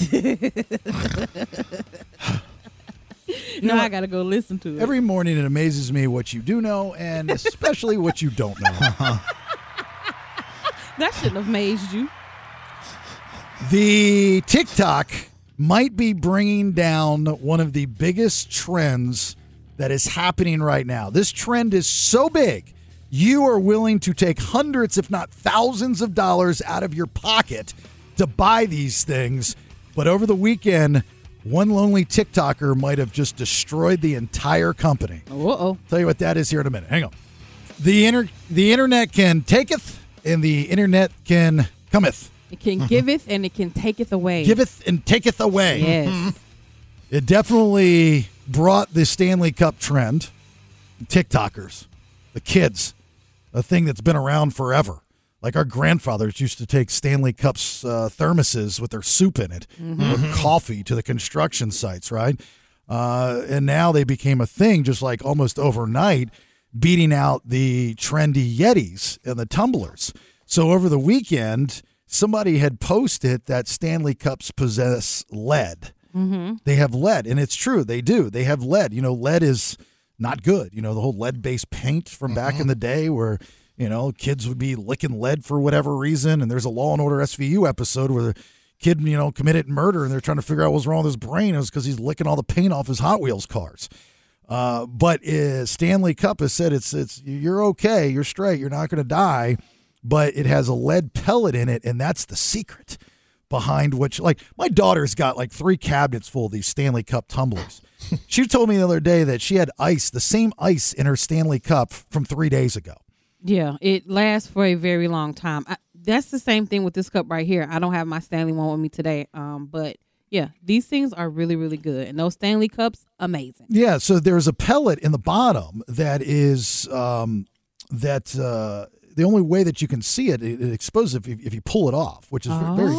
[SPEAKER 9] No, I got to go listen to it.
[SPEAKER 8] Every morning it amazes me what you do know and especially what you don't know.
[SPEAKER 9] that shouldn't have mazed you.
[SPEAKER 8] The TikTok might be bringing down one of the biggest trends that is happening right now. This trend is so big, you are willing to take hundreds, if not thousands, of dollars out of your pocket to buy these things. But over the weekend, one lonely TikToker might have just destroyed the entire company.
[SPEAKER 9] Uh-oh.
[SPEAKER 8] Tell you what that is here in a minute. Hang on. The inter- the internet can taketh and the internet can cometh.
[SPEAKER 9] It can giveth and Mm-hmm. it Mm-hmm. can taketh away.
[SPEAKER 8] Giveth and taketh away.
[SPEAKER 9] Yes.
[SPEAKER 8] It definitely brought the Stanley Cup trend, TikTokers, the kids, a thing that's been around forever. Like our grandfathers used to take Stanley Cups uh, thermoses with their soup in it or coffee to the construction sites, right? Uh, and now they became a thing just like almost overnight, beating out the trendy Yetis and the tumblers. So over the weekend, somebody had posted that Stanley Cups possess lead.
[SPEAKER 9] Mm-hmm.
[SPEAKER 8] They have lead, and it's true. They do. They have lead. You know, lead is not good. You know, the whole lead-based paint from back in the day, where you know kids would be licking lead for whatever reason. And there's a Law and Order SVU episode where the kid, you know, committed murder, and they're trying to figure out what's wrong with his brain. It was because he's licking all the paint off his Hot Wheels cars. Uh, but uh, Stanley Cup has said it's it's you're okay, you're straight, you're not going to die, but it has a lead pellet in it, and that's the secret behind which like my daughter's got like three cabinets full of these Stanley Cup tumblers. she told me the other day that she had ice, the same ice in her Stanley Cup from three days ago.
[SPEAKER 9] Yeah, it lasts for a very long time. I, that's the same thing with this cup right here. I don't have my Stanley one with me today. Um, but yeah, these things are really, really good, and those Stanley cups, amazing.
[SPEAKER 8] Yeah, so there's a pellet in the bottom that is um, that uh, the only way that you can see it, it, it exposes if you, if you pull it off, which is
[SPEAKER 9] Oh.
[SPEAKER 8] very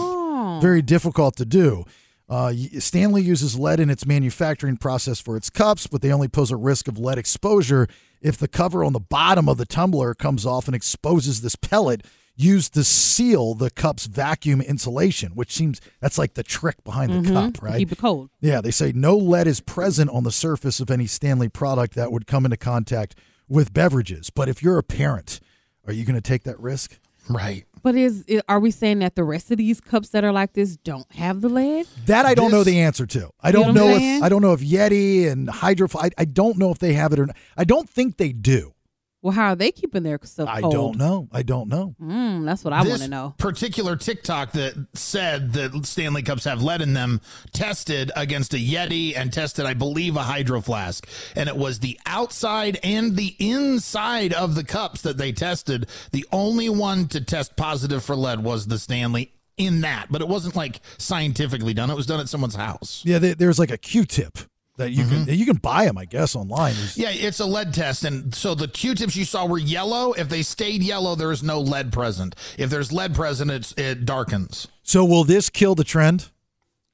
[SPEAKER 8] very difficult to do. Uh, y- Stanley uses lead in its manufacturing process for its cups, but they only pose a risk of lead exposure if the cover on the bottom of the tumbler comes off and exposes this pellet used to seal the cup's vacuum insulation, which seems that's like the trick behind the
[SPEAKER 9] Mhm,
[SPEAKER 8] cup,
[SPEAKER 9] to
[SPEAKER 8] right?
[SPEAKER 9] Keep it cold.
[SPEAKER 8] Yeah, they say no lead is present on the surface of any Stanley product that would come into contact with beverages. But if you're a parent, are you going to take that risk?
[SPEAKER 7] Right.
[SPEAKER 9] But is i- are we saying that the rest of these cups that are like this don't have the lead?
[SPEAKER 8] That I don't know the answer to. I
[SPEAKER 9] You
[SPEAKER 8] don't
[SPEAKER 9] know what
[SPEAKER 8] know,
[SPEAKER 9] I'm
[SPEAKER 8] if
[SPEAKER 9] saying?
[SPEAKER 8] I don't know if Yeti and Hydro I, I don't know if they have it or not. I don't think they do.
[SPEAKER 9] Well, how are they keeping their stuff
[SPEAKER 8] I
[SPEAKER 9] cold?
[SPEAKER 8] don't know. I don't know.
[SPEAKER 9] Mm, that's what I
[SPEAKER 7] This
[SPEAKER 9] want to know.
[SPEAKER 7] Particular TikTok that said that Stanley cups have lead in them tested against a Yeti and tested, I believe, a hydro flask, and it was the outside and the inside of the cups that they tested. The only one to test positive for lead was the Stanley in that, but it wasn't like scientifically done. It was done at someone's house.
[SPEAKER 8] Yeah, there- there's like a Q-tip that you
[SPEAKER 9] Mm-hmm.
[SPEAKER 8] can you can buy them, I guess, online. There's-
[SPEAKER 7] Yeah, it's a lead test. And so the Q tips you saw were yellow. If they stayed yellow, there is no lead present. If there's lead present, it's, it darkens.
[SPEAKER 8] So will this kill the trend?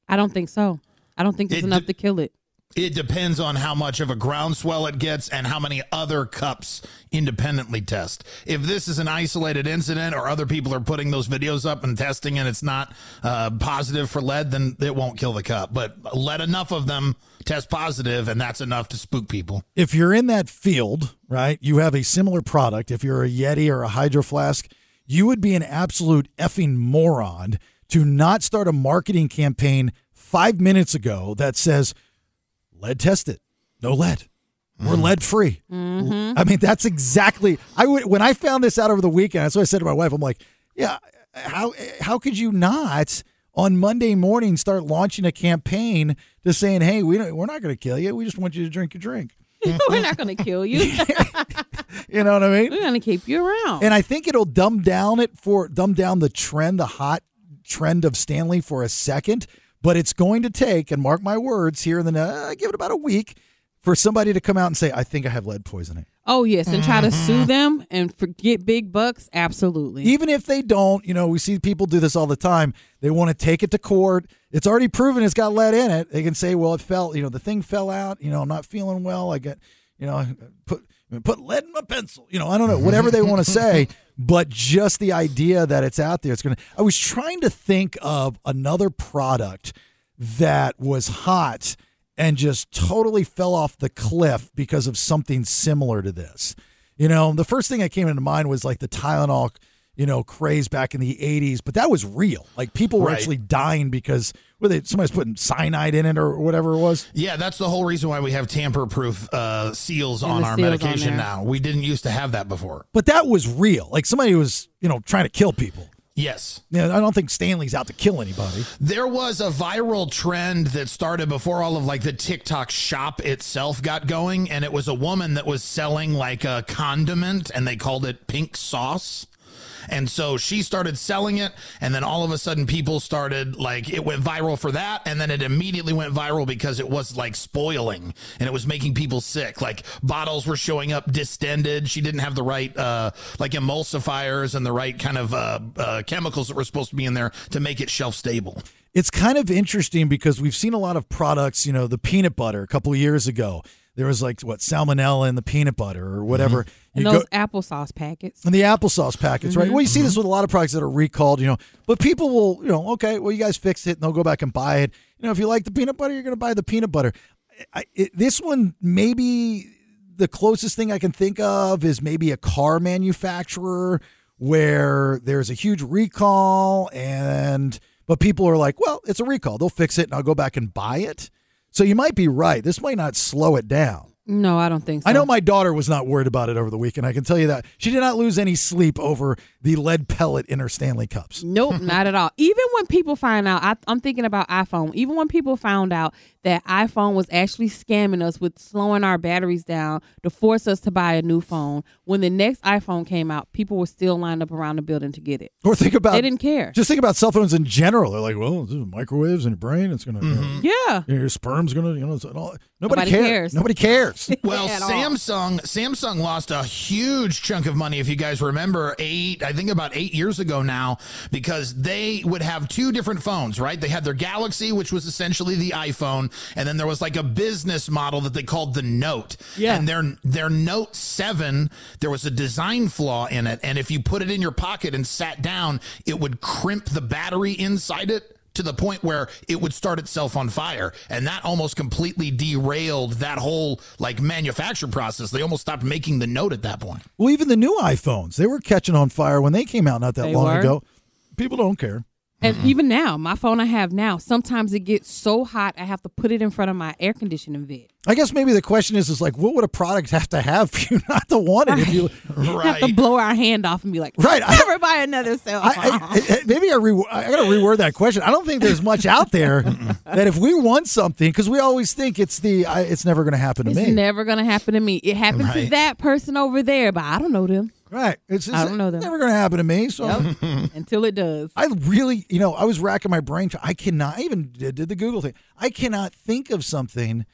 [SPEAKER 9] I don't think so. I don't think it's
[SPEAKER 7] It
[SPEAKER 9] enough
[SPEAKER 7] d-
[SPEAKER 9] to kill it.
[SPEAKER 7] It depends on how much of a groundswell it gets and how many other cups independently test. If this is an isolated incident or other people are putting those videos up and testing and it's not uh, positive for lead, then it won't kill the cup. But let enough of them test positive, and that's enough to spook people.
[SPEAKER 8] If you're in that field, right, you have a similar product. If you're a Yeti or a Hydro Flask, you would be an absolute effing moron to not start a marketing campaign five minutes ago that says lead tested, no lead. We're lead free. I mean, that's exactly. I would when I found this out over the weekend. That's what I said to my wife. I'm like, yeah, how how could you not on Monday morning start launching a campaign to saying, hey, we don't, we're not going to kill you. We just want you to drink your drink.
[SPEAKER 9] We're not going to kill you.
[SPEAKER 8] You know what I mean?
[SPEAKER 9] We're going to keep you around.
[SPEAKER 8] And I think it'll dumb down it for dumb down the trend, the hot trend of Stanley for a second. But it's going to take, and mark my words, here in the uh, give it about a week for somebody to come out and say, I think I have lead poisoning.
[SPEAKER 9] oh yes, and try to sue them and for, get big bucks. Absolutely.
[SPEAKER 8] Mm-hmm. Even if they don't, you know, we see people do this all the time. They want to take it to court. It's already proven it's got lead in it. They can say, well, it fell, you know, the thing fell out. You know, I'm not feeling well. I got, you know, I put put lead in my pencil. You know, I don't know, whatever they want to say. But just the idea that it's out there, it's going to. I was trying to think of another product that was hot and just totally fell off the cliff because of something similar to this. You know, the first thing that came into mind was like the Tylenol, you know, craze back in the 80s, but that was real. Like people were
[SPEAKER 7] Right.
[SPEAKER 8] actually dying because well, they, somebody's putting cyanide in it or whatever it was.
[SPEAKER 7] Yeah, that's the whole reason why we have tamper-proof uh, seals
[SPEAKER 8] And
[SPEAKER 7] on
[SPEAKER 8] the
[SPEAKER 7] our
[SPEAKER 8] seals on
[SPEAKER 7] medication
[SPEAKER 8] there.
[SPEAKER 7] now. We didn't used to have that before.
[SPEAKER 8] But that was real. Like somebody was, you know, trying to kill people.
[SPEAKER 7] Yes.
[SPEAKER 8] You know, I don't think Stanley's out to kill anybody.
[SPEAKER 7] There was a viral trend that started before all of like the TikTok shop itself got going, and it was a woman that was selling like a condiment, and they called it pink sauce. And so she started selling it, and then all of a sudden, people started like it went viral for that, and then it immediately went viral because it was like spoiling and it was making people sick. Like bottles were showing up distended. She didn't have the right uh, like emulsifiers and the right kind of uh, uh, chemicals that were supposed to be in there to make it shelf stable.
[SPEAKER 8] it's kind of interesting because we've seen a lot of products, you know, the peanut butter a couple of years ago. There was like what salmonella in the peanut butter or whatever.
[SPEAKER 9] Mm-hmm. and
[SPEAKER 8] You
[SPEAKER 9] those
[SPEAKER 8] go-
[SPEAKER 9] applesauce packets.
[SPEAKER 8] and the applesauce packets, right?
[SPEAKER 9] Mhm.
[SPEAKER 8] Well, you see this with a lot of products that are recalled, you know. But people will, you know, okay, well, you guys fix it, and they'll go back and buy it. You know, if you like the peanut butter, you're going to buy the peanut butter. I, it, this one, maybe the closest thing I can think of is maybe a car manufacturer where there's a huge recall, and but people are like, well, it's a recall, they'll fix it, and I'll go back and buy it. So you might be right. This might not slow it down.
[SPEAKER 9] No, I don't think so.
[SPEAKER 8] I know my daughter was not worried about it over the weekend. I can tell you that. She did not lose any sleep over the lead pellet in her Stanley cups.
[SPEAKER 9] Nope, not at all. Even when people find out, I, I'm thinking about iPhone. Even when people found out that iPhone was actually scamming us with slowing our batteries down to force us to buy a new phone, when the next iPhone came out, people were still lined up around the building to get it.
[SPEAKER 8] Or think about
[SPEAKER 9] they didn't care.
[SPEAKER 8] Just think about cell phones in general. They're like, well, this is microwaves in your brain. It's gonna,
[SPEAKER 9] yeah,
[SPEAKER 8] your sperm's gonna, you know, it's all, nobody,
[SPEAKER 7] Nobody
[SPEAKER 8] cares.
[SPEAKER 7] cares.
[SPEAKER 8] Nobody cares.
[SPEAKER 7] Well,
[SPEAKER 8] At all.
[SPEAKER 7] Samsung Samsung lost a huge chunk of money if you guys remember 8 I think about 8 years ago now because they would have two different phones, right? They had their Galaxy which was essentially the iPhone and then there was like a business model that they called the Note. Yeah. And their their Note 7 there was a design flaw in it and if you put it in your pocket and sat down, it would crimp the battery inside it to the point where it would start itself on fire and that almost completely derailed that whole like manufacture process they almost stopped making the note at that point
[SPEAKER 8] Well, even the new iPhones, they were catching on fire when they came out not that
[SPEAKER 7] They
[SPEAKER 8] long
[SPEAKER 7] were.
[SPEAKER 8] ago. People don't care.
[SPEAKER 9] And even now, my phone I have now, sometimes it gets so hot I have to put it in front of my air conditioning vent.
[SPEAKER 8] I guess maybe the question is, is like, what would a product have to have for you not to want it? If you,
[SPEAKER 9] Have to blow our hand off and be like,
[SPEAKER 8] Right, I-
[SPEAKER 9] never buy another cell phone.
[SPEAKER 8] I- I- maybe I, re- I gotta reword that question. I don't think there's much out there that if we want something, because we always think it's the I, it's never going to happen to
[SPEAKER 9] it's
[SPEAKER 8] me.
[SPEAKER 9] never gonna happen to me. It happened to
[SPEAKER 8] Right.
[SPEAKER 9] that person over there, but I don't know them.
[SPEAKER 8] Right. It's just,
[SPEAKER 9] I don't know them.
[SPEAKER 8] Never going to happen to me. So
[SPEAKER 9] Yep. until it does.
[SPEAKER 8] I really, you know, I was racking my brain. I cannot I even did, did the Google thing. I cannot think of something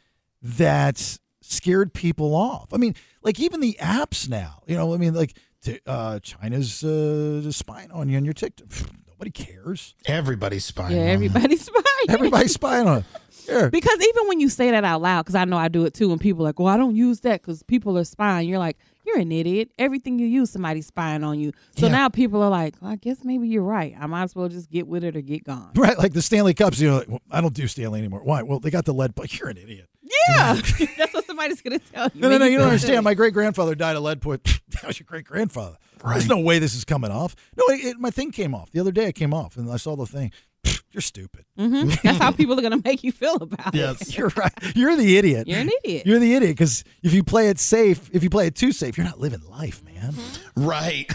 [SPEAKER 8] that scared people off. I mean, like even the apps now. You know, I mean, like t- uh, China's uh, spying on you on your TikTok. Nobody cares.
[SPEAKER 7] Everybody's spying.
[SPEAKER 9] Yeah, everybody's fine.
[SPEAKER 8] Everybody's spying on. Sure.
[SPEAKER 9] Because even when you say that out loud, because I know I do it too, and people are like, well, I don't use that because people are spying. You're like, you're an idiot. Everything you use, somebody's spying on you. So now people are like, well, I guess maybe you're right. I might as well just get with it or get gone.
[SPEAKER 8] Right, like the Stanley Cups. You know, like, well, I don't do Stanley anymore. Why? Well, they got the lead. But you're an idiot.
[SPEAKER 9] Yeah, that's what somebody's gonna tell you.
[SPEAKER 8] No, no, no. You don't
[SPEAKER 9] Maybe-
[SPEAKER 8] understand. My great grandfather died of lead poisoning. That was your great grandfather. There's no way this is coming off. No, it, it- my thing came off the other day. It came off, and I saw the thing. Pfft, You're stupid.
[SPEAKER 9] Mhm. That's how people are gonna make you feel about it.
[SPEAKER 8] you're right. You're the idiot.
[SPEAKER 9] You're an idiot.
[SPEAKER 8] You're the idiot because if you play it safe, if you play it too safe, you're not living life, man.
[SPEAKER 7] Right.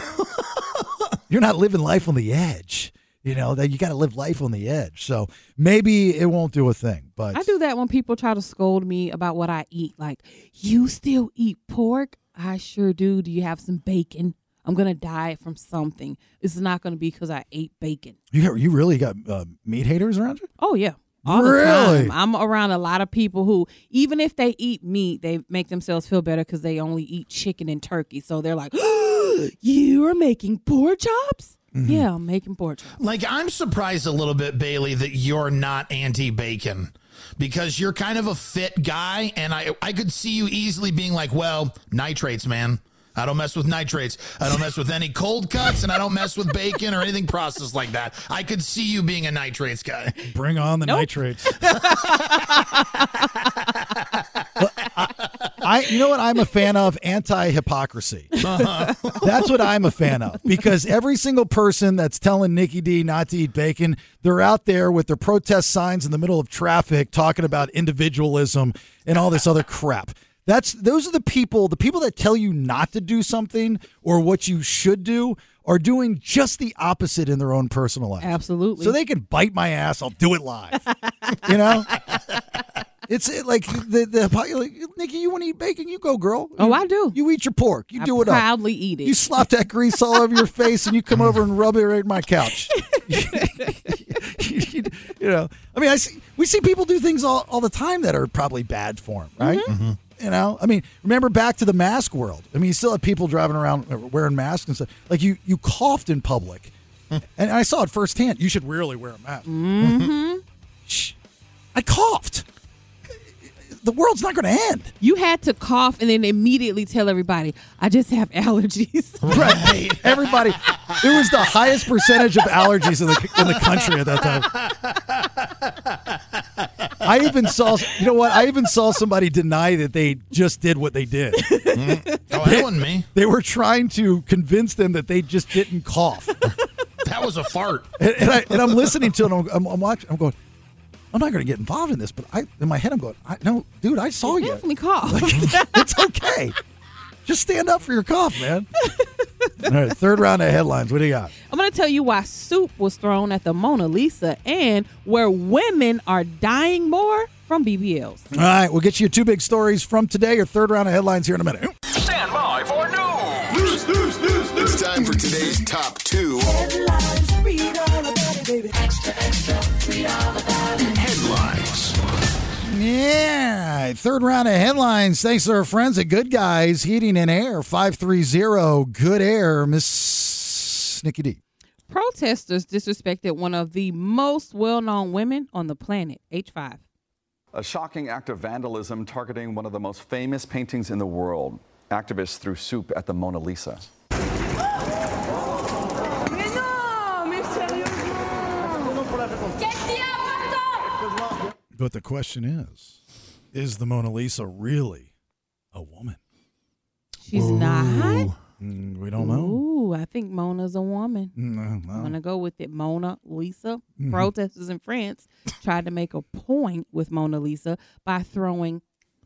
[SPEAKER 8] you're not living life on the edge. You know that you got to live life on the edge. So maybe it won't do a thing, but
[SPEAKER 9] I do that when people try to scold me about what I eat. Like, you still eat pork? I sure do. Do you have some bacon? I'm gonna die from something. It's not gonna be because I ate bacon.
[SPEAKER 8] you you really got uh, meat haters around you.
[SPEAKER 9] Oh yeah. All the
[SPEAKER 8] Really?
[SPEAKER 9] time. I'm around a lot of people who, even if they eat meat, they make themselves feel better because they only eat chicken and turkey. So they're like, "You are making pork chops?
[SPEAKER 8] Mm-hmm.
[SPEAKER 9] Yeah, I'm making pork chops."
[SPEAKER 7] Like, I'm surprised a little bit, Bailey, that you're not anti bacon because you're kind of a fit guy. And I, I could see you easily being like, well, nitrates, man. I don't mess with nitrates. I don't mess with any cold cuts and I don't mess with bacon or anything processed like that. I could see you being a nitrates guy.
[SPEAKER 8] Bring on the nitrates. I, you know what I'm a fan of? Anti hypocrisy. That's what I'm a fan of because every single person that's telling Nikki D not to eat bacon, they're out there with their protest signs in the middle of traffic talking about individualism and all this other crap. That's those are the people, the people that tell you not to do something or what you should do are doing just the opposite in their own personal life.
[SPEAKER 9] Absolutely.
[SPEAKER 8] So they can bite my ass, I'll do it live. you know? It's uh, like the the like, Nikki, you want to eat bacon? You go, girl.
[SPEAKER 9] Oh,
[SPEAKER 8] You-
[SPEAKER 9] I do.
[SPEAKER 8] You eat your pork. You
[SPEAKER 9] I
[SPEAKER 8] do it up.
[SPEAKER 9] proudly eat it.
[SPEAKER 8] You slop that grease all over your face, and you come over and rub it right in my couch. you, you- you know, I mean, I see we see people do things all, all the time that are probably bad for them, right? You know, I mean, remember back to the mask world. I mean, you still have people driving around uh, wearing masks and stuff. Like you, you coughed in public, and I saw it firsthand. You should really wear a mask.
[SPEAKER 9] Mm-hmm.
[SPEAKER 8] I coughed. The world's not going to end.
[SPEAKER 9] You had to cough and then immediately tell everybody, "I just have allergies."
[SPEAKER 8] Right. Everybody, it was the highest percentage of allergies in the, in the country at that time. I even saw, you know what? I even saw somebody deny that they just did what they did.
[SPEAKER 7] Oh, that wasn't me.
[SPEAKER 8] They were trying to convince them that they just didn't cough.
[SPEAKER 7] That was a fart.
[SPEAKER 8] And, and, I, and I'm listening to it. And I'm, I'm, I'm watching. I'm going. I'm not going to get involved in this, but I, in my head, I'm going. I, no, dude, I saw you.
[SPEAKER 9] Definitely cough.
[SPEAKER 8] it's okay. Just stand up for your cough, man. All right, third round of headlines. What do you got?
[SPEAKER 9] I'm going to tell you why soup was thrown at the Mona Lisa and where women are dying more from BBLs.
[SPEAKER 8] All right, we'll get you your two big stories from today. Your third round of headlines here in a minute.
[SPEAKER 2] Stand by for news.
[SPEAKER 3] It's time for today's top two
[SPEAKER 2] Headlines.
[SPEAKER 8] Yeah, third round of headlines. Thanks to our friends at Good Guys Heating and Air five three zero. Good Air, Miss Nikki D.
[SPEAKER 9] Protesters disrespected one of the most well known women on the planet, H5.
[SPEAKER 1] A shocking act of vandalism targeting one of the most famous paintings in the world. Activists threw soup at the Mona Lisa.
[SPEAKER 8] But the question is, is the Mona Lisa really a woman?
[SPEAKER 9] She's not.
[SPEAKER 8] Mm, we don't know.
[SPEAKER 9] Ooh, I think Mona's a woman.
[SPEAKER 8] Mm,
[SPEAKER 9] I'm
[SPEAKER 8] well,
[SPEAKER 9] gonna go with it. Mona Lisa.
[SPEAKER 8] Mhm.
[SPEAKER 9] Protesters in France tried to make a point with Mona Lisa by throwing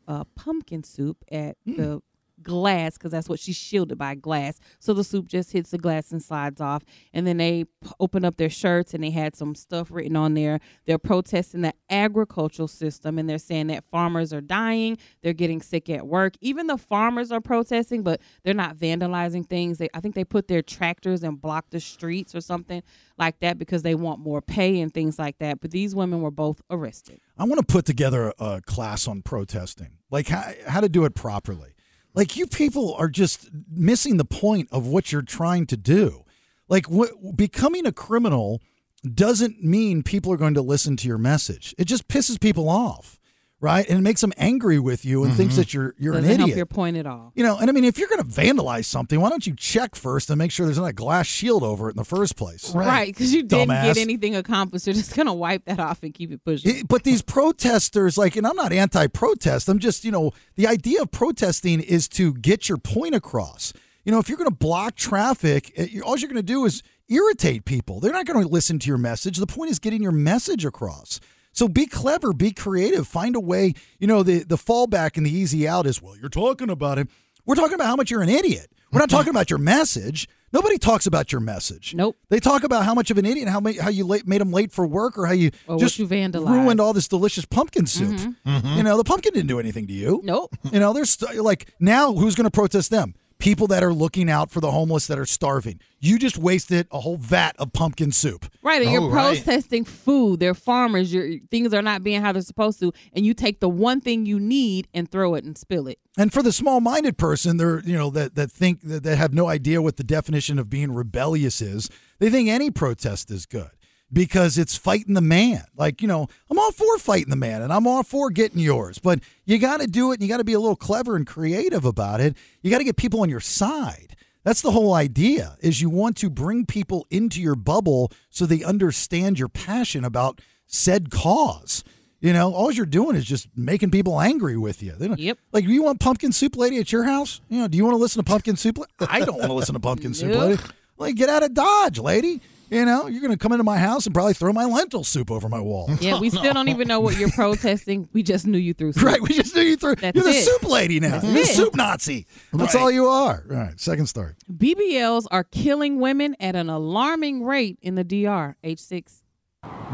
[SPEAKER 9] uh, pumpkin soup at
[SPEAKER 8] Mm.
[SPEAKER 9] the glass because that's what she's shielded by glass. So the soup just hits the glass and slides off. And then they p- opened up their shirts and they had some stuff written on there. They're protesting the agricultural system and they're saying that farmers are dying. They're getting sick at work. Even the farmers are protesting, but they're not vandalizing things. They, I think they put their tractors and block the streets or something like that because they want more pay and things like that. But these women were both arrested.
[SPEAKER 8] I want to put together a, a class on protesting, like how, how to do it properly. Like you people are just missing the point of what you're trying to do. Like what, becoming a criminal doesn't mean people are going to listen to your message. It just pisses people off, right? And it makes them angry with you and thinks that you're you're
[SPEAKER 9] Mm-hmm. Doesn't
[SPEAKER 8] an
[SPEAKER 9] help
[SPEAKER 8] idiot.
[SPEAKER 9] your point at all.
[SPEAKER 8] You know, and I mean, if you're going to vandalize something, why don't you check first and make sure there's not a glass shield over it in the first place?
[SPEAKER 9] Right, because you didn't
[SPEAKER 8] Dumbass.
[SPEAKER 9] get anything accomplished. They're just gonna wipe that off and keep it pushing.
[SPEAKER 8] It- but these protesters, like, and I'm not anti-protest. I'm just, you know, the idea of protesting is to get your point across. You know, if you're going to block traffic, eh, you- all you're going to do is irritate people. They're not going to listen to your message. The point is getting your message across. So be clever, be creative, find a way. You know, the the fallback and the easy out is, well, you're talking about it. We're talking about how much you're an idiot. We're not talking about your message. Nobody talks about your message. Nope. They talk about how much of an idiot, how ma- how you late, made them late for work, or how you
[SPEAKER 9] Or what
[SPEAKER 8] just
[SPEAKER 9] you vandalized.
[SPEAKER 8] ruined all this delicious pumpkin soup.
[SPEAKER 9] Mhm.
[SPEAKER 8] You know, the pumpkin didn't do anything to you.
[SPEAKER 9] Nope.
[SPEAKER 8] You know, there's st- like now who's going to protest them? People that are looking out for the homeless that are starving. You just wasted a whole vat of pumpkin soup.
[SPEAKER 9] Right, and you're protesting food. They're farmers. Your things are not being how they're supposed to, and you take the one thing you need and throw it and spill it.
[SPEAKER 8] And for the small-minded person, they're you know that that think that, that have no idea what the definition of being rebellious is. They think any protest is good because it's fighting the man. Like you know, I'm all for fighting the man, and I'm all for getting yours. But you got to do it, and you got to be a little clever and creative about it. You got to get people on your side. That's the whole idea. Is you want to bring people into your bubble so they understand your passion about said cause. You know, all you're doing is just making people angry with you. They don't, yep. Like, do you want pumpkin soup lady at your house? You know, do you want to listen to pumpkin soup? La- I don't want to listen to pumpkin soup lady. Like, get out of Dodge, lady. You know, you're going to come into my house and probably throw my lentil soup over my wall.
[SPEAKER 9] Yeah, we still don't even know what you're protesting. We just knew you threw. Soup.
[SPEAKER 8] Oh, Right, we just knew you threw.
[SPEAKER 9] That's
[SPEAKER 8] You're the
[SPEAKER 9] it.
[SPEAKER 8] soup lady now.
[SPEAKER 9] That's
[SPEAKER 8] You're the
[SPEAKER 9] it.
[SPEAKER 8] soup Nazi. That's
[SPEAKER 9] Right.
[SPEAKER 8] all you are. All right, second story.
[SPEAKER 9] BBLs are killing women at an alarming rate in the DR. Age six.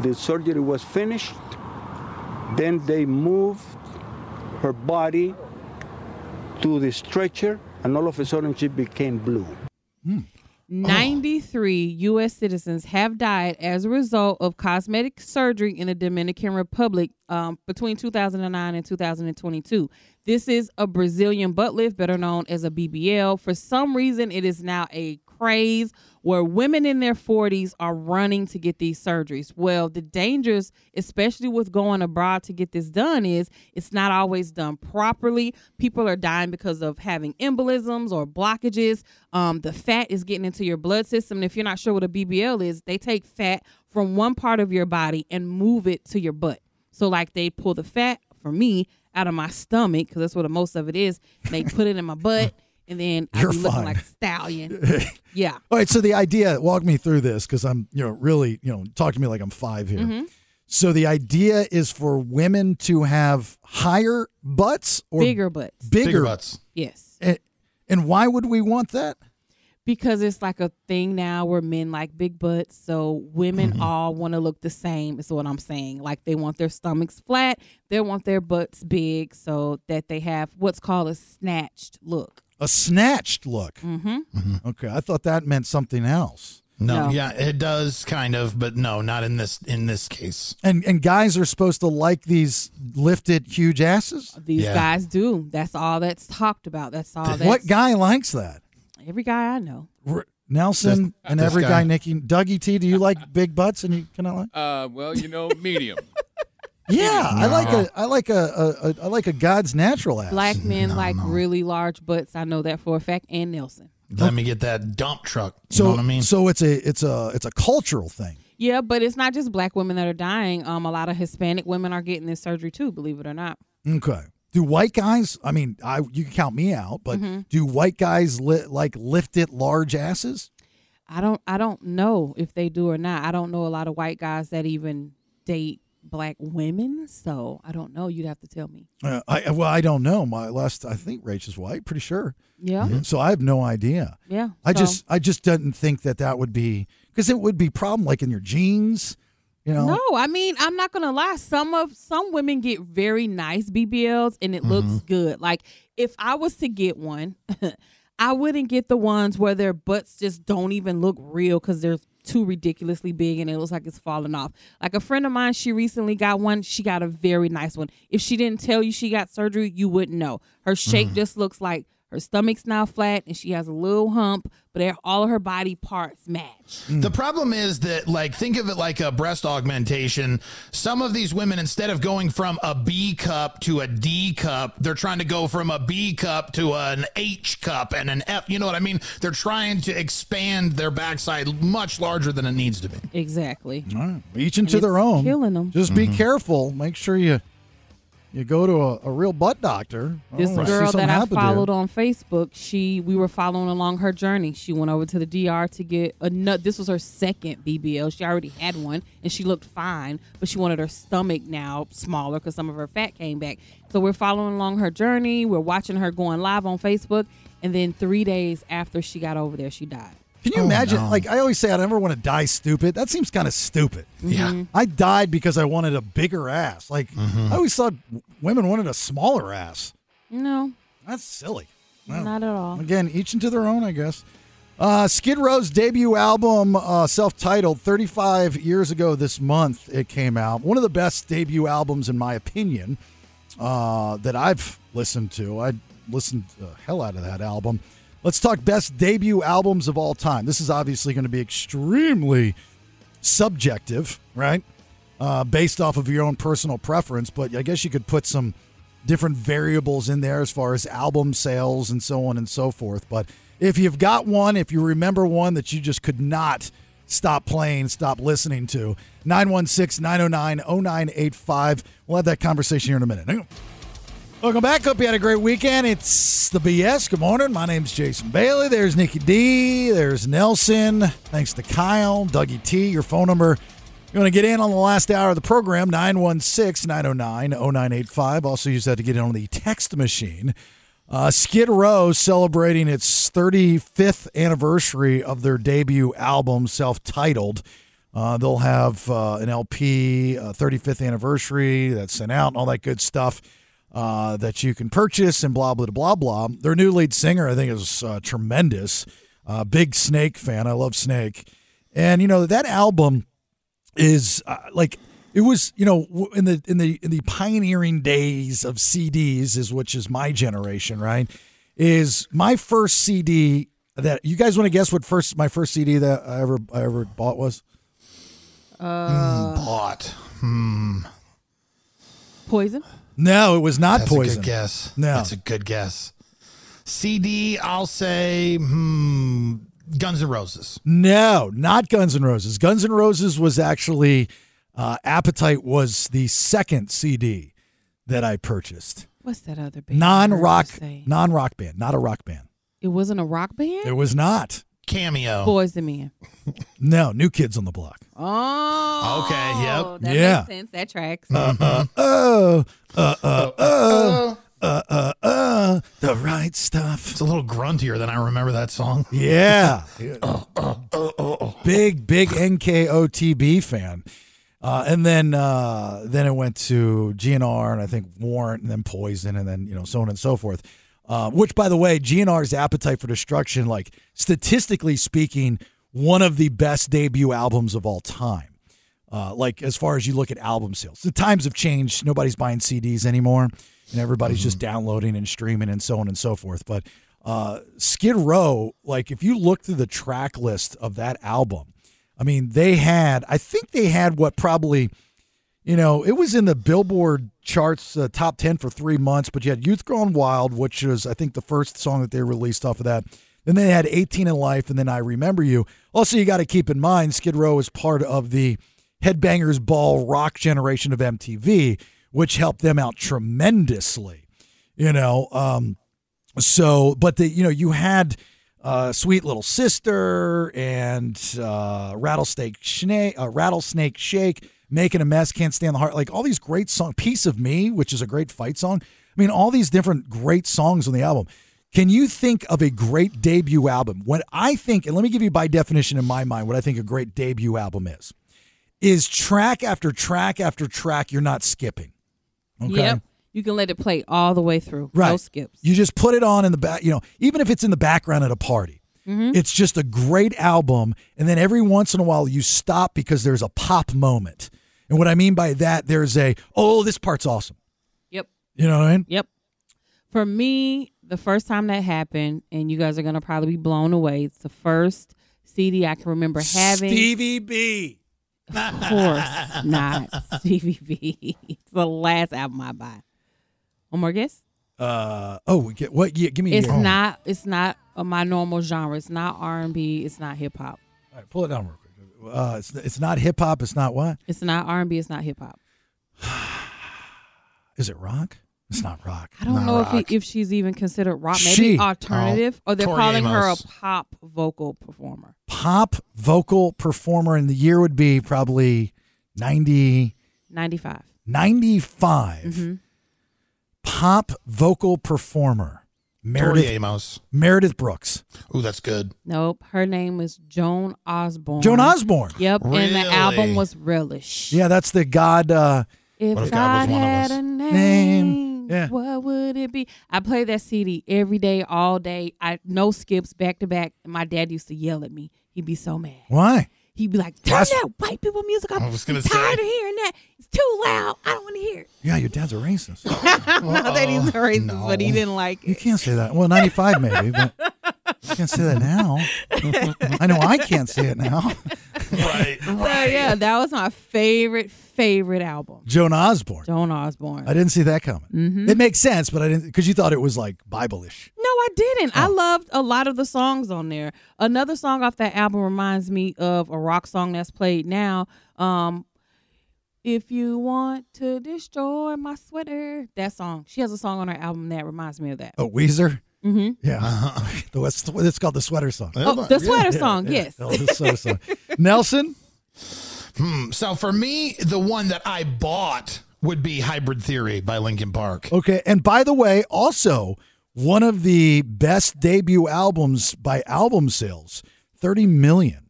[SPEAKER 4] The surgery was finished. Then they moved her body to the stretcher, and all of a sudden she became blue.
[SPEAKER 9] 93 U.S. citizens have died as a result of cosmetic surgery in the Dominican Republic um, between 2009 and 2022. This is a Brazilian butt lift, better known as a BBL. For some reason, it is now a craze where women in their 40s are running to get these surgeries. Well, the dangers, especially with going abroad to get this done, is it's not always done properly. People are dying because of having embolisms or blockages. Um, the fat is getting into your blood system. And if you're not sure what a BBL is, they take fat from one part of your body and move it to your butt. So, like, they pull the fat for me out of my stomach because that's where the most of it is. And they put it in my butt, and then I be
[SPEAKER 8] You're
[SPEAKER 9] looking
[SPEAKER 8] fine.
[SPEAKER 9] like a stallion. yeah.
[SPEAKER 8] All right, so the idea, walk me through this because I'm, you know, really, you know, talk to me like I'm five here.
[SPEAKER 9] Mhm.
[SPEAKER 8] So the idea is for women to have higher butts or
[SPEAKER 9] Bigger butts.
[SPEAKER 8] Bigger,
[SPEAKER 9] Bigger
[SPEAKER 8] butts.
[SPEAKER 9] Yes.
[SPEAKER 8] And, and why would we want that?
[SPEAKER 9] because it's like a thing now where men like big butts, so women
[SPEAKER 7] Mm-hmm.
[SPEAKER 9] all want to look the same. Is what I'm saying. Like they want their stomachs flat, they want their butts big, so that they have what's called a snatched look.
[SPEAKER 8] A snatched look.
[SPEAKER 9] Mm-hmm.
[SPEAKER 8] Okay, I thought that meant something else.
[SPEAKER 7] No,
[SPEAKER 9] No.
[SPEAKER 7] yeah, it does kind of, but no, not in this in this case.
[SPEAKER 8] And and guys are supposed to like these lifted huge asses.
[SPEAKER 9] These guys do. That's all that's talked about. That's all. That's,
[SPEAKER 8] What guy likes that?
[SPEAKER 9] Every guy I know.
[SPEAKER 8] R- Nelson
[SPEAKER 7] This-
[SPEAKER 8] and
[SPEAKER 7] this
[SPEAKER 8] every guy,
[SPEAKER 7] guy.
[SPEAKER 8] Nikki, Dougie T. Do you like big butts? And you cannot like?
[SPEAKER 10] Uh, well, you know, medium.
[SPEAKER 8] Yeah, I like
[SPEAKER 10] No.
[SPEAKER 8] a I like a, a, a I like a God's natural ass.
[SPEAKER 9] Black men like really large butts. I know that for a fact. And Nelson.
[SPEAKER 7] Let me get that dump truck. You
[SPEAKER 8] So
[SPEAKER 7] know what I mean?
[SPEAKER 8] so it's a it's a it's a cultural thing.
[SPEAKER 9] Yeah, but it's not just black women that are dying. Um, a lot of Hispanic women are getting this surgery too. Believe it or not.
[SPEAKER 8] Okay. Do white guys? I mean, I you can count me out, but
[SPEAKER 9] Mhm.
[SPEAKER 8] do white guys li- like lifted large asses?
[SPEAKER 9] I don't I don't know if they do or not. I don't know a lot of white guys that even date black women, so I don't know. You'd have to tell me.
[SPEAKER 8] Uh, I well, I don't know. My last, I think Rach is white. Pretty sure.
[SPEAKER 9] Yeah.
[SPEAKER 8] So I have no idea.
[SPEAKER 9] Yeah,
[SPEAKER 8] I
[SPEAKER 9] so-
[SPEAKER 8] just, I just didn't think that that would be because it would be problem like in your jeans. You know.
[SPEAKER 9] No, I mean I'm not gonna lie. Some of some women get very nice BBLs and it looks good. Like if I was to get one, I wouldn't get the ones where their butts just don't even look real because they're too ridiculously big and it looks like it's falling off. Like a friend of mine, she recently got one. She got a very nice one. If she didn't tell you she got surgery, you wouldn't know. Her shape just looks like her stomach's now flat and she has a little hump, but they're- all of her body parts match.
[SPEAKER 7] The problem is that, like, think of it like a breast augmentation. Some of these women, instead of going from a B cup to a D cup, they're trying to go from a B cup to an H cup and an F. You know what I mean? They're trying to expand their backside much larger than it needs to be.
[SPEAKER 9] Exactly.
[SPEAKER 8] All right. Each into
[SPEAKER 9] And
[SPEAKER 8] their
[SPEAKER 9] it's
[SPEAKER 8] own.
[SPEAKER 9] killing 'em.
[SPEAKER 8] Just be
[SPEAKER 9] Mhm.
[SPEAKER 8] careful. Make sure you you go to a, a real butt doctor. Oh, I
[SPEAKER 9] This
[SPEAKER 8] don't wanna see
[SPEAKER 9] girl
[SPEAKER 8] something
[SPEAKER 9] that I
[SPEAKER 8] happen to you.
[SPEAKER 9] followed on Facebook, she we were following along her journey. She went over to the DR to get another. This was her second BBL. She already had one, and she looked fine, but she wanted her stomach now smaller because some of her fat came back. So we're following along her journey. We're watching her going live on Facebook, and then three days after she got over there, she died.
[SPEAKER 8] Can you imagine? Like I always say, I never want to die stupid. That seems kind of stupid.
[SPEAKER 9] Yeah.
[SPEAKER 8] I died because I wanted a bigger ass. Like I always thought women wanted a smaller ass.
[SPEAKER 9] No,
[SPEAKER 8] that's silly.
[SPEAKER 9] Not at all.
[SPEAKER 8] Again, each into their own, I guess. Uh, Skid Row's debut album, uh, self-titled, 35 years ago this month it came out. One of the best debut albums, in my opinion, uh, that I've listened to. I listened the hell out of that album. Let's talk best debut albums of all time. This is obviously going to be extremely subjective, right? Uh, based off of your own personal preference, but I guess you could put some different variables in there as far as album sales and so on and so forth. But if you've got one, if you remember one that you just could not stop playing, stop listening to, 916 909 0985. We'll have that conversation here in a minute. Hang on. Welcome back. Hope you had a great weekend. It's the BS. Good morning. My name's Jason Bailey. There's Nikki D. There's Nelson. Thanks to Kyle, Dougie T. Your phone number. You want to get in on the last hour of the program, 916 909 0985. Also use that to get in on the text machine. Uh, Skid Row celebrating its 35th anniversary of their debut album, self titled. Uh, they'll have uh, an LP, uh, 35th anniversary that's sent out and all that good stuff uh, that you can purchase and blah, blah, blah, blah. Their new lead singer, I think, is uh, tremendous. Uh, big Snake fan. I love Snake. And, you know, that album is uh, like it was you know w- in the in the in the pioneering days of CDs is which is my generation right is my first CD that you guys want to guess what first my first CD that I ever I ever bought was
[SPEAKER 9] Uh,
[SPEAKER 7] bought hmm
[SPEAKER 9] poison.
[SPEAKER 8] no it was not
[SPEAKER 7] That's
[SPEAKER 8] poison
[SPEAKER 7] a good guess
[SPEAKER 8] no
[SPEAKER 7] that's a good guess CD I'll say hmm Guns N' Roses
[SPEAKER 8] No, not Guns N' Roses. Guns N' Roses was actually uh, Appetite was the second CD that I purchased.
[SPEAKER 9] What's that other band?
[SPEAKER 8] Non rock,
[SPEAKER 9] I heard you say?
[SPEAKER 8] non rock band, not a rock band.
[SPEAKER 9] It wasn't a rock band.
[SPEAKER 8] It was not
[SPEAKER 7] Cameo.
[SPEAKER 9] Boys the men.
[SPEAKER 8] No, New Kids on the Block.
[SPEAKER 9] Oh.
[SPEAKER 7] Okay, yep.
[SPEAKER 9] That
[SPEAKER 8] Yeah.
[SPEAKER 9] makes sense. That tracks.
[SPEAKER 8] Uh, uh, oh, uh, uh, oh, uh, uh, uh, the right stuff.
[SPEAKER 7] It's a little gruntier than I remember that song.
[SPEAKER 8] Yeah. Big, big NKOTB fan. Uh, and then uh, then it went to GNR and I think Warrant and then Poison and then, you know, so on and so forth. Uh, which, by the way, GNR's Appetite for Destruction, like statistically speaking, one of the best debut albums of all time. Uh, like as far as you look at album sales, the times have changed. Nobody's buying CDs anymore, and everybody's just downloading and streaming and so on and so forth. But uh, Skid Row, like if you look through the track list of that album, I mean, they had, I think they had what probably, you know, it was in the Billboard charts, uh, top 10 for three months, but you had Youth Gone Wild, which was, I think, the first song that they released off of that. Then they had 18 in Life, and then I Remember You. Also, you got to keep in mind, Skid Row is part of the Headbangers Ball rock generation of MTV, which helped them out tremendously. You know, um, so but the you know you had uh, sweet little sister and uh, rattlesnake snake, uh, rattlesnake shake, making a mess, can't stand the heart. Like all these great songs, piece of me, which is a great fight song. I mean, all these different great songs on the album. Can you think of a great debut album? What I think, and let me give you by definition in my mind what I think a great debut album is, is track after track after track. You're not skipping. Okay.
[SPEAKER 9] Yep. You can let it play all the way through.
[SPEAKER 8] Right.
[SPEAKER 9] No skips.
[SPEAKER 8] You just put it on in the back, you know, even if it's in the background at a party.
[SPEAKER 9] Mhm.
[SPEAKER 8] It's just a great album. And then every once in a while you stop because there's a pop moment. And what I mean by that, there's a, oh, this part's awesome.
[SPEAKER 9] Yep.
[SPEAKER 8] You know what I mean?
[SPEAKER 9] Yep. For me, the first time that happened, and you guys are gonna probably be blown away. It's the first CD I can remember having.
[SPEAKER 8] Stevie B.
[SPEAKER 9] Of course not Stevie B. It's the last album I buy. One more guess.
[SPEAKER 8] Uh, oh, we get, what? Yeah, give me a
[SPEAKER 9] It's
[SPEAKER 8] year.
[SPEAKER 9] not. It's not uh, my normal genre. It's not R and B. It's not hip hop.
[SPEAKER 8] All right, pull it down real quick. Uh, it's, it's not hip hop. It's not what?
[SPEAKER 9] It's not R and B. It's not hip hop.
[SPEAKER 8] Is it rock? It's not rock.
[SPEAKER 9] I don't
[SPEAKER 8] Not
[SPEAKER 9] know
[SPEAKER 8] rock.
[SPEAKER 9] if he, if she's even considered rock. Maybe
[SPEAKER 8] She.
[SPEAKER 9] alternative,
[SPEAKER 8] Oh,
[SPEAKER 9] or they're
[SPEAKER 8] Tori
[SPEAKER 9] calling
[SPEAKER 8] Amos.
[SPEAKER 9] her a pop vocal performer.
[SPEAKER 8] pop vocal performer in the year would be probably 90,
[SPEAKER 9] Ninety five.
[SPEAKER 8] 95.
[SPEAKER 9] Mm-hmm.
[SPEAKER 8] Pop vocal performer. Meredith
[SPEAKER 7] Amos.
[SPEAKER 8] Meredith Brooks.
[SPEAKER 7] Ooh, that's good.
[SPEAKER 9] Nope. Her name was Joan Osborne.
[SPEAKER 8] Joan Osborne.
[SPEAKER 9] Yep. And the
[SPEAKER 8] Really?
[SPEAKER 9] album was Relish.
[SPEAKER 8] Yeah, that's the God. Uh,
[SPEAKER 9] If
[SPEAKER 8] What if God was
[SPEAKER 9] God
[SPEAKER 8] one of
[SPEAKER 9] had
[SPEAKER 8] us?
[SPEAKER 9] a name,
[SPEAKER 8] Yeah.
[SPEAKER 9] what would it be? I play that CD every day, all day. I no skips, back to back. My dad used to yell at me. He'd be so mad.
[SPEAKER 8] why?
[SPEAKER 9] He'd be like, "Turn
[SPEAKER 8] That's-
[SPEAKER 9] that white people music off."
[SPEAKER 8] I was gonna
[SPEAKER 9] I'm tired
[SPEAKER 8] say.
[SPEAKER 9] of hearing that. It's too loud. I don't want to hear. it."
[SPEAKER 8] Yeah, your dad's a racist. Oh,
[SPEAKER 9] Not that he's racist, but he didn't like
[SPEAKER 8] You can't say that. Well, 95 maybe, but you can't say that now. I know I can't say it now.
[SPEAKER 9] it. So yeah, that was my favorite favorite album.
[SPEAKER 8] Joan Osborne.
[SPEAKER 9] Joan Mm-hmm. Osborne.
[SPEAKER 8] I didn't see that coming. It makes sense, but I didn't because you thought it was like Bible-ish.
[SPEAKER 9] No, I didn't.
[SPEAKER 8] Oh.
[SPEAKER 9] I loved a lot of the songs on there. Another song off that album reminds me of a rock song that's played now. Um, if you want to destroy my sweater, that song. She has a song on her album that reminds me of that.
[SPEAKER 8] Oh, Weezer.
[SPEAKER 9] Mhm.
[SPEAKER 8] Yeah, uh-huh. the West, it's called the sweater song.
[SPEAKER 9] Oh, the sweater song, yes.
[SPEAKER 8] Oh, the sweater song. Nelson.
[SPEAKER 7] Hmm. So for me, the one that I bought would be Hybrid Theory by Linkin Park.
[SPEAKER 8] Okay, and by the way, also one of the best debut albums by album sales, thirty million,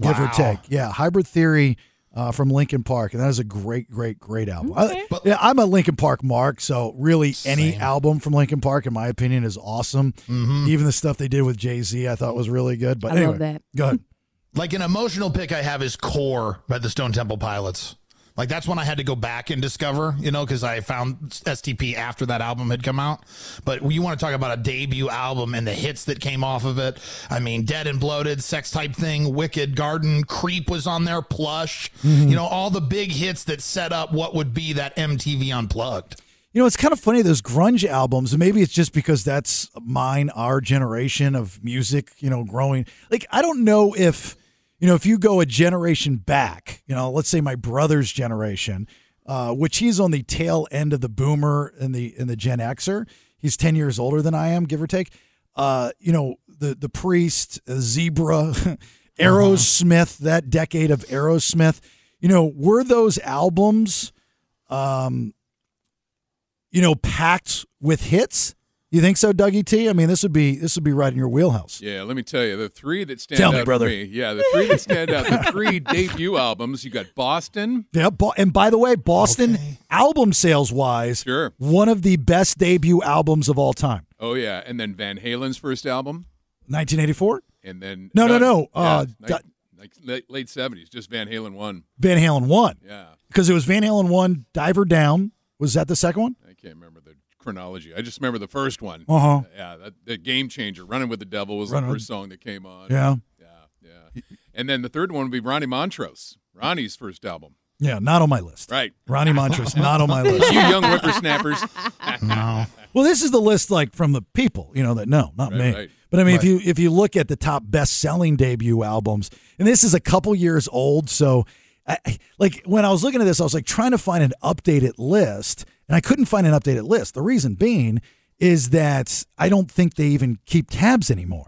[SPEAKER 8] give or
[SPEAKER 7] Wow.
[SPEAKER 8] take. Yeah, Hybrid Theory uh, from Linkin Park, and that is a great, great, great album. I- yeah, I'm a Linkin Park mark, so really any album from Linkin Park, in my opinion, is awesome. Even the stuff they did with Jay Z, I thought was really good. But
[SPEAKER 7] I
[SPEAKER 8] anyway,
[SPEAKER 7] love that.
[SPEAKER 8] Go ahead.
[SPEAKER 7] Like an emotional pick I have is Core by the Stone Temple Pilots. Like that's when I had to go back and discover, you know, because I found STP after that album had come out. But you want to talk about a debut album and the hits that came off of it. I mean, Dead and Bloated, Sex Type Thing, Wicked Garden, Creep was on there, Plush, you know, all the big hits that set up what would be that MTV Unplugged.
[SPEAKER 8] You know, it's kind of funny those grunge albums, and maybe it's just because that's mine, our generation of music, you know, growing. Like, I don't know if, you know, if you go a generation back, you know, let's say my brother's generation, uh, which he's on the tail end of the boomer and the and the Gen Xer. He's 10 years older than I am, give or take. Uh, you know, the the priest, uh, zebra, Aerosmith, that decade of Aerosmith. You know, were those albums um you know, packed with hits. You think so, Dougie T? I mean, this would be this would be right in your wheelhouse.
[SPEAKER 10] Yeah, let me tell you, the three that stand
[SPEAKER 8] Tell
[SPEAKER 10] out
[SPEAKER 8] me,
[SPEAKER 10] for
[SPEAKER 8] brother.
[SPEAKER 10] me- yeah, the three that stand out, the three debut albums. You got Boston.
[SPEAKER 8] Yeah, Bo- and by the way, Boston album sales wise,
[SPEAKER 10] Sure.
[SPEAKER 8] one of the best debut albums of all time.
[SPEAKER 10] Oh yeah, and then Van Halen's first album,
[SPEAKER 8] 1984?
[SPEAKER 10] and then
[SPEAKER 8] No, no, no.
[SPEAKER 10] yeah,
[SPEAKER 8] Uh,
[SPEAKER 10] ni-
[SPEAKER 8] Du-
[SPEAKER 10] like late- late seventies, just Van Halen one.
[SPEAKER 8] Van Halen one.
[SPEAKER 10] Yeah,
[SPEAKER 8] Because it was Van Halen one, Diver Down. Was that the second one?
[SPEAKER 10] I can't remember the chronology. I just remember the first one.
[SPEAKER 8] Uh-huh.
[SPEAKER 10] Yeah, that, the game changer, "Running with the Devil" was
[SPEAKER 8] Running
[SPEAKER 10] the
[SPEAKER 8] with-
[SPEAKER 10] first song that came on.
[SPEAKER 8] Yeah.
[SPEAKER 10] and then the third one would be Ronnie Montrose, Ronnie's first album.
[SPEAKER 8] Yeah, not on my list.
[SPEAKER 10] Right.
[SPEAKER 8] Ronnie Montrose, not on my list.
[SPEAKER 10] you young whippersnappers.
[SPEAKER 8] no. Well, this is the list like from the people, you know, that no, not me.
[SPEAKER 10] right.
[SPEAKER 8] But I mean, if
[SPEAKER 10] Right.
[SPEAKER 8] you if you look at the top best selling debut albums, and this is a couple years old, so I, I- like when I was looking at this, I was like trying to find an updated list, and I couldn't find an updated list. The reason being is that I don't think they even keep tabs anymore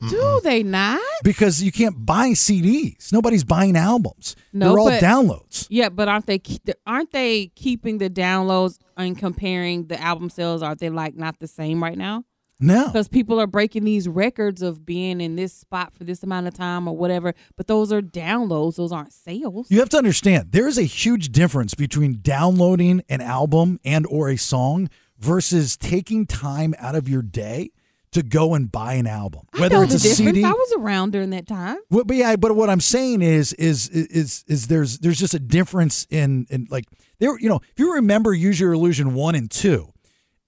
[SPEAKER 8] Mm-hmm.
[SPEAKER 9] Do they not?
[SPEAKER 8] because you can't buy CDs. Nobody's buying albums.
[SPEAKER 9] No,
[SPEAKER 8] They're all
[SPEAKER 9] but-
[SPEAKER 8] downloads.
[SPEAKER 9] Yeah, but aren't they ke- aren't they keeping the downloads and comparing the album sales? Are they like not the same right now?
[SPEAKER 8] No.
[SPEAKER 9] because people are breaking these records of being in this spot for this amount of time or whatever. But those are downloads; those aren't sales.
[SPEAKER 8] You have to understand there is a huge difference between downloading an album and or a song versus taking time out of your day to go and buy an album, whether
[SPEAKER 9] I know
[SPEAKER 8] it's a
[SPEAKER 9] the difference.
[SPEAKER 8] CD.
[SPEAKER 9] I was around during that time.
[SPEAKER 8] Well, but yeah, but what I'm saying is, is, is, is, there's, there's just a difference in, in like there, you know, if you remember Use Your Illusion one and two,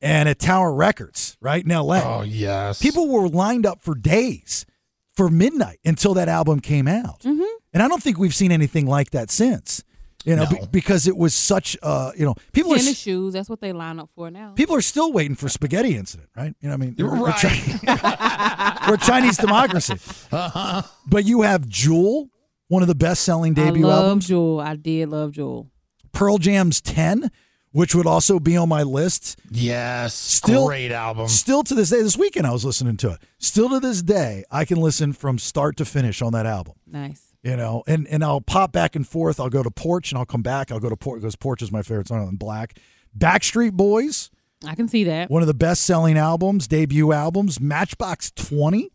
[SPEAKER 8] and at Tower Records, right in L.A.
[SPEAKER 7] Oh, yes.
[SPEAKER 8] people were lined up for days for midnight until that album came out,
[SPEAKER 9] Mm-hmm.
[SPEAKER 8] and I don't think we've seen anything like that since. You know, be- because it was such, uh, you know, people are
[SPEAKER 9] Tennis
[SPEAKER 8] s-
[SPEAKER 9] shoes. That's what they line up for now.
[SPEAKER 8] people are still waiting for spaghetti incident, right? You know, what I mean,
[SPEAKER 7] You're
[SPEAKER 8] We're- we're
[SPEAKER 7] right.
[SPEAKER 8] Chi- we're Chinese democracy. But you have Jewel, one of the best-selling
[SPEAKER 9] I
[SPEAKER 8] debut
[SPEAKER 9] love
[SPEAKER 8] albums.
[SPEAKER 9] Jewel. I did love Jewel.
[SPEAKER 8] Pearl Jam's 10, which would also be on my list.
[SPEAKER 7] Yes. great album.
[SPEAKER 8] Still to this day, this weekend I was listening to it. Still to this day, I can listen from start to finish on that album.
[SPEAKER 9] Nice.
[SPEAKER 8] You know, and, and I'll pop back and forth. I'll go to Porch and I'll come back. I'll go to Porch because Porch is my favorite song on Black. Backstreet Boys,
[SPEAKER 9] I can see that.
[SPEAKER 8] one of the best selling albums, debut albums. Matchbox 20,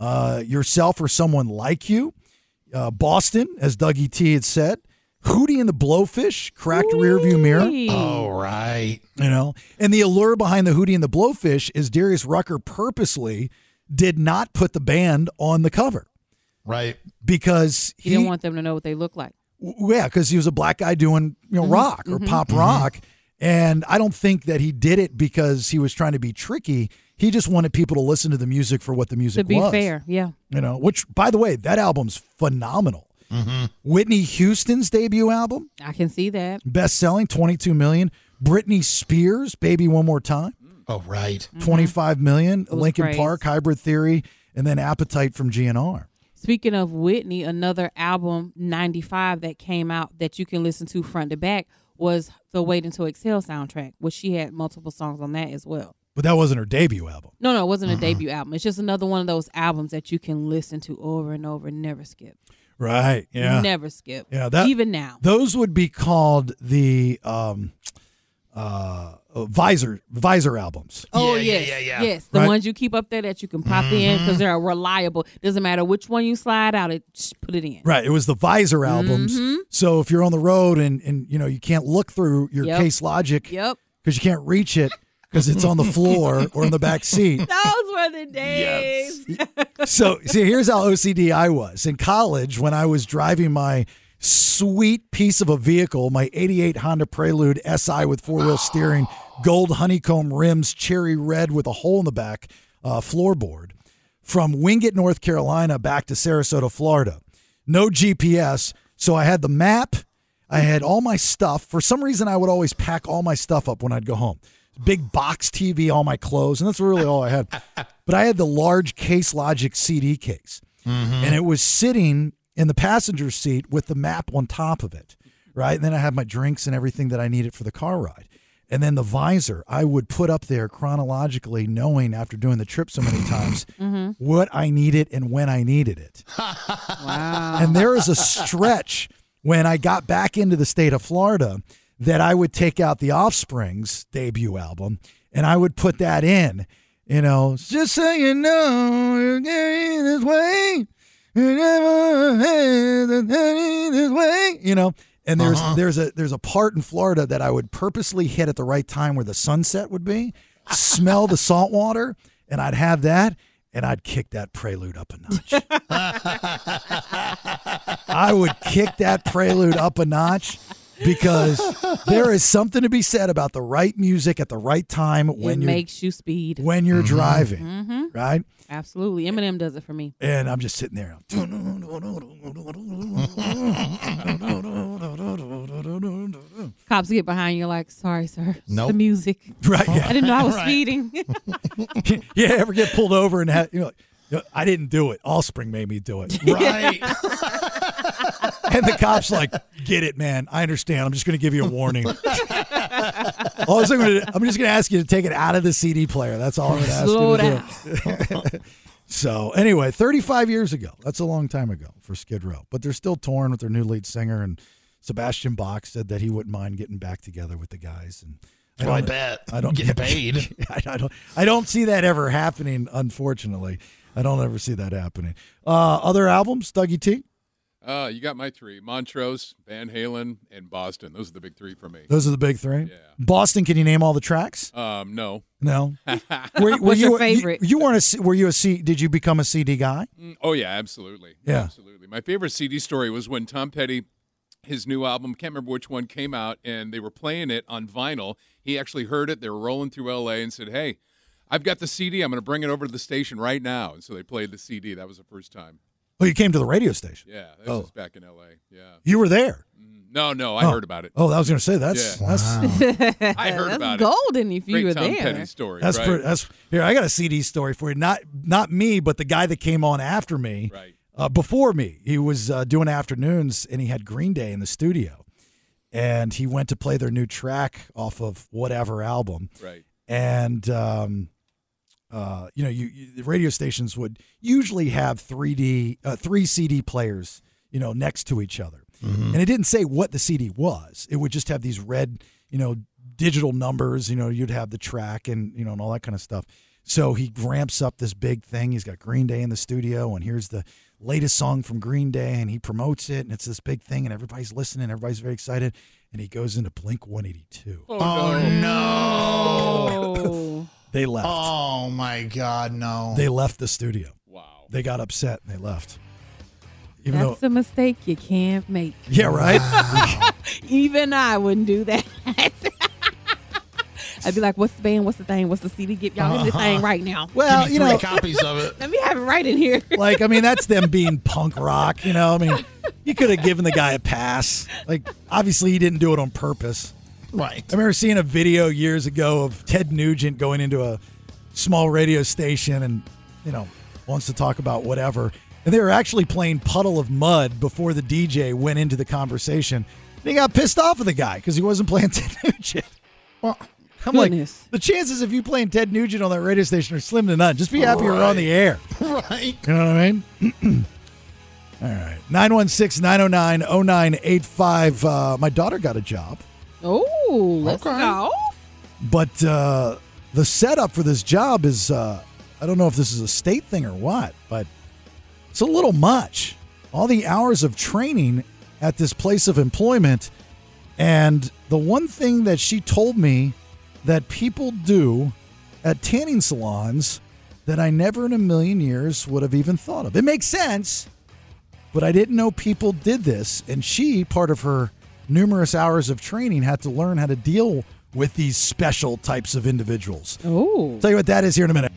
[SPEAKER 8] uh, Yourself or Someone Like You. Uh, Boston, as Dougie T had said. Hootie and the Blowfish, Cracked Rearview Mirror. Uh,
[SPEAKER 7] All right.
[SPEAKER 8] You know, and the allure behind the Hootie and the Blowfish is Darius Rucker purposely did not put the band on the cover
[SPEAKER 7] Right.
[SPEAKER 8] because
[SPEAKER 9] He,
[SPEAKER 8] he,
[SPEAKER 9] didn't want them to know what they look like.
[SPEAKER 8] w- yeah, because he was a black guy doing you know
[SPEAKER 9] Mm-hmm.
[SPEAKER 8] rock or pop rock, and I don't think that he did it because he was trying to be tricky. He just wanted people to listen to the music for what the music
[SPEAKER 9] To be
[SPEAKER 8] was.
[SPEAKER 9] fair, yeah.
[SPEAKER 8] you know. Which, by the way, that album's phenomenal. Whitney Houston's debut album,
[SPEAKER 9] I can see that.
[SPEAKER 8] best selling, twenty two million. Britney Spears, "Baby One More Time."
[SPEAKER 7] Oh, right.
[SPEAKER 8] 25 Mm-hmm. million,
[SPEAKER 9] was
[SPEAKER 8] Lincoln
[SPEAKER 9] praised.
[SPEAKER 8] Park, Hybrid Theory, and then Appetite from GNR.
[SPEAKER 9] Speaking of Whitney, another album, 95, that came out that you can listen to front to back was the Wait Until Exhale soundtrack, which she had multiple songs on that as well.
[SPEAKER 8] But that wasn't her debut album.
[SPEAKER 9] No, no, it wasn't a
[SPEAKER 8] Mm-hmm.
[SPEAKER 9] debut album. It's just another one of those albums that you can listen to over and over and never skip.
[SPEAKER 8] Right. Yeah.
[SPEAKER 9] Never skip.
[SPEAKER 8] Yeah. That,
[SPEAKER 9] Even now.
[SPEAKER 8] Those would be called the um, uh, visor, visor albums.
[SPEAKER 9] Oh,
[SPEAKER 7] yeah,
[SPEAKER 9] yes.
[SPEAKER 7] yeah, yeah.
[SPEAKER 9] Yes. The
[SPEAKER 8] Right. Mm-hmm.
[SPEAKER 9] ones you keep up there that you can pop in because they're reliable. Doesn't matter which one you slide out, it just put it in.
[SPEAKER 8] Right. It was the visor albums.
[SPEAKER 9] Mhm.
[SPEAKER 8] So if you're on the road and, and you know, you can't look through your
[SPEAKER 9] Yep.
[SPEAKER 8] case logic because
[SPEAKER 9] Yep.
[SPEAKER 8] you can't reach it because it's on the floor or in the back seat.
[SPEAKER 9] Those were the days.
[SPEAKER 8] so see here's how ocd i was in college when i was driving my sweet piece of a vehicle my 88 honda prelude si with four-wheel steering gold honeycomb rims cherry red with a hole in the back uh, floorboard from wingate north carolina back to sarasota florida no gps so i had the map i had all my stuff for some reason i would always pack all my stuff up when i'd go home big box tv all my clothes and that's really all i had but I had the large Case Logic CD case, and it was sitting in the passenger seat with the map on top of it, right? And then I had my drinks and everything that I needed for the car ride. And then the visor, I would put up there chronologically, knowing after doing the trip so many times what I needed and when I needed it.
[SPEAKER 9] Wow.
[SPEAKER 8] And there is a stretch when I got back into the state of Florida that I would take out the Offspring's debut album and I would put that in. You know, just so you know, you're getting this way. You never had it any this way. You know, and there's there's a there's a part in Florida that I would purposely hit at the right time where the sunset would be, smell the salt water, and I'd have that, and I'd kick that prelude up a notch. I would kick that prelude up a notch because there is something to be said about the right music at the right time when
[SPEAKER 9] it
[SPEAKER 8] you're
[SPEAKER 9] makes Mm-hmm. you speed.
[SPEAKER 8] when you're driving, right?
[SPEAKER 9] Absolutely. Eminem does it for me.
[SPEAKER 8] And I'm just sitting there.
[SPEAKER 9] Cops get behind you like, sorry, sir. It's
[SPEAKER 7] Nope.
[SPEAKER 9] The music.
[SPEAKER 8] Right, yeah.
[SPEAKER 9] I didn't know I was
[SPEAKER 7] Right.
[SPEAKER 9] speeding.
[SPEAKER 8] you ever get pulled over and have, you know, "No, I didn't do it. Allspring made me do it.
[SPEAKER 7] Right.
[SPEAKER 8] And the cop's like, get it, man. I understand. I'm just going to give you a warning. all I'm, gonna, I'm just going to ask you to take it out of the CD player. That's all I'm going to ask
[SPEAKER 9] Slow
[SPEAKER 8] you to do. so, anyway, 35 years ago. That's a long time ago for Skid Row. But they're still torn with their new lead singer. And Sebastian Bach said that he wouldn't mind getting back together with the guys. And
[SPEAKER 7] Well, I
[SPEAKER 8] don't-
[SPEAKER 7] bet.
[SPEAKER 8] I don't
[SPEAKER 7] Getting paid.
[SPEAKER 8] I, I don't. I don't see that ever happening. Unfortunately, I don't ever see that happening. Uh, other albums, Dougie T.
[SPEAKER 10] Uh, you got my three: Montrose, Van Halen, and Boston. Those are the big three for me.
[SPEAKER 8] Those are the big three. Boston. Can you name all the tracks?
[SPEAKER 10] Um, no.
[SPEAKER 8] No.
[SPEAKER 10] What's
[SPEAKER 8] you
[SPEAKER 10] your
[SPEAKER 8] a-
[SPEAKER 10] favorite?
[SPEAKER 8] You, you weren't a. C- Were you a C? Did you become a CD guy?
[SPEAKER 10] Mm, Oh yeah, absolutely.
[SPEAKER 8] Yeah.
[SPEAKER 10] absolutely. My favorite CD story was when Tom Petty, his new album, can't remember which one came out, and they were playing it on vinyl. He actually heard it. They were rolling through L.A. and said, "Hey, I've got the CD. I'm going to bring it over to the station right now." And so they played the CD. That was the first time.
[SPEAKER 8] Oh, you came to the radio station.
[SPEAKER 10] Yeah, that
[SPEAKER 8] Oh.
[SPEAKER 10] was back in L.A. Yeah.
[SPEAKER 8] You were there.
[SPEAKER 10] No, no, I
[SPEAKER 8] Oh.
[SPEAKER 10] heard about it.
[SPEAKER 8] Oh, I was gonna say, that's- that's-
[SPEAKER 10] I heard
[SPEAKER 9] That's
[SPEAKER 10] about
[SPEAKER 9] golden
[SPEAKER 10] it.
[SPEAKER 9] if you
[SPEAKER 10] Great
[SPEAKER 9] were
[SPEAKER 10] Tom
[SPEAKER 9] there.
[SPEAKER 10] Petty story.
[SPEAKER 8] That's
[SPEAKER 10] right?
[SPEAKER 8] pretty, that's here. I got a CD story for you. Not not me, but the guy that came on after me, right. uh, before me. He was uh, doing afternoons, and he had Green Day in the studio, and he went to play their new track off of whatever album.
[SPEAKER 10] Right.
[SPEAKER 8] And um, uh, you know, you, you the radio stations would usually have three D uh, three CD players, you know, next to each other, and it didn't say what the CD was. It would just have these red, you know, digital numbers. You know, you'd have the track and you know, and all that kind of stuff. So he ramps up this big thing. He's got Green Day in the studio, and here's the latest song from Green Day, and he promotes it, and it's this big thing, and everybody's listening, everybody's very excited, and he goes into Blink 182.
[SPEAKER 7] Oh, no.
[SPEAKER 8] They left.
[SPEAKER 7] Oh my God, no.
[SPEAKER 8] They left the studio.
[SPEAKER 10] Wow.
[SPEAKER 8] They got upset and they left. Even
[SPEAKER 9] That's a mistake you can't make.
[SPEAKER 8] though, yeah, right.
[SPEAKER 9] Even I wouldn't do that. I'd be like, "What's the band? What's the thing? What's the CD? Get y'all into the
[SPEAKER 8] Uh-huh.
[SPEAKER 9] thing right now."
[SPEAKER 8] Well, you know,
[SPEAKER 9] Let me have it right in here.
[SPEAKER 8] Like, I mean, that's them being punk rock. You know, I mean, you could have given the guy a pass. Like, obviously, he didn't do it on purpose.
[SPEAKER 7] Right.
[SPEAKER 8] I remember seeing a video years ago of Ted Nugent going into a small radio station and, you know, wants to talk about whatever. And they were actually playing Puddle of Mud before the DJ went into the conversation. They got pissed off at the guy because he wasn't playing Ted Nugent. Well, I'm like, the chances of you playing Ted Nugent on that radio station are slim to none. Just be happy you're on the air.
[SPEAKER 7] right.
[SPEAKER 8] You know what I mean? All right. 916 909 0985. Uh, My daughter got a job.
[SPEAKER 9] Oh, let's
[SPEAKER 8] Okay.
[SPEAKER 9] go.
[SPEAKER 8] But uh, the setup for this job is uh, I don't know if this is a state thing or what, but it's a little much. All the hours of training at this place of employment. And the one thing that she told me that people do at tanning salons that I never in a million years would have even thought of. It makes sense, but I didn't know people did this. And she, part of her numerous hours of training, had to learn how to deal with these special types of individuals.
[SPEAKER 9] Oh.
[SPEAKER 8] Tell you what that is here in a minute.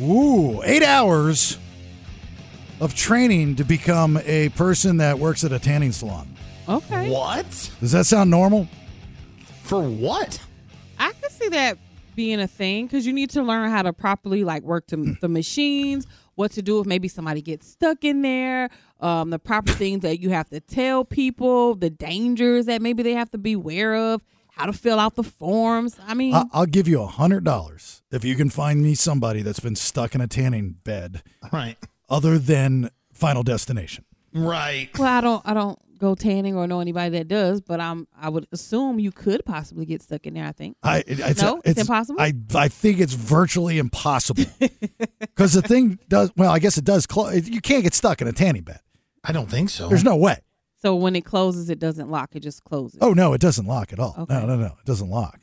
[SPEAKER 8] Ooh, eight hours of training to become a person that works at a tanning salon.
[SPEAKER 9] Okay.
[SPEAKER 7] What?
[SPEAKER 8] Does that sound normal?
[SPEAKER 7] For what?
[SPEAKER 9] I could see that being a thing because you need to learn how to properly like work to the machines, what to do if maybe somebody gets stuck in there, um, the proper things that you have to tell people, the dangers that maybe they have to be aware of, how to fill out the forms. I mean,
[SPEAKER 8] I- I'll give you a hundred dollars if you can find me somebody that's been stuck in a tanning bed,
[SPEAKER 7] right?
[SPEAKER 8] Other than Final Destination.
[SPEAKER 7] Right.
[SPEAKER 9] well, I don't, I don't go tanning or know anybody that does, but I'm, I would assume you could possibly get stuck in there. I think.
[SPEAKER 8] I it- it's,
[SPEAKER 9] no, it's,
[SPEAKER 8] it's-
[SPEAKER 9] impossible.
[SPEAKER 8] I I think it's virtually impossible because the thing does well. I guess it does. Clo- it- you can't get stuck in a tanning bed.
[SPEAKER 7] I don't think so.
[SPEAKER 8] There's no way.
[SPEAKER 9] so when it closes, it doesn't lock; it just closes.
[SPEAKER 8] Oh no, it doesn't lock at all. No, no, no, it doesn't lock.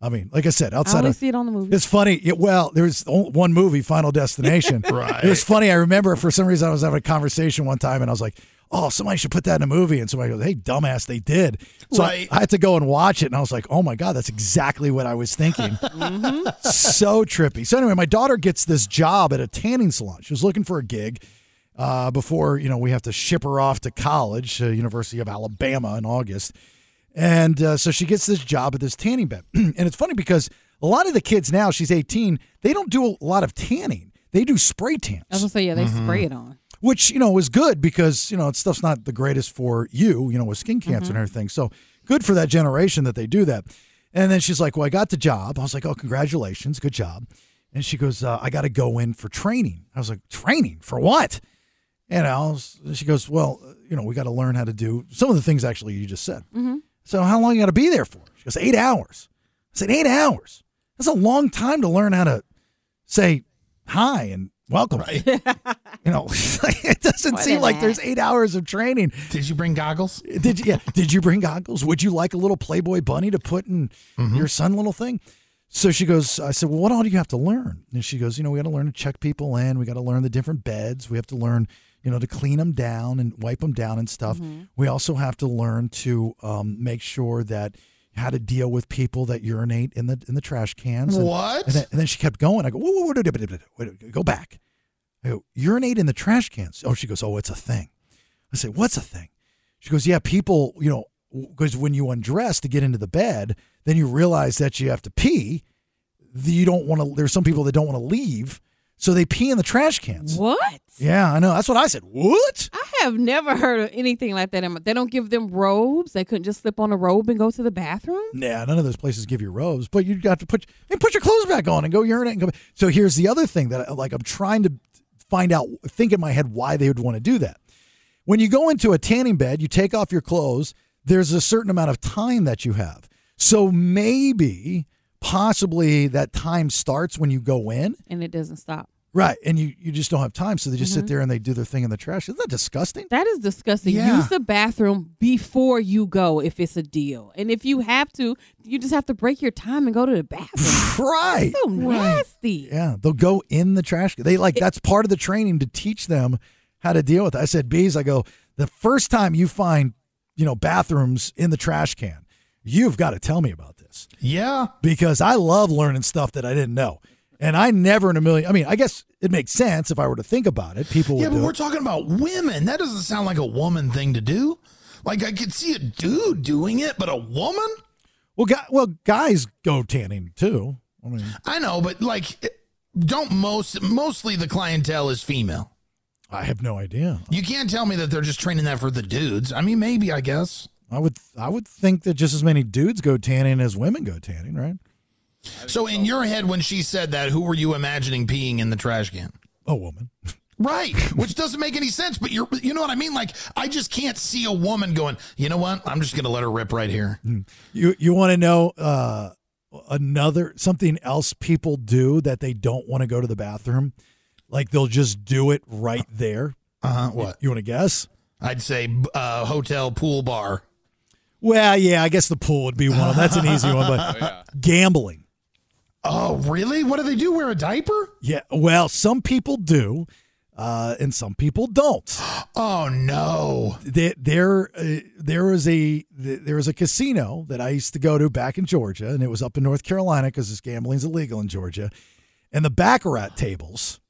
[SPEAKER 8] I mean, like I said,
[SPEAKER 9] I
[SPEAKER 8] outside
[SPEAKER 9] only
[SPEAKER 8] of
[SPEAKER 9] see it on the movie.
[SPEAKER 8] It's funny. It, well, there was o- one movie, Final Destination.
[SPEAKER 7] Right.
[SPEAKER 8] It was funny. I remember for some reason I was having a conversation one time and I was like, oh, somebody should put that in a movie. And somebody goes, hey, dumbass, they did. So
[SPEAKER 7] Right.
[SPEAKER 8] I, I had to go and watch it. And I was like, oh my God, that's exactly what I was thinking.
[SPEAKER 7] Mm-hmm.
[SPEAKER 8] so trippy. So anyway, my daughter gets this job at a tanning salon. She was looking for a gig. Uh, before you know, we have to ship her off to college, uh, University of Alabama in August, and uh, so she gets this job at this tanning bed. and it's funny because a lot of the kids now, she's 18, they don't do a lot of tanning. They do spray tans.
[SPEAKER 9] I was gonna say, yeah, they spray it on.
[SPEAKER 8] which you know was good because you know it's stuff's not the greatest for you, you know, with skin cancer and
[SPEAKER 6] Mhm.
[SPEAKER 8] everything. So good for that generation that they do that. And then she's like, "Well, I got the job." I was like, "Oh, congratulations, good job." And she goes, uh, "I got to go in for training." I was like, "Training for what?" And I was, she goes, "Well, you know, we got to learn how to do some of the things actually you just said."
[SPEAKER 7] Mm-hmm.
[SPEAKER 9] Mhm.
[SPEAKER 8] So how long you got to be there for? She goes, eight hours. I said, eight hours. That's a long time to learn how to say hi and welcome. you know, it doesn't
[SPEAKER 7] More
[SPEAKER 8] seem
[SPEAKER 7] than
[SPEAKER 8] like
[SPEAKER 7] that.
[SPEAKER 8] there's eight hours of training.
[SPEAKER 7] Did you bring goggles?
[SPEAKER 8] Did you? Yeah. Did you bring goggles? Would you like a little Playboy bunny to put in your son little thing? So she goes. I said, well, what all do you have to learn? And she goes, you know, we got to learn to check people in. We got to learn the different beds. We have to learn, you know, to clean them down and wipe them down and stuff.
[SPEAKER 6] Mhm.
[SPEAKER 8] We also have to learn to um, make sure that how to deal with people that urinate in the in the trash cans. And,
[SPEAKER 7] What?
[SPEAKER 8] And then, and then she kept going. I go, whoa, whoa, whoa, wait, wait, wait, wait, go back. I go, urinate in the trash cans. Oh, she goes, oh, it's a thing. I say, what's a thing? She goes, yeah, people, you know, because when you undress to get into the bed, then you realize that you have to pee. The- You don't want to. There's some people that don't want to leave, so they pee in the trash cans.
[SPEAKER 9] What?
[SPEAKER 8] Yeah, I know. That's what I said. What?
[SPEAKER 9] I have never heard of anything like that. in my- They don't give them robes. They couldn't just slip on a robe and go to the bathroom.
[SPEAKER 8] Nah, none of those places give you robes, but you got to put and put your clothes back on and go urinate. And go. So here's the other thing that I, like I'm trying to find out, think in my head why they would want to do that. When you go into a tanning bed, you take off your clothes. There's a certain amount of time that you have. So maybe, possibly, that time starts when you go in.
[SPEAKER 9] And it doesn't stop.
[SPEAKER 8] Right, and you, you just don't have time, so they just
[SPEAKER 9] Mhm.
[SPEAKER 8] sit there and they do their thing in the trash. Isn't that disgusting?
[SPEAKER 9] That is disgusting.
[SPEAKER 8] Yeah.
[SPEAKER 9] Use the bathroom before you go if it's a deal. And if you have to, you just have to break your time and go to the bathroom.
[SPEAKER 8] right.
[SPEAKER 9] That's so nasty.
[SPEAKER 8] Yeah, they'll go in the trash. can. They like that's part of the training to teach them how to deal with. It. I said, bees. I go the first time you find you know bathrooms in the trash can, you've got to tell me about this.
[SPEAKER 7] Yeah,
[SPEAKER 8] because I love learning stuff that I didn't know, and I never in a million. I mean, I guess it makes sense if I were to think about it. People would.
[SPEAKER 7] Yeah, but
[SPEAKER 8] do
[SPEAKER 7] we're
[SPEAKER 8] it.
[SPEAKER 7] talking about women. That doesn't sound like a woman thing to do. Like I could see a dude doing it, but a woman?
[SPEAKER 8] Well, guy, well, guys go tanning too. I mean,
[SPEAKER 7] I know, but like, it- don't most mostly the clientele is female.
[SPEAKER 8] I have no idea.
[SPEAKER 7] You can't tell me that they're just training that for the dudes. I mean, maybe I guess.
[SPEAKER 8] I would I would think that just as many dudes go tanning as women go tanning, right?
[SPEAKER 7] So in your head, when she said that, who were you imagining peeing in the trash can?
[SPEAKER 8] A woman.
[SPEAKER 7] Right, which doesn't make any sense, but you're, you know what I mean? Like, I just can't see a woman going, you know what? I'm just going to let her rip right here.
[SPEAKER 8] You you want to know uh, another something else people do that they don't want to go to the bathroom, like they'll just do it right there.
[SPEAKER 7] Uh huh. What?
[SPEAKER 8] You, want to guess?
[SPEAKER 7] I'd say uh, hotel pool bar.
[SPEAKER 8] Well, yeah, I guess the pool would be one. of them. That's an easy one, but
[SPEAKER 7] Oh, yeah.
[SPEAKER 8] gambling.
[SPEAKER 7] Oh, really? What do they do? Wear a diaper?
[SPEAKER 8] Yeah. Well, some people do, uh, and some people don't.
[SPEAKER 7] Oh no!
[SPEAKER 8] There, there, uh, there was a th- there was a casino that I used to go to back in Georgia, and it was up in North Carolina because this gambling's illegal in Georgia, and the baccarat tables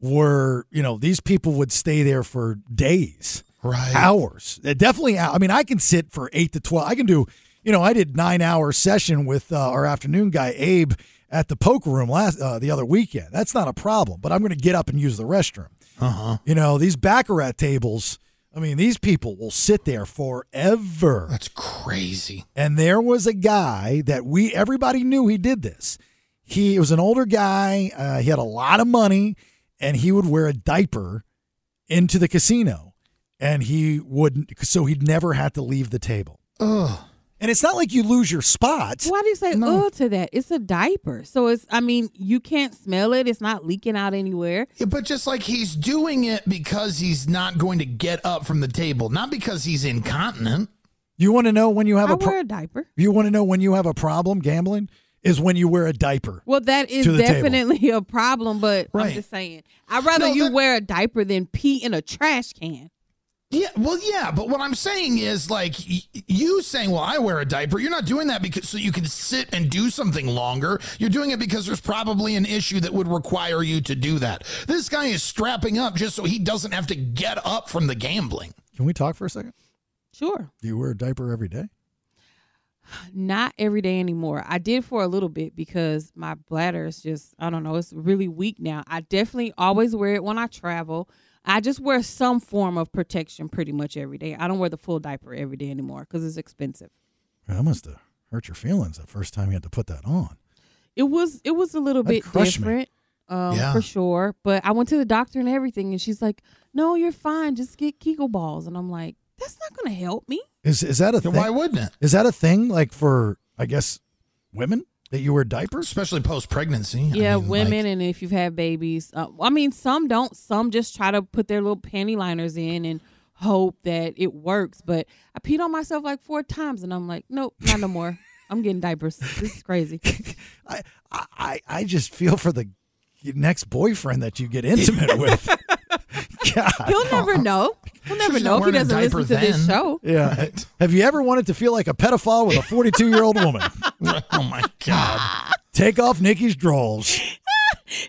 [SPEAKER 8] were you know these people would stay there for days,
[SPEAKER 7] right?
[SPEAKER 8] Hours. Uh, Definitely. hou- I mean, I can sit for eight to twelve. I can do. You know, I did nine hour session with uh, our afternoon guy Abe at the poker room last uh, the other weekend. That's not a problem. But I'm going to get up and use the restroom.
[SPEAKER 7] Uh huh.
[SPEAKER 8] You know, these Baccarat tables, I mean, these people will sit there forever.
[SPEAKER 7] That's crazy.
[SPEAKER 8] And there was a guy that we, everybody knew he did this. He was an older guy, uh, he had a lot of money, and he would wear a diaper into the casino. And he wouldn't, so he'd never had to leave the table.
[SPEAKER 7] Ugh.
[SPEAKER 8] And it's not like you lose your spot.
[SPEAKER 9] Why do you say oh to that? It's a diaper. So it's I mean, you can't smell it. It's not leaking out anywhere.
[SPEAKER 7] Yeah, but just like he's doing it because he's not going to get up from the table, not because he's incontinent.
[SPEAKER 8] You want to know when you have
[SPEAKER 9] I
[SPEAKER 8] a, pro-
[SPEAKER 9] wear a diaper.
[SPEAKER 8] you want to know when you have a problem gambling is when you wear a diaper.
[SPEAKER 9] Well, that is
[SPEAKER 8] To the table.
[SPEAKER 9] definitely a problem, but
[SPEAKER 8] Right.
[SPEAKER 9] I'm just saying. I'd rather you wear a diaper than pee in a trash can.
[SPEAKER 7] Yeah, well, yeah, but what I'm saying is like y- you saying, "Well, I wear a diaper." You're not doing that because so you can sit and do something longer. You're doing it because there's probably an issue that would require you to do that. This guy is strapping up just so he doesn't have to get up from the gambling.
[SPEAKER 8] Can we talk for a second?
[SPEAKER 9] Sure.
[SPEAKER 8] Do you wear a diaper every day?
[SPEAKER 9] Not every day anymore. I did for a little bit because my bladder is just I don't know, it's really weak now. I definitely always wear it when I travel. I just wear some form of protection pretty much every day. I don't wear the full diaper every day anymore because it's expensive.
[SPEAKER 8] That must have hurt your feelings the first time you had to put that on.
[SPEAKER 9] It was it was a little
[SPEAKER 8] That'd
[SPEAKER 9] bit
[SPEAKER 8] crush me.
[SPEAKER 9] different, um,
[SPEAKER 8] Yeah.
[SPEAKER 9] for sure. But I went to the doctor and everything, and she's like, "No, you're fine. Just get Kegel balls." And I'm like, "That's not going to help me."
[SPEAKER 8] Is is that a
[SPEAKER 7] Then
[SPEAKER 8] thing?
[SPEAKER 7] why wouldn't it?
[SPEAKER 8] Is that a thing like for I guess women that you wear diapers,
[SPEAKER 7] especially post pregnancy?
[SPEAKER 9] Yeah, women, and if you've had babies, uh, I mean, some don't. Some just try to put their little panty liners in and hope that it works. But I peed on myself like four times, and I'm like, nope, not no more. I'm getting diapers. This is crazy.
[SPEAKER 8] I I just feel for the next boyfriend that you get intimate with.
[SPEAKER 9] He'll never know. He'll never know if he doesn't listen to this show.
[SPEAKER 8] Yeah. Have you ever wanted to feel like a pedophile with a 42 year old woman?
[SPEAKER 7] oh my god!
[SPEAKER 8] Take off Nikki's drawers.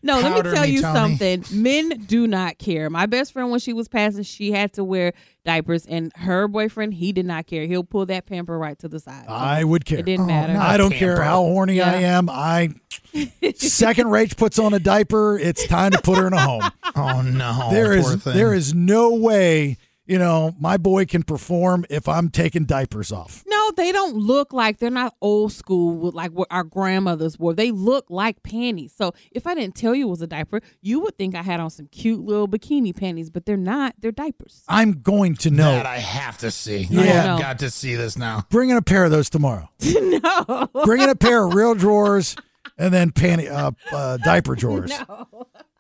[SPEAKER 9] No, let me
[SPEAKER 8] Powder
[SPEAKER 9] tell
[SPEAKER 8] me,
[SPEAKER 9] you
[SPEAKER 8] Tony.
[SPEAKER 9] something. Men do not care. My best friend, when she was passing, she had to wear diapers, and her boyfriend, he did not care. He'll pull that pamper right to the side.
[SPEAKER 8] I would care. Oh,
[SPEAKER 9] It didn't matter.
[SPEAKER 8] I don't care how horny I am. I second Rach puts on a diaper. It's time to put her in a home.
[SPEAKER 7] Oh no!
[SPEAKER 8] there
[SPEAKER 7] poor
[SPEAKER 8] is
[SPEAKER 7] thing.
[SPEAKER 8] there is no way you know my boy can perform if I'm taking diapers off.
[SPEAKER 9] No, they don't look like they're not old school with like what our grandmothers wore. They look like panties. So if I didn't tell you it was a diaper, you would think I had on some cute little bikini panties, but they're not. They're diapers.
[SPEAKER 8] I'm going to know.
[SPEAKER 7] that I have to see.
[SPEAKER 8] Yeah.
[SPEAKER 7] I have
[SPEAKER 8] No.
[SPEAKER 7] got to see this now.
[SPEAKER 8] Bring in a pair of those tomorrow.
[SPEAKER 9] no.
[SPEAKER 8] Bring in a pair of real drawers and then panty uh, uh, diaper drawers.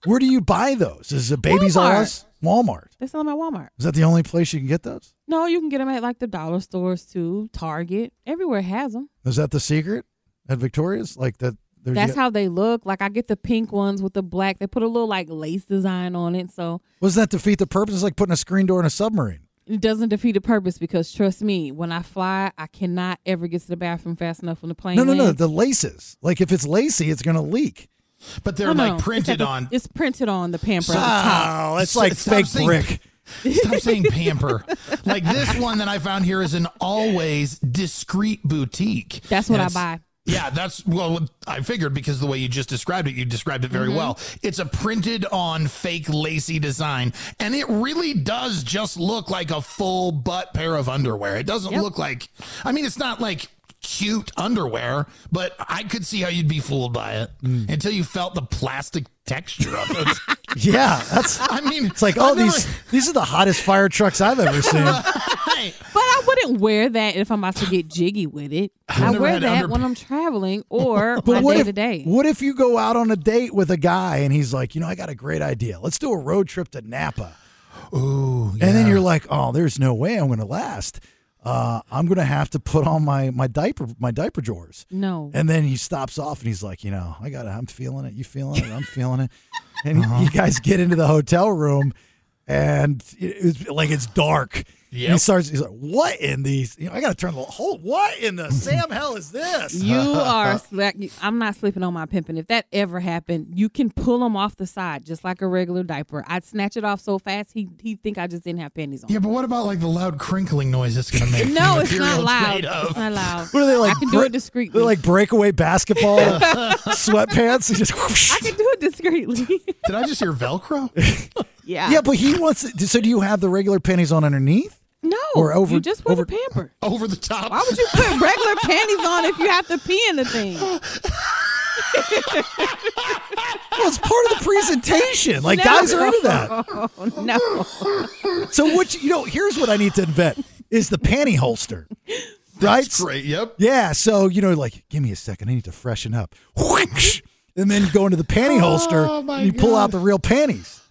[SPEAKER 8] Where do you buy those? Is it Babies R
[SPEAKER 9] Walmart.
[SPEAKER 8] Us? Walmart.
[SPEAKER 9] They sell them at Walmart.
[SPEAKER 8] Is that the only place you can get those?
[SPEAKER 9] No, you can get them at like the dollar stores too, Target. Everywhere has them.
[SPEAKER 8] Is that the secret at Victoria's? Like that? there's-
[SPEAKER 9] That's how they look. Like I get the pink ones with the black. They put a little like lace design on it, so
[SPEAKER 8] Doesn't that defeat the purpose? It's like putting a screen door in a submarine.
[SPEAKER 9] it doesn't defeat the purpose. Because trust me, when I fly, I cannot ever get to the bathroom fast enough when the plane.
[SPEAKER 8] No, no, no.
[SPEAKER 9] lands.
[SPEAKER 8] The laces. Like if it's lacy, it's going to leak.
[SPEAKER 7] But they're
[SPEAKER 9] No, no,
[SPEAKER 7] like
[SPEAKER 9] it's
[SPEAKER 7] printed
[SPEAKER 9] at the-
[SPEAKER 7] on.
[SPEAKER 9] It's printed on the pamper. at the top.
[SPEAKER 8] Oh, it's like
[SPEAKER 7] Stop
[SPEAKER 8] fake
[SPEAKER 7] saying-
[SPEAKER 8] brick.
[SPEAKER 7] Stop saying pamper. like this one that I found here is an always discreet boutique.
[SPEAKER 9] That's what
[SPEAKER 7] And
[SPEAKER 9] I
[SPEAKER 7] it's-
[SPEAKER 9] buy.
[SPEAKER 7] Yeah, that's well. I figured because the way you just described it, you described it very
[SPEAKER 9] Mhm.
[SPEAKER 7] well. It's a printed on fake lacy design, and it really does just look like a full butt pair of underwear. It doesn't
[SPEAKER 9] Yep.
[SPEAKER 7] look like. I mean, it's not like cute underwear, but I could see how you'd be fooled by it
[SPEAKER 8] Mm.
[SPEAKER 7] until you felt the plastic texture of it.
[SPEAKER 8] Yeah, that's.
[SPEAKER 7] I mean,
[SPEAKER 8] it's like
[SPEAKER 7] I
[SPEAKER 8] oh
[SPEAKER 7] never-
[SPEAKER 8] these these are the hottest fire trucks I've ever seen.
[SPEAKER 9] But I wouldn't wear that if I'm about to get jiggy with it. I
[SPEAKER 7] never
[SPEAKER 9] wear
[SPEAKER 7] had
[SPEAKER 9] that
[SPEAKER 7] underp-
[SPEAKER 9] when I'm traveling or my
[SPEAKER 8] But what
[SPEAKER 9] day
[SPEAKER 8] if
[SPEAKER 9] to day.
[SPEAKER 8] what if you go out on a date with a guy and he's like, you know, I got a great idea. Let's do a road trip to Napa.
[SPEAKER 7] Ooh,
[SPEAKER 8] And then you're like, oh, there's no way I'm going to last. Uh, I'm going to have to put on my my diaper my diaper drawers.
[SPEAKER 9] No.
[SPEAKER 8] And then he stops off and he's like, you know, I got to I'm feeling it. You feeling it? I'm feeling it. And
[SPEAKER 7] Uh-huh.
[SPEAKER 8] you guys get into the hotel room and it's like it's dark. Yeah. He starts he's like, "What in these? You know, I got to turn the whole what in the Sam hell is this?"
[SPEAKER 9] You are slack. I'm not sleeping on my pimping. If that ever happened, you can pull them off the side just like a regular diaper. I'd snatch it off so fast he he would think I just didn't have panties on.
[SPEAKER 7] Yeah, but what about like the loud crinkling noise it's gonna make? from
[SPEAKER 9] No,
[SPEAKER 7] the
[SPEAKER 9] it's
[SPEAKER 7] material
[SPEAKER 9] not loud.
[SPEAKER 7] made of?
[SPEAKER 9] It's not loud.
[SPEAKER 8] What are they like?
[SPEAKER 9] I can do
[SPEAKER 8] bre-
[SPEAKER 9] it discreetly.
[SPEAKER 8] They're like breakaway basketball sweatpants. He just
[SPEAKER 9] I can do it discreetly.
[SPEAKER 7] Did I just hear Velcro?
[SPEAKER 9] yeah.
[SPEAKER 8] yeah, but he wants. It. So do you have the regular panties on underneath?
[SPEAKER 9] no.
[SPEAKER 8] or over-
[SPEAKER 9] you just wear
[SPEAKER 8] over-
[SPEAKER 9] the pamper.
[SPEAKER 7] Over the top.
[SPEAKER 9] Why would you put regular panties on if you have to pee in the thing?
[SPEAKER 8] Well, it's part of the presentation. Like
[SPEAKER 9] No.
[SPEAKER 8] guys are into that.
[SPEAKER 9] no.
[SPEAKER 8] So what you, you know? Here's what I need to invent is the panty holster. Right?
[SPEAKER 7] great. Yep.
[SPEAKER 8] Yeah. So you know, like, give me a second. I need to freshen up. Whoosh! And then go into the panty holster.
[SPEAKER 7] Oh, my
[SPEAKER 8] and you pull
[SPEAKER 7] God.
[SPEAKER 8] out the real panties.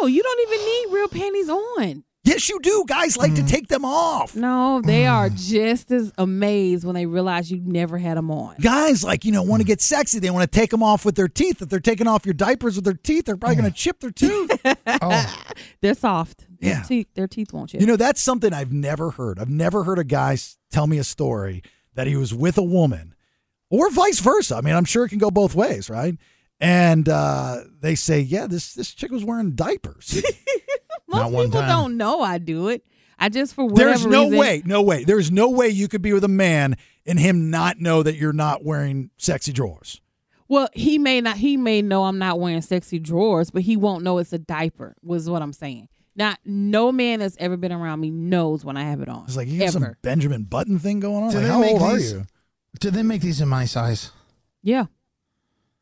[SPEAKER 9] No, you don't even need real panties on.
[SPEAKER 8] Yes, you do. Guys like to
[SPEAKER 7] Mm.
[SPEAKER 8] take them off.
[SPEAKER 9] No, they are
[SPEAKER 8] Mm.
[SPEAKER 9] just as amazed when they realize you never had them on.
[SPEAKER 8] guys like you know
[SPEAKER 7] Mm.
[SPEAKER 8] want to get sexy they want to take them off with their teeth if they're taking off your diapers with their teeth they're probably going to chip their tooth
[SPEAKER 9] They're soft.
[SPEAKER 8] Yeah.
[SPEAKER 9] Their teeth, their teeth won't chip.
[SPEAKER 8] you know that's something i've never heard i've never heard a guy s- tell me a story that he was with a woman or vice versa i mean i'm sure it can go both ways right and uh, they say yeah this this chick was wearing diapers
[SPEAKER 9] Most
[SPEAKER 7] Not one
[SPEAKER 9] people
[SPEAKER 7] time.
[SPEAKER 9] don't know I do it. I just for whatever
[SPEAKER 8] there's no
[SPEAKER 9] reason-
[SPEAKER 8] way no way there's no way you could be with a man and him not know that you're not wearing sexy drawers
[SPEAKER 9] Well, he may not. He may know I'm not wearing sexy drawers, but he won't know it's a diaper. Was what I'm saying. Not no man that's ever been around me knows when I have it on.
[SPEAKER 8] It's like you got
[SPEAKER 9] ever.
[SPEAKER 8] some Benjamin Button thing going on.
[SPEAKER 7] Do
[SPEAKER 8] Like,
[SPEAKER 7] they
[SPEAKER 8] how
[SPEAKER 7] make
[SPEAKER 8] old are
[SPEAKER 7] these?
[SPEAKER 8] you?
[SPEAKER 7] Do they make these in my size?
[SPEAKER 9] Yeah.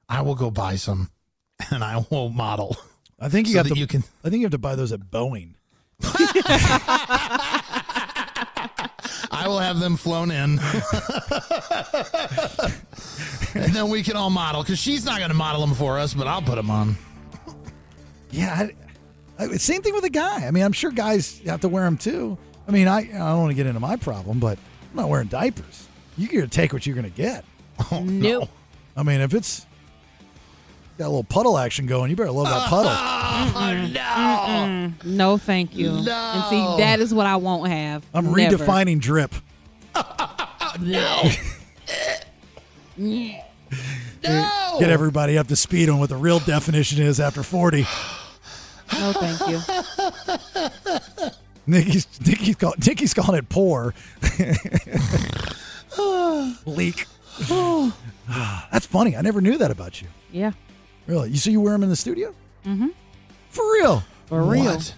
[SPEAKER 7] I will go buy some, and I will model.
[SPEAKER 8] I think you
[SPEAKER 7] so
[SPEAKER 8] got
[SPEAKER 7] that
[SPEAKER 8] to.
[SPEAKER 7] You can.
[SPEAKER 8] I think you have to buy those at Boeing.
[SPEAKER 7] I will have them flown in, and then we can all model. Because she's not going to model them for us, but I'll put them on.
[SPEAKER 8] Yeah. I, I, same thing with a guy. I mean, I'm sure guys have to wear them too. I mean, I I don't want to get into my problem, but I'm not wearing diapers. You're gonna take what you're gonna get.
[SPEAKER 7] Oh,
[SPEAKER 9] nope.
[SPEAKER 8] I mean, if it's got a little puddle action going, you better love that puddle.
[SPEAKER 9] no. No, thank you. And
[SPEAKER 8] No.
[SPEAKER 9] see, that is what I won't have.
[SPEAKER 8] I'm
[SPEAKER 9] Never.
[SPEAKER 8] redefining drip.
[SPEAKER 9] No.
[SPEAKER 8] Get- Get everybody up to speed on what the real definition is after 40.
[SPEAKER 9] No, thank you.
[SPEAKER 8] Nikki's Nikki's, call, Nikki's calling it poor. Leak. That's funny. I never knew that about you.
[SPEAKER 9] Yeah.
[SPEAKER 8] Really? You so you wear them in the studio?
[SPEAKER 9] Mm-hmm.
[SPEAKER 8] For real?
[SPEAKER 9] For real.
[SPEAKER 7] What?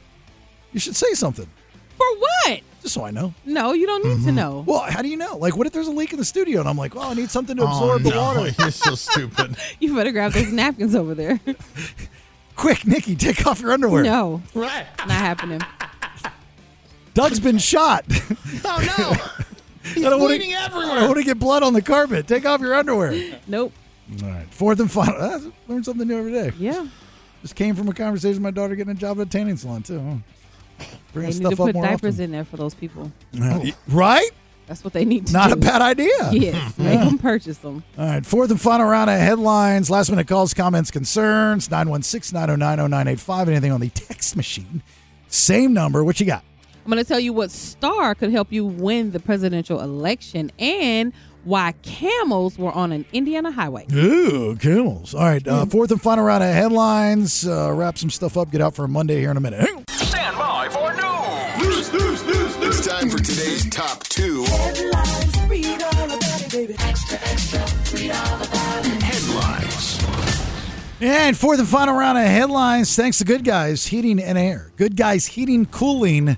[SPEAKER 8] You should say something,
[SPEAKER 9] For what?
[SPEAKER 8] just so I know.
[SPEAKER 9] No, you don't need to
[SPEAKER 8] Mm-hmm.
[SPEAKER 9] know.
[SPEAKER 8] Well, how do you know? Like, what if there's a leak in the studio and I'm like, well, I need something to absorb
[SPEAKER 7] oh,
[SPEAKER 8] the
[SPEAKER 7] no,
[SPEAKER 8] water.
[SPEAKER 7] You're so stupid.
[SPEAKER 9] You better grab those napkins over there.
[SPEAKER 8] Quick, Nikki, take off your underwear.
[SPEAKER 9] No. Right. Not happening.
[SPEAKER 8] Doug's been shot.
[SPEAKER 7] Oh no! He's
[SPEAKER 8] I don't wanna-
[SPEAKER 7] bleeding
[SPEAKER 8] I
[SPEAKER 7] everywhere.
[SPEAKER 8] want to get blood on the carpet. Take off your underwear.
[SPEAKER 9] Nope.
[SPEAKER 8] All right. Fourth and final. Ah, learn something new every day.
[SPEAKER 9] Yeah.
[SPEAKER 8] Just came from a conversation with my daughter getting a job at a tanning salon, too. Huh?
[SPEAKER 9] They
[SPEAKER 8] Bringing
[SPEAKER 9] need
[SPEAKER 8] stuff
[SPEAKER 9] to
[SPEAKER 8] up
[SPEAKER 9] put
[SPEAKER 8] more
[SPEAKER 9] diapers
[SPEAKER 8] often.
[SPEAKER 9] in there for those people.
[SPEAKER 8] Yeah. Right?
[SPEAKER 9] That's what they need to
[SPEAKER 8] Not
[SPEAKER 9] do.
[SPEAKER 8] a bad idea.
[SPEAKER 9] Yes. Make them purchase them.
[SPEAKER 8] All right, fourth and final round of headlines. Last minute calls, comments, concerns, 916 909 0985. Anything on the text machine? Same number. What you got?
[SPEAKER 9] I'm going to tell you what star could help you win the presidential election and why camels were on an Indiana highway.
[SPEAKER 8] Ooh, camels. All right,
[SPEAKER 9] Mm.
[SPEAKER 8] uh, fourth and final round of headlines. Uh, wrap some stuff up. Get out for a Monday here in a minute. Hang on.
[SPEAKER 2] Stand by for news. News, news, news, news.
[SPEAKER 3] It's time for today's top two.
[SPEAKER 2] Headlines.
[SPEAKER 8] And fourth and final round of headlines. Thanks to Good Guys Heating and Air. Good Guys Heating Cooling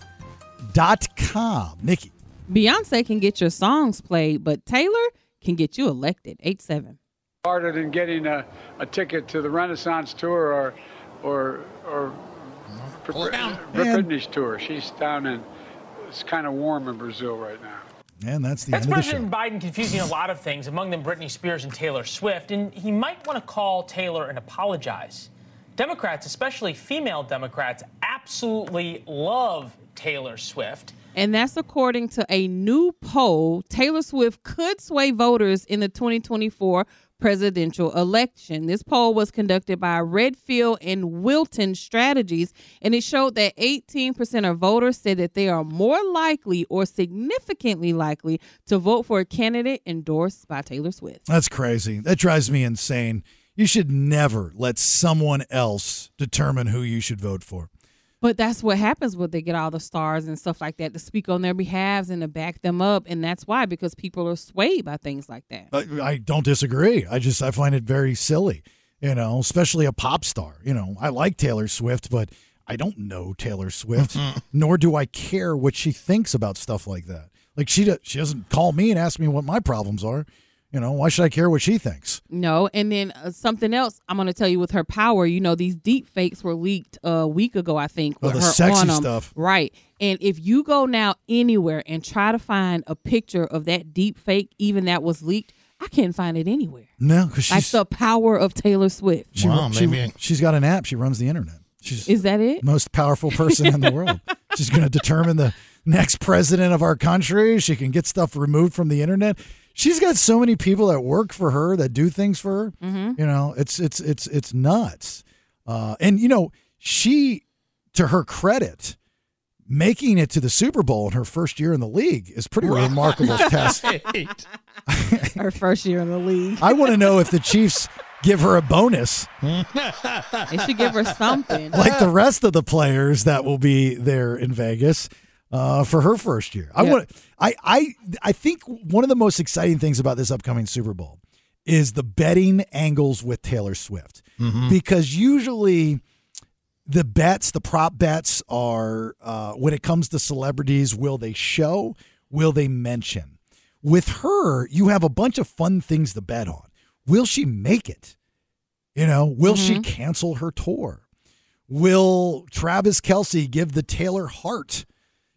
[SPEAKER 8] dot com. Nikki.
[SPEAKER 9] Beyonce can get your songs played, but Taylor can get you elected. 8 7.
[SPEAKER 6] harder than getting a, a ticket to the Renaissance tour or or or Britney's tour. She's down in it's kind of warm in Brazil right now.
[SPEAKER 8] And that's the
[SPEAKER 22] That's
[SPEAKER 8] end of the show.
[SPEAKER 22] President Biden confusing a lot of things, among them Britney Spears and Taylor Swift, and he might want to call Taylor and apologize. Democrats, especially female Democrats, absolutely love Taylor Swift.
[SPEAKER 9] And that's according to a new poll. Taylor Swift could sway voters in the 2024 presidential election. This poll was conducted by Redfield and Wilton Strategies, and it showed that 18% of voters said that they are more likely or significantly likely to vote for a candidate endorsed by Taylor Swift.
[SPEAKER 8] That's crazy. That drives me insane. You should never let someone else determine who you should vote for.
[SPEAKER 9] But that's what happens when they get all the stars and stuff like that to speak on their behalves and to back them up. And that's why, because people are swayed by things like that.
[SPEAKER 8] I, I don't disagree. I just I find it very silly, you know, especially a pop star. You know, I like Taylor Swift, but I don't know Taylor Swift, nor do I care what she thinks about stuff like that. Like she do, she doesn't call me and ask me what my problems are. You know, why should I care what she thinks?
[SPEAKER 9] No, and then uh, something else I'm going to tell you with her power. You know, these deep fakes were leaked a week ago, I think.
[SPEAKER 8] Oh,
[SPEAKER 9] With
[SPEAKER 8] the
[SPEAKER 9] her
[SPEAKER 8] sexy
[SPEAKER 9] on 'em.
[SPEAKER 8] stuff.
[SPEAKER 9] right? And if you go now anywhere and try to find a picture of that deep fake, even that was leaked, I can't find it anywhere.
[SPEAKER 8] No, because
[SPEAKER 9] Like
[SPEAKER 8] she's
[SPEAKER 9] the power of Taylor Swift.
[SPEAKER 8] she, she, she's got an app. She runs the internet. She's
[SPEAKER 9] Is that it?
[SPEAKER 8] most powerful person in the world. She's going to determine the next president of our country. She can get stuff removed from the internet. She's got so many people that work for her that do things for her.
[SPEAKER 9] Mhm.
[SPEAKER 8] You know, it's it's it's it's nuts. Uh, and you know, she, to her credit, making it to the Super Bowl in her first year in the league is pretty remarkable task.
[SPEAKER 9] her first year in the league.
[SPEAKER 8] I want to know if the Chiefs give her a bonus.
[SPEAKER 9] They should give her something.
[SPEAKER 8] like the rest of the players that will be there in Vegas uh, for her first year. I
[SPEAKER 9] Yeah.
[SPEAKER 8] want. I I I think one of the most exciting things about this upcoming Super Bowl is the betting angles with Taylor Swift because usually the bets, the prop bets are uh, when it comes to celebrities, will they show, will they mention? With her, you have a bunch of fun things to bet on. Will she make it? You know, will she cancel her tour? Will Travis Kelsey give the Taylor Hart,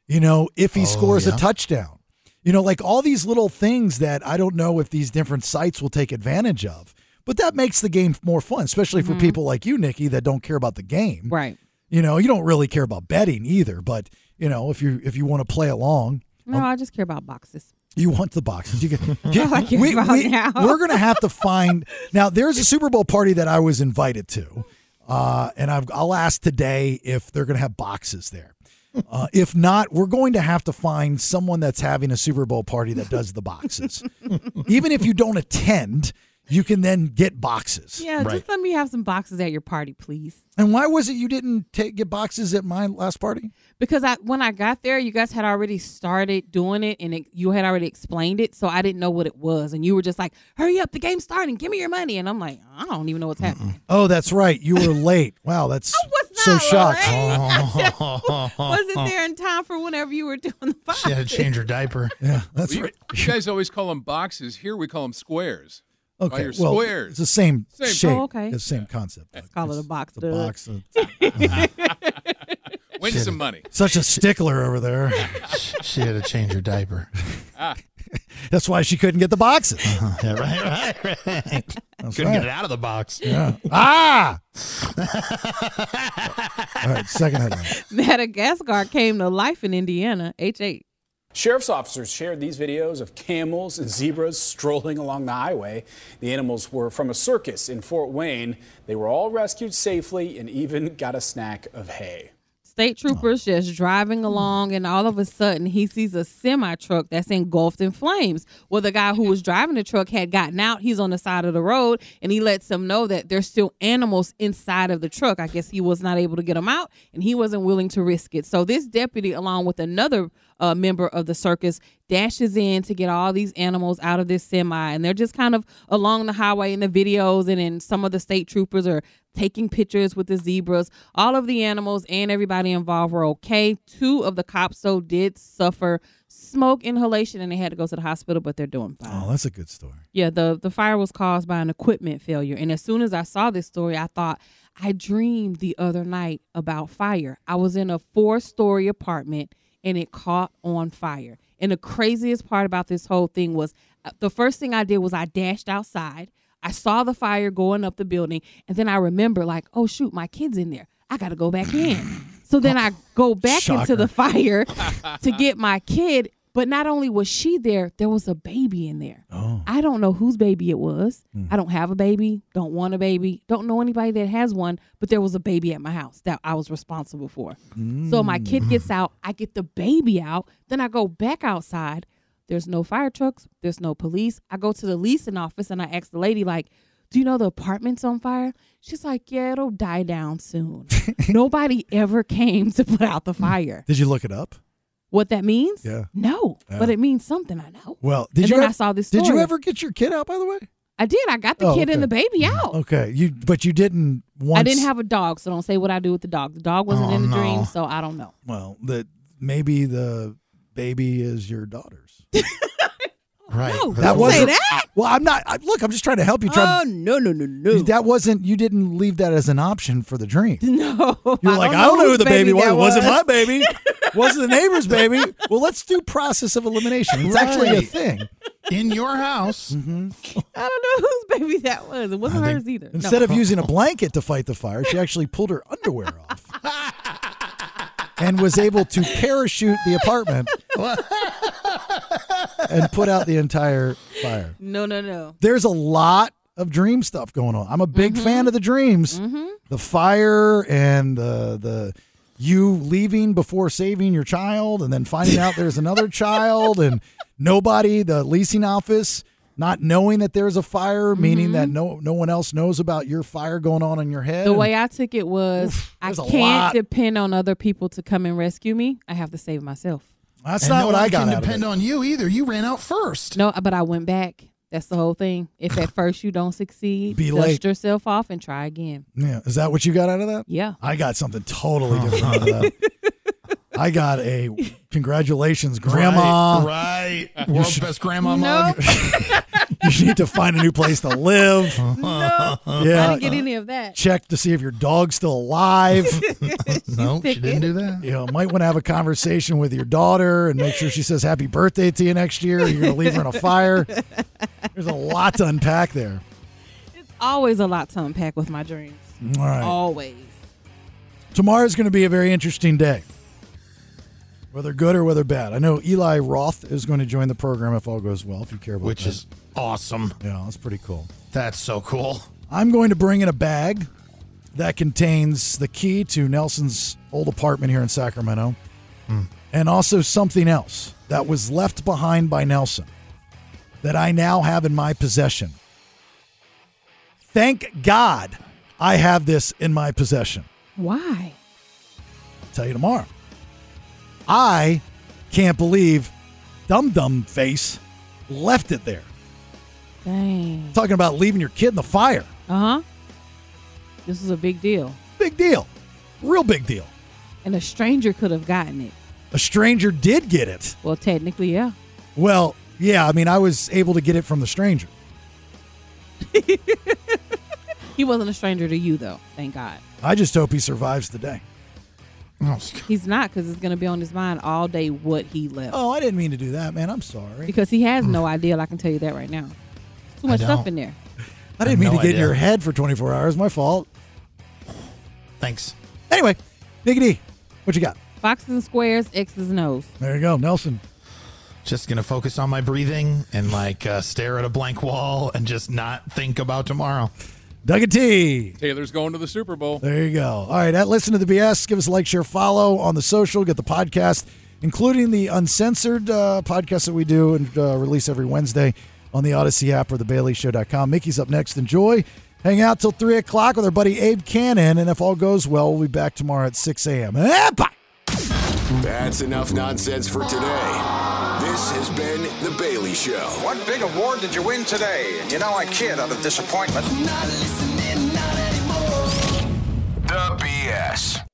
[SPEAKER 8] you know, if he
[SPEAKER 7] Oh,
[SPEAKER 8] scores
[SPEAKER 7] yeah.
[SPEAKER 8] a touchdown? You know, like all these little things that I don't know if these different sites will take advantage of, but that makes the game more fun, especially for people like you, Nikki, that don't care about the game.
[SPEAKER 9] Right.
[SPEAKER 8] You know, you don't really care about betting either, but you know, if you if you want to play along,
[SPEAKER 9] No, I just care about boxes.
[SPEAKER 8] you want the boxes. You can,
[SPEAKER 9] all I care about now.
[SPEAKER 8] We're gonna have to find now. There's a Super Bowl party that I was invited to, uh, and I've, I'll ask today if they're gonna have boxes there. Uh, if not, we're going to have to find someone that's having a Super Bowl party that does the boxes. Even if you don't attend, you can then get boxes.
[SPEAKER 9] Yeah, just let me have some boxes at your party, please.
[SPEAKER 8] And why was it you didn't take get boxes at my last party?
[SPEAKER 9] Because I when I got there, you guys had already started doing it, and it, you had already explained it, so I didn't know what it was, and you were just like, "Hurry up, the game's starting, give me your money," and I'm like, "I don't even know what's happening."
[SPEAKER 8] Oh, that's right. You were late. Wow, that's so shocked.
[SPEAKER 9] Wasn't there in time for whenever you were doing the boxes?
[SPEAKER 7] She had to change her diaper.
[SPEAKER 8] Yeah,
[SPEAKER 10] Well, you, you guys always call them boxes. Here we call them squares. Why,
[SPEAKER 8] Okay,
[SPEAKER 10] you're
[SPEAKER 8] well,
[SPEAKER 10] squares.
[SPEAKER 8] it's the same,
[SPEAKER 10] Same.
[SPEAKER 8] shape,
[SPEAKER 10] Oh, okay.
[SPEAKER 8] the same concept.
[SPEAKER 9] Let's call it a box.
[SPEAKER 8] The box. of-
[SPEAKER 10] Win
[SPEAKER 7] Shit.
[SPEAKER 10] some money.
[SPEAKER 8] Such a stickler over there.
[SPEAKER 7] she had to change her diaper.
[SPEAKER 10] Ah,
[SPEAKER 8] That's why she couldn't get the boxes. Uh-huh.
[SPEAKER 7] Yeah, right, right, right.
[SPEAKER 8] That's
[SPEAKER 7] Couldn't
[SPEAKER 8] right.
[SPEAKER 7] get it out of the box.
[SPEAKER 8] Yeah. Ah! All right, second headline.
[SPEAKER 9] Madagascar came to life in Indiana. H8.
[SPEAKER 5] Sheriff's officers shared these videos of camels and zebras strolling along the highway. The animals were from a circus in Fort Wayne. They were all rescued safely and even got a snack of hay.
[SPEAKER 9] State troopers just driving along, and all of a sudden, he sees a semi truck that's engulfed in flames. Well, the guy who was driving the truck had gotten out. He's on the side of the road, and he lets them know that there's still animals inside of the truck. I guess he was not able to get them out, and he wasn't willing to risk it. So, this deputy, along with another uh, member of the circus, dashes in to get all these animals out of this semi, and they're just kind of along the highway in the videos, and then some of the state troopers are taking pictures with the zebras. All of the animals and everybody involved were okay. Two of the cops, though, did suffer smoke inhalation and they had to go to the hospital, but they're doing fine.
[SPEAKER 8] Oh, that's a good story.
[SPEAKER 9] Yeah, the, the fire was caused by an equipment failure. And as soon as I saw this story, I thought, I dreamed the other night about fire. I was in a four story apartment and it caught on fire. And the craziest part about this whole thing was uh, the first thing I did was I dashed outside. I saw the fire going up the building, and then I remember like, oh shoot, my kid's in there. I gotta go back in. So then I go back into
[SPEAKER 11] Shocker.
[SPEAKER 9] the fire to get my kid. But not only was she there, there was a baby in there. I don't know whose baby it was. I don't have a baby, don't want a baby, don't know anybody that has one, but there was a baby at my house that I was responsible for. So my kid gets out, I get the baby out, then I go back outside. There's no fire trucks, there's no police. I go to the leasing office and I ask the lady, like, do you know the apartment's on fire? She's like, yeah, it'll die down soon. Nobody ever came to put out the fire.
[SPEAKER 8] Did you look it up?
[SPEAKER 9] What that means?
[SPEAKER 8] Yeah.
[SPEAKER 9] No,
[SPEAKER 8] Yeah.
[SPEAKER 9] but it means something. I know.
[SPEAKER 8] Well, did
[SPEAKER 9] And
[SPEAKER 8] you
[SPEAKER 9] then
[SPEAKER 8] ever,
[SPEAKER 9] I saw this.
[SPEAKER 8] Did you
[SPEAKER 9] story.
[SPEAKER 8] ever get your kid out by the way?
[SPEAKER 9] I did. I got the
[SPEAKER 8] Oh,
[SPEAKER 9] kid and
[SPEAKER 8] okay.
[SPEAKER 9] the baby out.
[SPEAKER 8] Okay, you but you didn't once
[SPEAKER 9] Oh. I didn't have a dog, so don't say what I do with the dog. The dog wasn't
[SPEAKER 8] Oh,
[SPEAKER 9] in the
[SPEAKER 8] no.
[SPEAKER 9] dream, so I don't know.
[SPEAKER 8] well, that maybe the baby is your daughter's.
[SPEAKER 7] right.
[SPEAKER 9] No,
[SPEAKER 8] that
[SPEAKER 9] don't say
[SPEAKER 8] wasn't
[SPEAKER 9] that.
[SPEAKER 8] Well, I'm not I, Look, I'm just trying to help you try
[SPEAKER 9] Oh no, no, no, no.
[SPEAKER 8] That wasn't you didn't leave that as an option for the dream.
[SPEAKER 9] No.
[SPEAKER 8] You're like, I don't know who the baby, was.
[SPEAKER 9] that
[SPEAKER 8] It wasn't
[SPEAKER 9] was.
[SPEAKER 8] my baby. wasn't the neighbor's baby. Well, let's do process of elimination. It's actually a
[SPEAKER 7] Right.
[SPEAKER 8] thing.
[SPEAKER 7] In your
[SPEAKER 8] Mm-hmm.
[SPEAKER 7] house.
[SPEAKER 9] I don't know whose baby that was. It wasn't hers either. No.
[SPEAKER 8] Instead of using a blanket to fight the fire, she actually pulled her underwear off and was able to parachute the apartment and put out the entire fire.
[SPEAKER 9] No, no, no.
[SPEAKER 8] There's a lot of dream stuff going on. I'm a big
[SPEAKER 7] Mm-hmm.
[SPEAKER 8] fan of the dreams. The fire and the the you leaving before saving your child and then finding out there's another child and nobody the leasing office not knowing that there's a fire meaning
[SPEAKER 7] Mm-hmm.
[SPEAKER 8] that no no one else knows about your fire going on in your head.
[SPEAKER 9] The way I took it was I
[SPEAKER 8] there's a
[SPEAKER 9] can't
[SPEAKER 8] lot.
[SPEAKER 9] depend on other people to come and rescue me. I have to save myself.
[SPEAKER 8] That's
[SPEAKER 7] And
[SPEAKER 8] not
[SPEAKER 7] no
[SPEAKER 8] what
[SPEAKER 7] one
[SPEAKER 8] I got
[SPEAKER 7] Can
[SPEAKER 8] out of
[SPEAKER 7] depend
[SPEAKER 8] it.
[SPEAKER 7] on you either. You ran out first.
[SPEAKER 9] No, uh, but I went back That's the whole thing. If at first you don't succeed,
[SPEAKER 8] Be
[SPEAKER 9] dust
[SPEAKER 8] late.
[SPEAKER 9] yourself off and try again.
[SPEAKER 8] Yeah. Is that what you got out of that?
[SPEAKER 9] Yeah.
[SPEAKER 8] I got something totally different out of that. I got a congratulations, grandma.
[SPEAKER 7] Right.
[SPEAKER 8] You
[SPEAKER 7] World's
[SPEAKER 8] should-
[SPEAKER 7] best grandma mug.
[SPEAKER 8] you need to find a new place to live.
[SPEAKER 9] No, I
[SPEAKER 8] Yeah.
[SPEAKER 9] didn't get any of that.
[SPEAKER 8] Check to see if your dog's still alive.
[SPEAKER 7] no, she didn't do that.
[SPEAKER 8] You know, might want to have a conversation with your daughter and make sure she says happy birthday to you next year. Or you're going to leave her in a fire. There's a lot to unpack there.
[SPEAKER 9] Always a lot to unpack with my dreams.
[SPEAKER 8] All right.
[SPEAKER 9] Always.
[SPEAKER 8] Tomorrow's going to be a very interesting day, whether good or whether bad. I know Eli Roth is going to join the program if all goes well, if you care about
[SPEAKER 7] Which
[SPEAKER 8] that.
[SPEAKER 7] is awesome.
[SPEAKER 8] Yeah, that's pretty cool.
[SPEAKER 7] That's so cool.
[SPEAKER 8] I'm going to bring in a bag that contains the key to Nelson's old apartment here in Sacramento and also something else that was left behind by Nelson that I now have in my possession. Thank God I have this in my possession.
[SPEAKER 9] Why?
[SPEAKER 8] Tell you tomorrow. I can't believe Dum Dum Face left it there.
[SPEAKER 9] Dang.
[SPEAKER 8] Talking about leaving your kid in the fire.
[SPEAKER 9] Uh huh. This is a big deal.
[SPEAKER 8] Big deal. Real big deal.
[SPEAKER 9] And a stranger could have gotten it.
[SPEAKER 8] A stranger did get it.
[SPEAKER 9] Well, technically, yeah.
[SPEAKER 8] Well, yeah, I mean, I was able to get it from the stranger.
[SPEAKER 9] He wasn't a stranger to you, though. Thank God.
[SPEAKER 8] I just hope he survives the day. Oh,
[SPEAKER 9] He's not because it's going to be on his mind all day what he left.
[SPEAKER 8] Oh, I didn't mean to do that, man. I'm sorry.
[SPEAKER 9] Because he has no idea. I can tell you that right now. Too much stuff
[SPEAKER 8] Hmm. don't.
[SPEAKER 9] in there.
[SPEAKER 8] I didn't mean
[SPEAKER 7] no
[SPEAKER 8] to get in
[SPEAKER 7] idea.
[SPEAKER 8] your head for 24 hours. My fault.
[SPEAKER 7] Thanks.
[SPEAKER 8] Anyway, Biggity, what you got?
[SPEAKER 9] Boxes and squares, X's and O's.
[SPEAKER 8] There you go, Nelson.
[SPEAKER 7] Just gonna focus on my breathing and like uh, stare at a blank wall and just not think about tomorrow.
[SPEAKER 8] Doug and T.
[SPEAKER 10] Taylor's going to the Super Bowl.
[SPEAKER 8] There you go. All right, at listen to the BS. Give us a like, share, follow on the social. Get the podcast, including the uncensored uh, podcast that we do and uh, release every Wednesday on the Odyssey app or the BaileyShow.com. Mickey's up next. Enjoy. Hang out till three o'clock with our buddy Abe Cannon, and if all goes well, we'll be back tomorrow at six a.m. Eh, bye.
[SPEAKER 3] That's enough nonsense for today. This has been The Bailey Show.
[SPEAKER 2] What big award did you win today? You know, I kid out of disappointment. Not listening, not anymore. The BS.